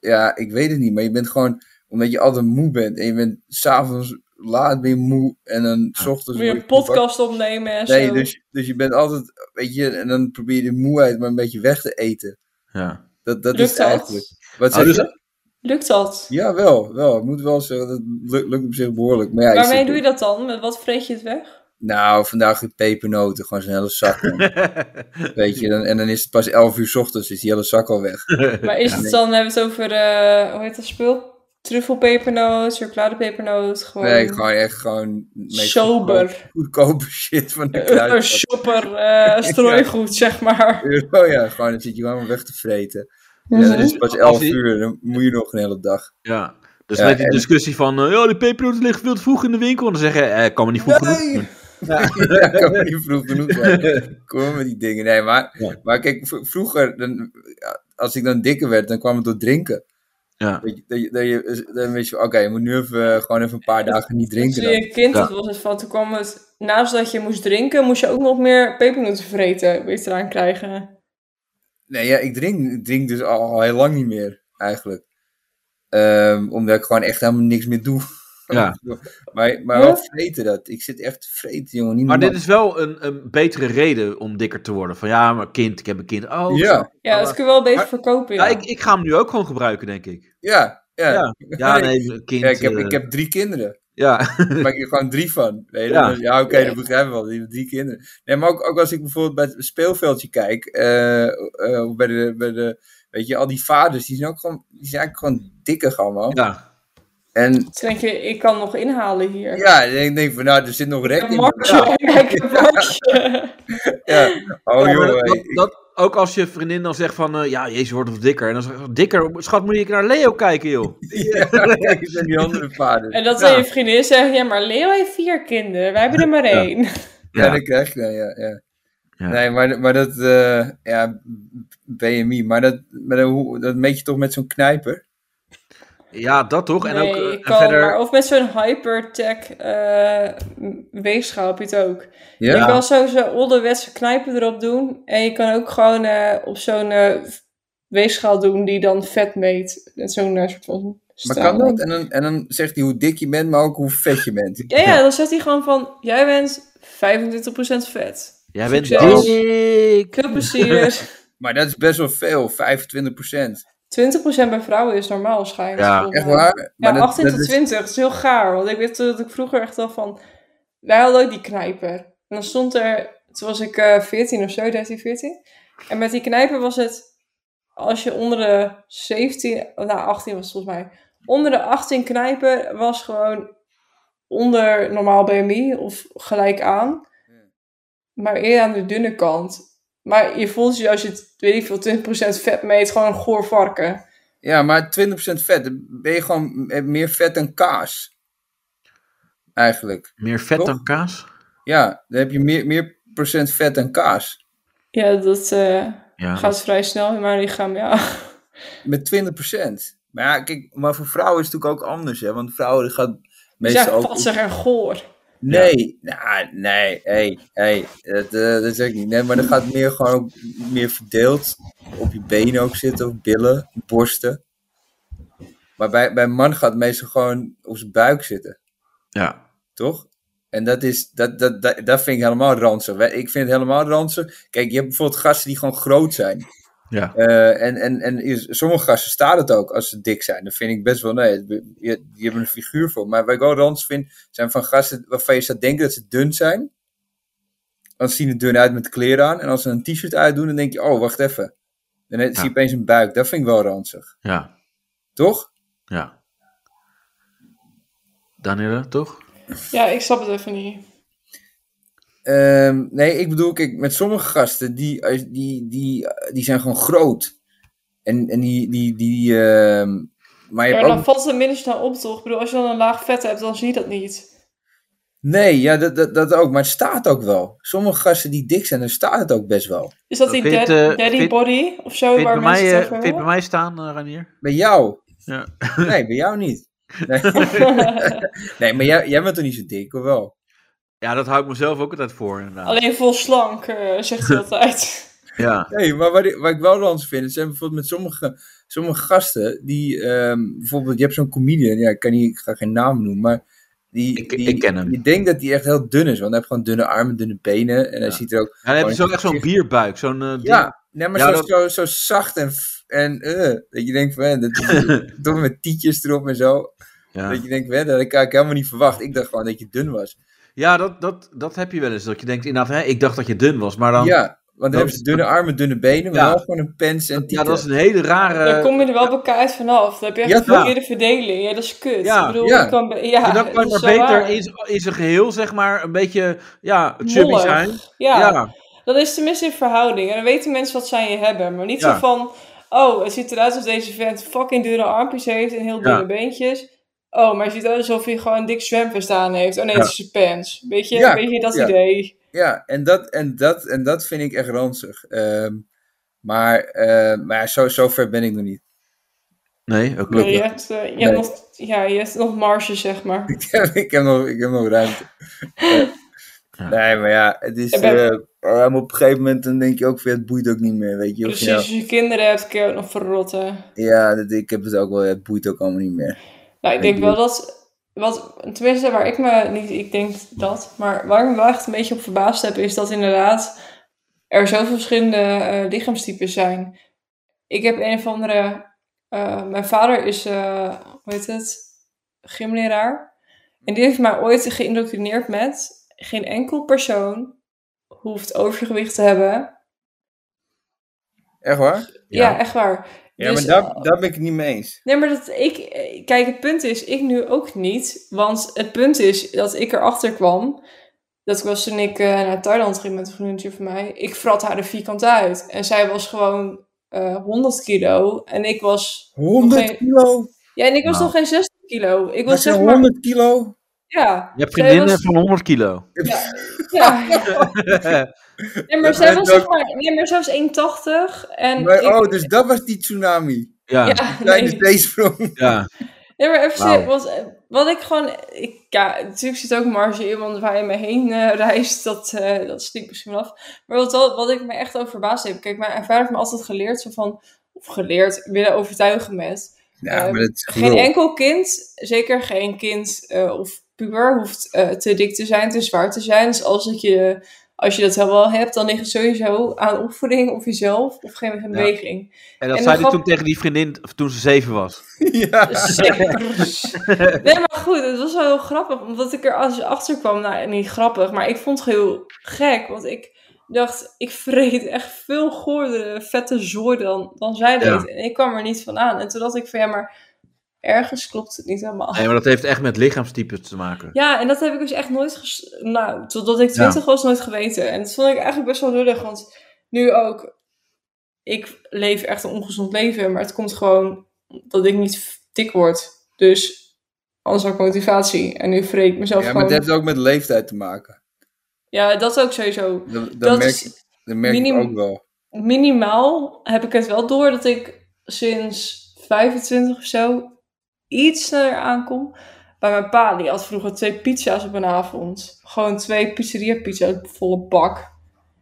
Speaker 4: ja, ik weet het niet, maar je bent gewoon, omdat je altijd moe bent en je bent s'avonds laat ben je moe en dan 's ochtends...
Speaker 5: Moet je
Speaker 4: word
Speaker 5: een podcast opnemen en
Speaker 4: Nee,
Speaker 5: zo.
Speaker 4: dus, dus je bent altijd, weet je, en dan probeer je de moeheid maar een beetje weg te eten.
Speaker 3: Ja.
Speaker 4: Dat, dat is
Speaker 5: Lukt
Speaker 4: het
Speaker 5: dat?
Speaker 4: eigenlijk. Wat
Speaker 3: Oh,
Speaker 4: zeg
Speaker 3: dus-
Speaker 4: je?
Speaker 5: Lukt dat?
Speaker 4: Ja, wel, wel. Ik moet wel zeggen, dat lukt, lukt op zich behoorlijk. Maar ja, je
Speaker 5: Waarmee
Speaker 4: zit-
Speaker 5: doe je dat dan? Met wat vreet je het weg?
Speaker 4: Nou, vandaag weer pepernoten, gewoon zo'n hele zak. man.
Speaker 3: dus-
Speaker 4: weet je, dan, en dan is het pas 11 uur 's ochtends, is die hele zak al weg.
Speaker 5: Maar is het dan, hebben we het over, eh, hoe heet dat spul? Truffelpepernoot, chocoladepepernoot, gewoon...
Speaker 4: Nee, gewoon echt gewoon... het meest
Speaker 5: Oh. Sober.
Speaker 4: goedkoop- Goedkope shit van de
Speaker 5: Een een
Speaker 4: kruid.
Speaker 5: shopper, eh, strooigoed, zeg maar.
Speaker 4: Oh ja, gewoon dan zit je gewoon weg te vreten. Ja, dan is het pas
Speaker 3: Als
Speaker 4: 11
Speaker 3: die-
Speaker 4: uur, dan moet je nog een hele dag.
Speaker 3: ja. Dus
Speaker 4: Ja,
Speaker 3: met die
Speaker 4: en-
Speaker 3: discussie van, eh, ja, die pepernoten liggen veel te vroeg in de winkel. En dan zeggen, eh, kan me niet vroeg genoeg doen.
Speaker 4: Ja, ik kan me niet vroeg genoeg zijn. Kom maar met die dingen. Nee, maar,
Speaker 3: Ja.
Speaker 4: maar kijk, v- vroeger, dan, ja, als ik dan dikker werd, dan kwam het door drinken.
Speaker 3: Ja.
Speaker 4: Dat je, dat je, dat je, dan wist je, oké, je moet nu even, eh, gewoon even een paar dagen niet drinken.
Speaker 5: Toen je
Speaker 4: Dan.
Speaker 5: een kind
Speaker 3: Ja.
Speaker 5: dat was, het van, toen kwam het... Naast dat je moest drinken, moest je ook nog meer pepernoten vreten. Weet je eraan krijgen.
Speaker 4: Nee, ja, ik drink, ik drink dus al, al heel lang niet meer, eigenlijk. Ehm, omdat ik gewoon echt helemaal niks meer doe.
Speaker 3: Ja.
Speaker 4: maar maar wel vreten dat. Ik zit echt te vreten, jongen. Niet
Speaker 3: Maar dit
Speaker 4: normaal.
Speaker 3: is wel een, een betere reden om dikker te worden. Van ja, maar kind, ik heb een kind. Oh,
Speaker 4: Ja,
Speaker 5: Ja, dat kun je wel beter
Speaker 4: Maar-
Speaker 5: verkopen, ja.
Speaker 3: Ja, ik, ik ga hem nu ook gewoon gebruiken, denk ik.
Speaker 4: ja, ja.
Speaker 3: Ja, ja nee, kind.
Speaker 4: Ja, ik, heb,
Speaker 3: eh,
Speaker 4: ik heb drie kinderen.
Speaker 3: ja.
Speaker 4: Dan maak ik er gewoon drie van. Weet je?
Speaker 3: Ja.
Speaker 4: Ja, ja oké, dat begrijp ik wel. Die drie kinderen. Nee, maar ook, ook als ik bijvoorbeeld bij het speelveldje kijk, eh, eh, of bij, de, bij de, weet je, al die vaders, die zijn ook gewoon, die zijn eigenlijk gewoon dikker allemaal.
Speaker 3: ja.
Speaker 4: En
Speaker 5: Toen Dus denk je, ik kan nog inhalen hier.
Speaker 4: ja, en ik denk van, nou, er zit nog rek
Speaker 5: Een
Speaker 4: in.
Speaker 5: marsje, kijk, een marsje.
Speaker 4: Ja. Oh
Speaker 3: Ja, maar
Speaker 4: joh,
Speaker 3: dat-
Speaker 4: hey,
Speaker 3: dat, dat- ook als je vriendin dan zegt van, eh, ja, jezus, wordt of dikker. En dan zegt ze, dikker, schat, moet je naar Leo kijken, joh.
Speaker 4: ik- ja, kijk eens naar die andere vaders.
Speaker 5: En dat
Speaker 3: Ja.
Speaker 5: zijn je vriendin zegt, ja, maar Leo heeft vier kinderen. Wij hebben er maar één.
Speaker 4: Ja,
Speaker 3: Ja.
Speaker 4: dat krijg je dan, ja. ja.
Speaker 3: Ja.
Speaker 4: Nee, maar, maar dat, eh, ja, BMI, maar dat, maar dat, hoe- dat meet je toch met zo'n knijper?
Speaker 3: Ja, dat toch? En
Speaker 5: nee,
Speaker 3: ook eh,
Speaker 5: ik
Speaker 3: en
Speaker 5: kan,
Speaker 3: verder...
Speaker 5: maar of met zo'n hypertech eh weegschaal heb je het ook.
Speaker 4: Ja.
Speaker 5: Je kan zo zo'n ouderwetse knijpen erop doen. En je kan ook gewoon eh, op zo'n eh, weegschaal doen die dan vet meet. Met Zo'n eh, soort van
Speaker 4: Maar
Speaker 5: straal.
Speaker 4: kan dat? En dan, en dan zegt hij hoe dik je bent, maar ook hoe vet je bent.
Speaker 5: Ja, ja, dan zegt hij gewoon van, jij bent 25% vet.
Speaker 3: Jij bent dus
Speaker 5: Succes.
Speaker 3: dik.
Speaker 5: Veel plezier. 20%
Speaker 4: Maar dat is best wel veel, 25
Speaker 5: bij vrouwen is normaal schijnbaar.
Speaker 3: Ja.
Speaker 5: Volgens
Speaker 4: Echt
Speaker 5: mij.
Speaker 4: waar?
Speaker 5: Ja,
Speaker 4: Maar dat,
Speaker 5: 18
Speaker 4: dat
Speaker 5: tot
Speaker 4: is-
Speaker 5: 20. Dat is heel gaar. Want ik weet dat ik vroeger echt al van... Wij hadden ook die knijper. En dan stond er... Toen was ik eh, 14 of zo, 13, 14. En met die knijper was het... Als je onder de 17... Nou, 18 was het volgens mij. Onder de 18 knijper was gewoon... Onder normaal BMI of gelijk aan. Maar eerder aan de dunne kant. Maar je voelt je als je, het, weet ik veel, 20% vet meet, gewoon een goor varken.
Speaker 4: Ja, maar 20 vet, dan ben je gewoon eh, meer vet dan kaas. Eigenlijk.
Speaker 3: Meer vet
Speaker 4: Toch?
Speaker 3: dan kaas?
Speaker 4: Ja, dan heb je meer, meer procent vet dan kaas.
Speaker 5: Ja, dat... eh,
Speaker 3: Ja.
Speaker 5: Gaat vrij snel in mijn lichaam, ja.
Speaker 4: Met 20 Maar ja, kijk, maar voor vrouwen is het natuurlijk ook anders, hè. Want vrouwen gaan
Speaker 5: Die
Speaker 4: meestal
Speaker 5: zijn
Speaker 4: ook...
Speaker 5: vatsig en goor.
Speaker 4: Nee, nou, nee, hey, hey, dat, eh, dat zeg ik niet. Nee, maar dan gaat meer gewoon ook meer verdeeld op je benen ook zitten, of billen, borsten. Maar bij, bij een man gaat het meestal gewoon op zijn buik zitten,
Speaker 3: Ja.
Speaker 4: toch? En dat, is, dat, dat, dat, dat vind ik helemaal ranzig. Wij- Ik vind het helemaal ranzig. Kijk, je hebt bijvoorbeeld gasten die gewoon groot zijn.
Speaker 3: Ja.
Speaker 4: Eh, en, en, en is- sommige gasten staan het ook als ze dik zijn. Dat vind ik best wel, nee, het- je, die hebben een figuur voor. Maar wat ik wel rans vind, zijn van gasten waarvan je staat denken dat ze dun zijn. Dan zien ze er dun uit met kleren aan. En als ze een t-shirt uitdoen, dan denk je, oh, wacht even. Dan he- zie je opeens een buik. Dat vind ik wel ranzig.
Speaker 3: Ja.
Speaker 4: Toch?
Speaker 3: Ja. Danielle, toch?
Speaker 5: Ja, ik snap het even niet.
Speaker 4: Ehm, nee, ik bedoel, kijk, met sommige gasten, die, als- die, die, die zijn gewoon groot. En, en die, die, die, ehm, maar je
Speaker 5: Ja,
Speaker 4: hebt
Speaker 5: maar
Speaker 4: ook
Speaker 5: dan valt het er minder snel op, toch? Ik bedoel, als je dan een laag vet hebt, dan zie je dat niet.
Speaker 4: Nee, ja, dat, dat, dat ook. Maar het staat ook wel. Sommige gasten die dik zijn, dan staat het ook best wel.
Speaker 5: Is dat die
Speaker 3: Vind je
Speaker 5: dead-
Speaker 3: het, eh,
Speaker 5: daddy
Speaker 3: vind je-
Speaker 5: body of zo,
Speaker 3: Vind je
Speaker 5: waar
Speaker 3: het bij mij,
Speaker 5: mensen
Speaker 3: eh,
Speaker 5: het
Speaker 3: vind je
Speaker 5: over
Speaker 3: het bij
Speaker 5: hebben?
Speaker 3: mij staan, eh, Ranier?
Speaker 4: Bij jou?
Speaker 3: Ja.
Speaker 4: Nee, bij jou niet. Nee, nee maar jij, jij bent toch niet zo dik, of wel?
Speaker 3: ja, dat hou ik mezelf ook altijd voor, inderdaad.
Speaker 5: Alleen vol slank, eh, zegt hij altijd.
Speaker 3: Ja.
Speaker 4: Nee, maar wat ik, wat ik wel rans vind, zijn bijvoorbeeld met sommige, sommige gasten die, ehm, bijvoorbeeld, je hebt zo'n comedian, ja, ik, kan niet, ik ga geen naam noemen, maar Die,
Speaker 3: Ik-
Speaker 4: die,
Speaker 3: ik ken hem.
Speaker 4: Ik denk dat hij echt heel dun is, want hij heeft gewoon dunne armen, dunne benen. En hij ziet er ook...
Speaker 3: Ja, dan heb je zo
Speaker 4: gewoon-
Speaker 3: echt zo'n bierbuik. Zo'n, eh, ding.
Speaker 4: Ja, nee, maar
Speaker 3: Ja,
Speaker 4: zo,
Speaker 3: dat-
Speaker 4: zo, zo zacht en... f- en eh, dat je denkt van, hè, dat, toch met tietjes erop en zo.
Speaker 3: ja.
Speaker 4: Dat je denkt, hè, dat had ik eigenlijk helemaal niet verwacht. Ik dacht gewoon dat je dun was.
Speaker 3: Ja, dat, dat, dat heb je wel eens. Dat je denkt, inderdaad, hè, ik dacht dat je dun was, maar dan...
Speaker 4: ja, want
Speaker 3: dat-
Speaker 4: dan hebben ze dunne armen, dunne benen, maar
Speaker 3: Ja.
Speaker 4: wel gewoon een pens en
Speaker 3: Ja,
Speaker 4: tieten.
Speaker 3: dat is een hele
Speaker 5: Daar
Speaker 3: rare...
Speaker 5: kom je er wel bekaard vanaf. Dan heb je echt
Speaker 4: Ja,
Speaker 5: een
Speaker 3: ja.
Speaker 5: verkeerde verdeling. Ja, dat is kut.
Speaker 3: Ja,
Speaker 5: ik bedoel,
Speaker 4: ja.
Speaker 5: ik kan, be- ja,
Speaker 3: En dan kan
Speaker 5: dat
Speaker 3: je
Speaker 5: is
Speaker 3: maar
Speaker 5: zo
Speaker 3: beter
Speaker 5: waar.
Speaker 3: in, z- in zijn geheel, zeg maar, een beetje ja, chubby
Speaker 5: Mollig.
Speaker 3: zijn.
Speaker 5: Ja.
Speaker 3: Ja.
Speaker 5: dat is tenminste in verhouding. En dan weten mensen wat zij aan je hebben. Maar niet
Speaker 3: Ja.
Speaker 5: zo van, oh, het ziet eruit als deze vent fucking dure armpjes heeft en heel dunne
Speaker 3: Ja.
Speaker 5: beentjes. Oh, maar het ziet eruit alsof hij gewoon een dik zwemvest aan heeft. Oh nee, het is zijn pants. Weet je,
Speaker 4: Ja,
Speaker 5: weet je dat
Speaker 4: ja.
Speaker 5: idee?
Speaker 4: Ja, en dat, en, dat, en dat vind ik echt ranzig. Ehm, maar eh, maar ja, zo, zo ver ben ik nog niet.
Speaker 3: Nee, oké.
Speaker 5: Ja, je, hebt, eh, je,
Speaker 4: Nee.
Speaker 5: hebt nog, ja, je hebt nog marge, zeg maar.
Speaker 4: ik, heb, ik, heb nog, ik heb nog ruimte. Eh, Nee, maar ja, het is...
Speaker 5: Ik ben-
Speaker 4: eh, maar op een gegeven moment dan denk je ook weer, het boeit ook niet meer, weet je. Of je
Speaker 5: Precies,
Speaker 4: nou-
Speaker 5: Dus als je kinderen hebt, kun je ook nog verrotten.
Speaker 4: ja, dat, ik heb het ook wel, het boeit ook allemaal niet meer.
Speaker 5: Nou, ik denk wel dat. Wat, tenminste, waar ik me niet. Ik denk dat. Maar waar ik me wel echt een beetje op verbaasd heb, is dat inderdaad er zoveel verschillende eh, lichaamstypes zijn. Ik heb een of andere. eh, mijn vader is. eh, hoe heet het? Gymleraar. En die heeft mij ooit geïndoctrineerd met. Geen enkel persoon hoeft overgewicht te hebben.
Speaker 4: Echt waar?
Speaker 5: Ja,
Speaker 3: Ja.
Speaker 5: echt waar.
Speaker 4: Ja,
Speaker 5: Dus,
Speaker 4: maar daar, daar ben ik het niet mee eens.
Speaker 5: Nee, maar dat ik. eh, Kijk, het punt is, ik nu ook niet. Want het punt is dat ik erachter kwam. Dat was toen ik eh, naar Thailand ging met een vriendje van mij. Ik vrat haar de vierkant uit. En zij was gewoon eh 100 kilo. En ik was.
Speaker 4: 100
Speaker 5: geen-
Speaker 4: kilo?
Speaker 5: Ja, en ik was
Speaker 3: Nou.
Speaker 5: nog geen 60 kilo. Ik
Speaker 4: Was
Speaker 5: was zeg
Speaker 4: je
Speaker 5: maar.
Speaker 4: 100 kilo?
Speaker 5: Ja.
Speaker 3: Je hebt
Speaker 5: Zij
Speaker 3: vriendinnen
Speaker 5: was-
Speaker 3: van 100 kilo.
Speaker 5: Ja, ja. Nee, maar
Speaker 4: Dat
Speaker 5: zij
Speaker 4: werd
Speaker 5: was
Speaker 4: ook-
Speaker 5: zeg maar. Nee, maar zij was 1,80. En.
Speaker 4: Maar,
Speaker 5: ik-
Speaker 4: Oh, dus dat was die tsunami.
Speaker 3: ja. ja.
Speaker 5: ja,
Speaker 4: Tijdens
Speaker 5: nee.
Speaker 4: deze sprong.
Speaker 3: ja.
Speaker 5: Nee, maar even
Speaker 3: Wauw.
Speaker 5: serieus, want eh, wat ik gewoon... Ik, ja, natuurlijk zit ook marge in, want waar je me heen eh, reist, dat, eh dat stinkt misschien wel af. Maar wat, wel- wat ik me echt over verbaasd heb... Kijk, mijn vader heeft me altijd geleerd, zo van... Of geleerd, willen overtuigen met...
Speaker 4: Ja, maar dat is
Speaker 5: Geen
Speaker 4: gelul.
Speaker 5: enkel kind, zeker geen kind eh, of puber, hoeft eh, te dik te zijn, te zwaar te zijn. Dus als, het je, als je dat wel hebt, dan ligt het sowieso aan oefening of jezelf of geen beweging.
Speaker 3: En dat
Speaker 5: En
Speaker 3: zei
Speaker 5: de
Speaker 3: hij toen
Speaker 5: grap-
Speaker 3: tegen die vriendin of toen ze zeven was.
Speaker 4: Ja.
Speaker 5: Zeker. Nee, maar goed, het was wel heel grappig. Omdat ik er als- achter kwam, nou, niet grappig, maar ik vond het heel gek. Want ik dacht, ik vreet echt veel goordere, vette zooi dan, dan zij deed.
Speaker 3: Ja.
Speaker 5: En ik kwam er niet van aan. En toen dacht ik van, ja, maar ergens klopt het niet helemaal.
Speaker 3: Nee, maar dat heeft echt met lichaamstypes te maken.
Speaker 5: Ja, en dat heb ik dus echt nooit, ges- nou, totdat ik twintig was, nooit geweten. En dat vond ik eigenlijk best wel lullig, want nu ook, ik leef echt een ongezond leven, maar het komt gewoon dat ik niet f- dik word. Dus anders had ik motivatie. En nu vreet ik mezelf
Speaker 4: Ja, maar
Speaker 5: gewoon.
Speaker 4: dat heeft ook met leeftijd te maken.
Speaker 5: Ja, dat ook sowieso.
Speaker 4: Dat, dat,
Speaker 5: Dat
Speaker 4: merk,
Speaker 5: is-
Speaker 4: dat merk ik
Speaker 5: minim-
Speaker 4: ook wel.
Speaker 5: Minimaal heb ik het wel door dat ik sinds 25 of zo iets sneller aankom. Bij mijn pa, die had vroeger twee pizza's op een avond. Gewoon twee pizzeria pizza's, volle bak.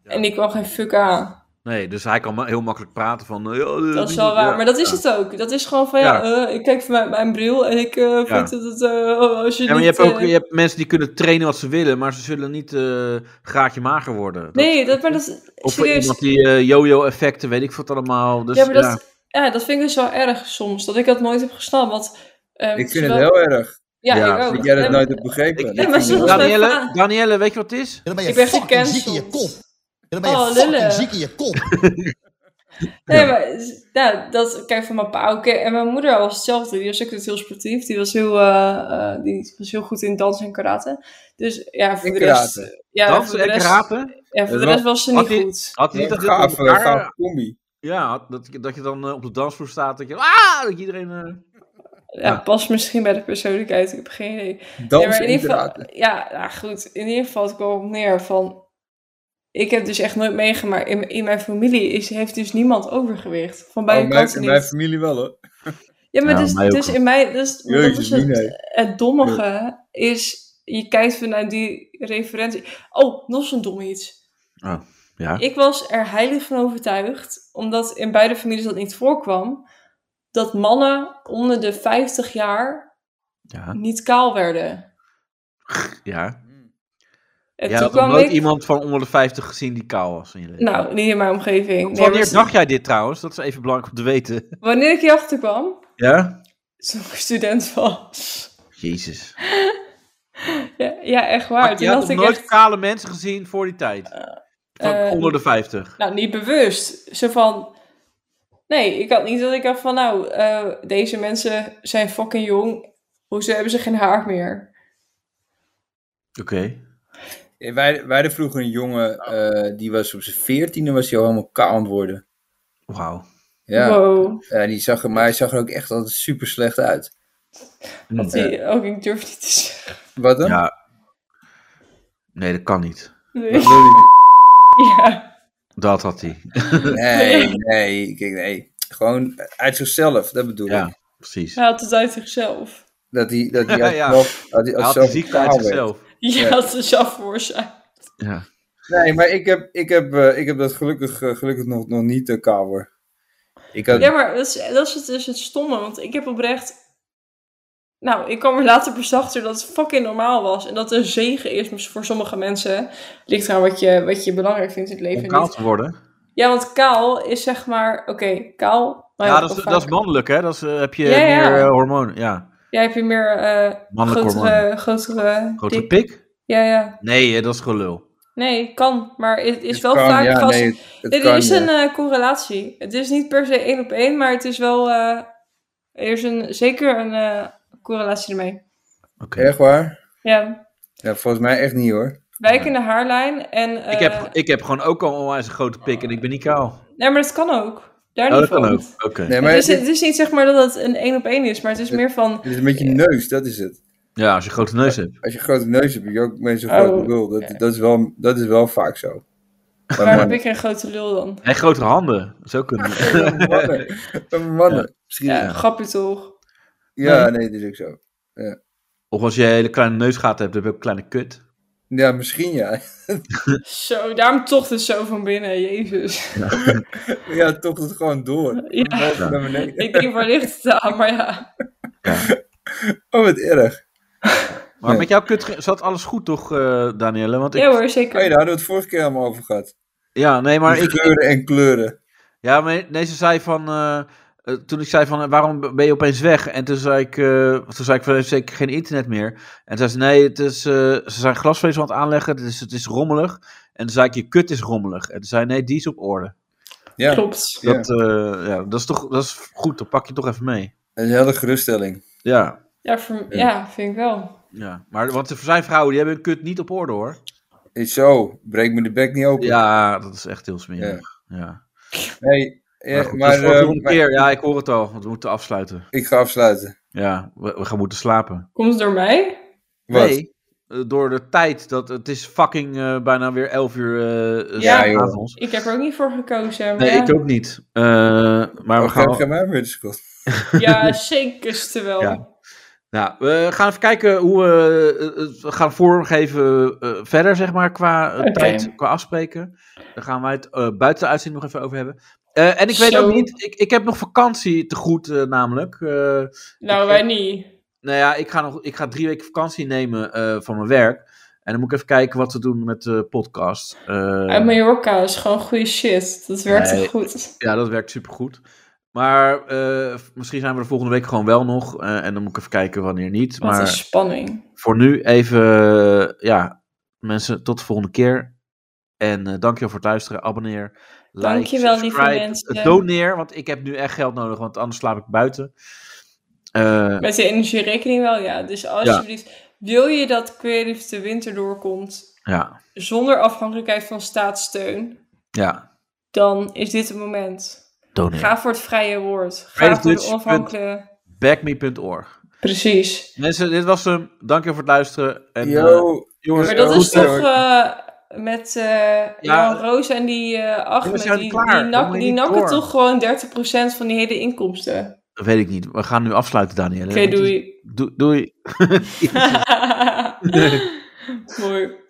Speaker 5: En die kwam geen fuck aan.
Speaker 3: Nee, dus hij kan ma- heel makkelijk praten van... eh, ja,
Speaker 5: Dat is wel waar.
Speaker 3: ja.
Speaker 5: Maar dat is het ook. Dat is gewoon van, ja, eh, ik kijk vanuit mijn bril en ik eh, vind dat het, eh, als je
Speaker 3: Ja, maar je
Speaker 5: niet,
Speaker 3: hebt ook
Speaker 5: eh,
Speaker 3: je hebt mensen die kunnen trainen wat ze willen, maar ze zullen niet eh graadje mager worden. Dat-
Speaker 5: nee, dat, maar dat...
Speaker 3: Of voor
Speaker 5: serieus.
Speaker 3: iemand die eh, yo-yo-effecten, weet ik wat allemaal. Dus,
Speaker 5: ja, maar
Speaker 3: ja.
Speaker 5: dat, ja, dat vind ik dus wel erg soms. Dat ik dat nooit heb gesnapt. Want, eh,
Speaker 4: Ik vind het
Speaker 5: zowel-
Speaker 4: heel erg
Speaker 5: Ja,
Speaker 3: Ja,
Speaker 5: ik ook.
Speaker 4: dat jij dat
Speaker 5: Nee, maar-
Speaker 4: nooit hebt begrepen.
Speaker 3: Ik-
Speaker 5: Nee, maar soms ben ik
Speaker 3: Danielle,
Speaker 5: van-
Speaker 3: Danielle, weet je wat het is?
Speaker 10: Ja, dan ben je
Speaker 5: Ik ben
Speaker 10: fucking ziek in je
Speaker 5: gecanceld.
Speaker 10: kop. Ja, dan ben je
Speaker 5: Oh,
Speaker 10: fucking
Speaker 5: lullen.
Speaker 10: ziek in je kop.
Speaker 5: Nee, maar nou, dat kijk van mijn pa ook. En mijn moeder was hetzelfde. Die was ook altijd heel sportief. Die was heel, eh, eh, die was heel goed in dans en karate. Dus ja, voor
Speaker 4: In
Speaker 5: de rest...
Speaker 4: karate.
Speaker 5: Ja,
Speaker 3: Dansen
Speaker 5: voor de
Speaker 3: en
Speaker 5: rest,
Speaker 3: karate?
Speaker 5: Ja, voor
Speaker 4: Dat is
Speaker 5: de rest was ze
Speaker 3: Had
Speaker 5: niet
Speaker 3: die-
Speaker 5: goed.
Speaker 3: Had je
Speaker 4: Ja,
Speaker 3: niet dat je
Speaker 4: gaaf,
Speaker 3: elkaar-
Speaker 4: gaaf combi.
Speaker 3: Ja, had- dat, je- dat je dan eh, op de dansvloer staat, dat je... Ah, dat je iedereen... eh,
Speaker 5: Ja, pas misschien bij de persoonlijkheid. Ik heb geen idee.
Speaker 4: Ah. Dans
Speaker 5: Ja, maar in
Speaker 4: en
Speaker 5: ieder geval,
Speaker 4: draken.
Speaker 5: ja, nou goed. In ieder geval, het kwam op neer van... Ik heb dus echt nooit meegemaakt. In, in mijn familie is, heeft dus niemand overgewicht. Van beide
Speaker 4: Oh, mijn,
Speaker 5: kanten
Speaker 4: mijn
Speaker 5: niet.
Speaker 4: familie wel hoor.
Speaker 5: Ja, maar
Speaker 3: Ja,
Speaker 5: dus,
Speaker 3: mij ook
Speaker 5: dus
Speaker 3: wel.
Speaker 5: in mij... Dus, dat
Speaker 4: Jezus,
Speaker 5: is het-
Speaker 4: Mina.
Speaker 5: het dommige is, je kijkt vanuit die referentie. Oh, nog zo'n dom iets.
Speaker 3: Ah, ja.
Speaker 5: Ik was er heilig van overtuigd, omdat in beide families dat niet voorkwam, dat mannen onder de 50 jaar
Speaker 3: ja.
Speaker 5: niet kaal werden.
Speaker 3: Ja.
Speaker 5: En
Speaker 3: Jij
Speaker 5: toen
Speaker 3: had nog
Speaker 5: kwam
Speaker 3: nooit
Speaker 5: ik...
Speaker 3: iemand van onder de 50 gezien die kaal was in je leven.
Speaker 5: Nou, niet in mijn omgeving. Nee, maar
Speaker 3: Wanneer
Speaker 5: toen-
Speaker 3: dacht jij dit trouwens? Dat is even belangrijk om te weten.
Speaker 5: Wanneer ik hierachter kwam,
Speaker 3: Ja?
Speaker 5: toen ik student was.
Speaker 3: Jezus.
Speaker 5: Ja, ja, echt waar.
Speaker 3: Maar je
Speaker 5: Toen
Speaker 3: had
Speaker 5: had
Speaker 3: nog
Speaker 5: ik
Speaker 3: nooit
Speaker 5: echt...
Speaker 3: kale mensen gezien voor die tijd? Van
Speaker 5: eh,
Speaker 3: onder de 50.
Speaker 5: Nou, niet bewust. Zo van... Nee, ik had niet dat ik dacht van... Nou, eh, deze mensen zijn fucking jong. Hoezo hebben ze geen haar meer?
Speaker 3: Oké.
Speaker 4: Ja, Wij, wij hadden vroeger een jongen, eh, die was op zijn veertiende, was hij al helemaal kaal aan het worden.
Speaker 3: Wauw.
Speaker 4: Ja,
Speaker 5: Wow.
Speaker 4: ja die zag er, maar hij zag er ook echt altijd super slecht uit.
Speaker 5: Dat die,
Speaker 4: eh,
Speaker 5: ook ik durf niet te zeggen.
Speaker 4: Wat dan?
Speaker 3: Ja. Nee, dat kan niet.
Speaker 5: Nee. Ja.
Speaker 3: Dat had hij.
Speaker 4: Nee, nee, kijk, nee. Gewoon uit zichzelf, dat bedoel
Speaker 3: Ja,
Speaker 4: ik.
Speaker 3: precies.
Speaker 5: Hij had het uit zichzelf.
Speaker 4: Dat hij, dat hij uit
Speaker 3: Ja.
Speaker 4: zichzelf, dat hij
Speaker 3: Hij had
Speaker 4: uit
Speaker 3: de
Speaker 4: zichzelf
Speaker 3: ziekte
Speaker 4: kaal
Speaker 3: uit
Speaker 4: werd.
Speaker 3: zichzelf.
Speaker 5: Je
Speaker 4: Ja.
Speaker 5: had het zelf voor zijn.
Speaker 3: Ja.
Speaker 4: Nee, maar ik heb, ik heb, eh, ik heb dat gelukkig, eh, gelukkig nog, nog niet, eh, kaal hoor. Ik had,
Speaker 5: Ja, maar dat is, dat is, het, is het stomme, want ik heb oprecht... Nou, ik kwam er later pas achter dat het fucking normaal was. En dat het een zegen is voor sommige mensen. Ligt eraan wat je, wat je belangrijk vindt in het leven.
Speaker 3: Om
Speaker 5: en
Speaker 3: kaal
Speaker 5: niet.
Speaker 3: te worden.
Speaker 5: Ja, want kaal is zeg maar... Oké, kaal... nou
Speaker 3: Ja, dat is,
Speaker 5: of
Speaker 3: dat is
Speaker 5: vaak-
Speaker 3: mannelijk, hè? Dat is, eh, heb je
Speaker 5: Ja, ja.
Speaker 3: meer eh, hormonen. Ja.
Speaker 5: Ja, heb je meer eh
Speaker 3: Mannelijk hormoon.
Speaker 5: grotere... Grotere,
Speaker 3: Grote
Speaker 5: dik-
Speaker 3: pik?
Speaker 5: Ja, ja.
Speaker 3: Nee, eh, dat is gelul.
Speaker 5: Nee, kan. Maar het is
Speaker 4: het
Speaker 5: wel
Speaker 4: kan,
Speaker 5: vaak...
Speaker 4: ja,
Speaker 5: geasse-
Speaker 4: nee, het- het
Speaker 5: Dit
Speaker 4: kan,
Speaker 5: is
Speaker 4: ja.
Speaker 5: een eh, correlatie. Het is niet per se één op één, maar het is wel. eh, er is een, zeker een eh, correlatie ermee.
Speaker 3: Oké.
Speaker 5: eh,
Speaker 4: Echt waar?
Speaker 5: Ja.
Speaker 4: Ja, volgens mij echt niet hoor.
Speaker 5: Wijkende haarlijn en.
Speaker 3: Ik,
Speaker 5: eh,
Speaker 3: heb, ik heb gewoon ook al onwijs een grote pik en ik ben niet kaal.
Speaker 5: Nee, maar dat kan ook. Daar
Speaker 3: Oh,
Speaker 5: niet
Speaker 3: dat kan
Speaker 5: van.
Speaker 3: ook. Oké.
Speaker 4: Nee, maar
Speaker 5: Het, is,
Speaker 4: dit,
Speaker 5: het is niet zeg maar dat het een één op één is, maar het is meer van.
Speaker 4: dit is met je neus, dat is het.
Speaker 3: Ja, als je een grote neus hebt.
Speaker 4: Als je een grote neus hebt, heb je ook mensen een
Speaker 5: Oh,
Speaker 4: grote lul. Dat, dat, is wel, dat is wel vaak zo. Bij
Speaker 5: Waarom heb
Speaker 4: mannen.
Speaker 5: ik een grote lul dan?
Speaker 3: En grotere handen. Zo kunnen.
Speaker 4: Bij mannen. Bij mannen. Misschien.
Speaker 5: Ja,
Speaker 4: Ja,
Speaker 5: grapje toch?
Speaker 4: nee, dat is ook zo.
Speaker 3: of als je een hele kleine neusgaten hebt, dan heb je ook een kleine kut.
Speaker 4: Ja, misschien ja.
Speaker 5: Zo, daarom tocht het zo van binnen, jezus.
Speaker 4: Ja, toch het gewoon door.
Speaker 5: Ja,
Speaker 4: Naar beneden.
Speaker 5: ik denk waar ligt het aan, maar ja.
Speaker 4: Oh, wat erg.
Speaker 3: Maar
Speaker 4: Ja.
Speaker 3: met jouw kut ge- zat alles goed, toch, eh Danielle? Want ik,
Speaker 5: Ja hoor,
Speaker 4: Hey, daar
Speaker 5: zeker.
Speaker 4: hadden we het vorige keer allemaal over gehad.
Speaker 3: ja, nee, maar ik,
Speaker 4: Kleuren en kleuren.
Speaker 3: Ja, maar nee, ze zei van. eh, eh, toen ik zei van, eh, waarom ben je opeens weg? En toen zei ik, eh, toen zei ik van, heeft zeker geen internet meer. En toen zei ze, nee, het is, eh, ze zijn glasvezel aan het aanleggen, dus het is rommelig. En toen zei ik, je kut is rommelig. En toen zei nee, die is op orde.
Speaker 4: Ja,
Speaker 5: Klopt.
Speaker 4: Ja.
Speaker 3: Dat, eh, ja, dat is toch, dat is goed, dat pak je toch even mee.
Speaker 4: dat is een hele geruststelling.
Speaker 3: Ja,
Speaker 5: Ja, voor, ja, vind ik wel.
Speaker 3: ja. Maar, want er zijn vrouwen die hebben hun kut niet op orde, hoor.
Speaker 4: Is zo, breek me de bek niet open.
Speaker 3: Ja, dat is echt heel smerig. Ja.
Speaker 4: Nee, ja,
Speaker 3: Maar, Nou, goed, tot
Speaker 4: maar,
Speaker 3: de
Speaker 4: eh,
Speaker 3: volgende
Speaker 4: maar
Speaker 3: keer. Ja, ik hoor het al, want we moeten afsluiten.
Speaker 4: ik ga afsluiten.
Speaker 3: Ja, we, we gaan moeten slapen.
Speaker 5: Komt het door mij?
Speaker 4: Wat?
Speaker 3: Nee, eh, door de tijd. Dat, het is fucking eh, bijna weer 11 uur eh
Speaker 5: Ja,
Speaker 3: eh,
Speaker 4: joh.
Speaker 3: avonds.
Speaker 5: Ik heb er ook niet voor gekozen. Maar
Speaker 3: Nee,
Speaker 5: ja,
Speaker 3: ik ook niet. Eh, maar we
Speaker 4: Oh,
Speaker 3: gaan,
Speaker 4: ga,
Speaker 3: wel-
Speaker 4: ga mij weer de schuld.
Speaker 5: ja, zekerste wel.
Speaker 3: Ja. nou, we gaan even kijken hoe we eh, eh, we gaan vormgeven eh, verder, zeg maar, qua eh,
Speaker 5: Oké.
Speaker 3: tijd, qua afspreken. Daar gaan wij het eh, buiten de uitzending nog even over hebben. Eh, en ik weet
Speaker 5: Zo.
Speaker 3: ook niet, ik, ik heb nog vakantie te goed eh, namelijk. Eh,
Speaker 5: Nou, wij niet.
Speaker 3: Nou ja, ik ga, nog, ik ga drie weken vakantie nemen eh, van mijn werk. En dan moet ik even kijken wat we doen met de podcast. Eh,
Speaker 5: Uit Mallorca is gewoon goede shit. Dat werkt
Speaker 3: Nee.
Speaker 5: echt goed.
Speaker 3: Ja, dat werkt supergoed. Maar eh, misschien zijn we er volgende week gewoon wel nog. eh, en dan moet ik even kijken wanneer niet.
Speaker 5: Wat een
Speaker 3: Maar
Speaker 5: spanning.
Speaker 3: voor nu even, eh, ja, mensen, tot de volgende keer. En eh dankjewel voor het luisteren. Abonneer, like,
Speaker 5: Dankjewel, lieve
Speaker 3: subscribe, eh,
Speaker 5: mensen.
Speaker 3: doneer. Want ik heb nu echt geld nodig, want anders slaap ik buiten. Eh,
Speaker 5: Met de energierekening wel, ja. Dus alsjeblieft, wil je dat Creative de winter doorkomt
Speaker 3: ja,
Speaker 5: zonder afhankelijkheid van staatssteun,
Speaker 3: ja,
Speaker 5: dan is dit het moment.
Speaker 3: doneer.
Speaker 5: Ga voor het vrije woord. Ga
Speaker 3: Creative
Speaker 5: voor de
Speaker 3: Dutch.
Speaker 5: onafhankelijke...
Speaker 3: Backme.org.
Speaker 5: Precies.
Speaker 3: Mensen, dit was hem. Dankjewel voor het luisteren. En, eh,
Speaker 4: Yo,
Speaker 3: jongens,
Speaker 5: Maar dat
Speaker 4: Goed
Speaker 5: is
Speaker 4: zo.
Speaker 5: toch eh, met eh Johan Roos en die eh Ahmed,
Speaker 3: zijn
Speaker 5: die,
Speaker 3: klaar. Dan
Speaker 5: die, nak-
Speaker 3: moet je
Speaker 5: die
Speaker 3: niet
Speaker 5: nakken
Speaker 3: door.
Speaker 5: toch gewoon 30% van die hele inkomsten.
Speaker 3: eh, weet ik niet. We gaan nu afsluiten, Daniel.
Speaker 5: Oké, doei.
Speaker 3: Doei. doei.
Speaker 5: Mooi.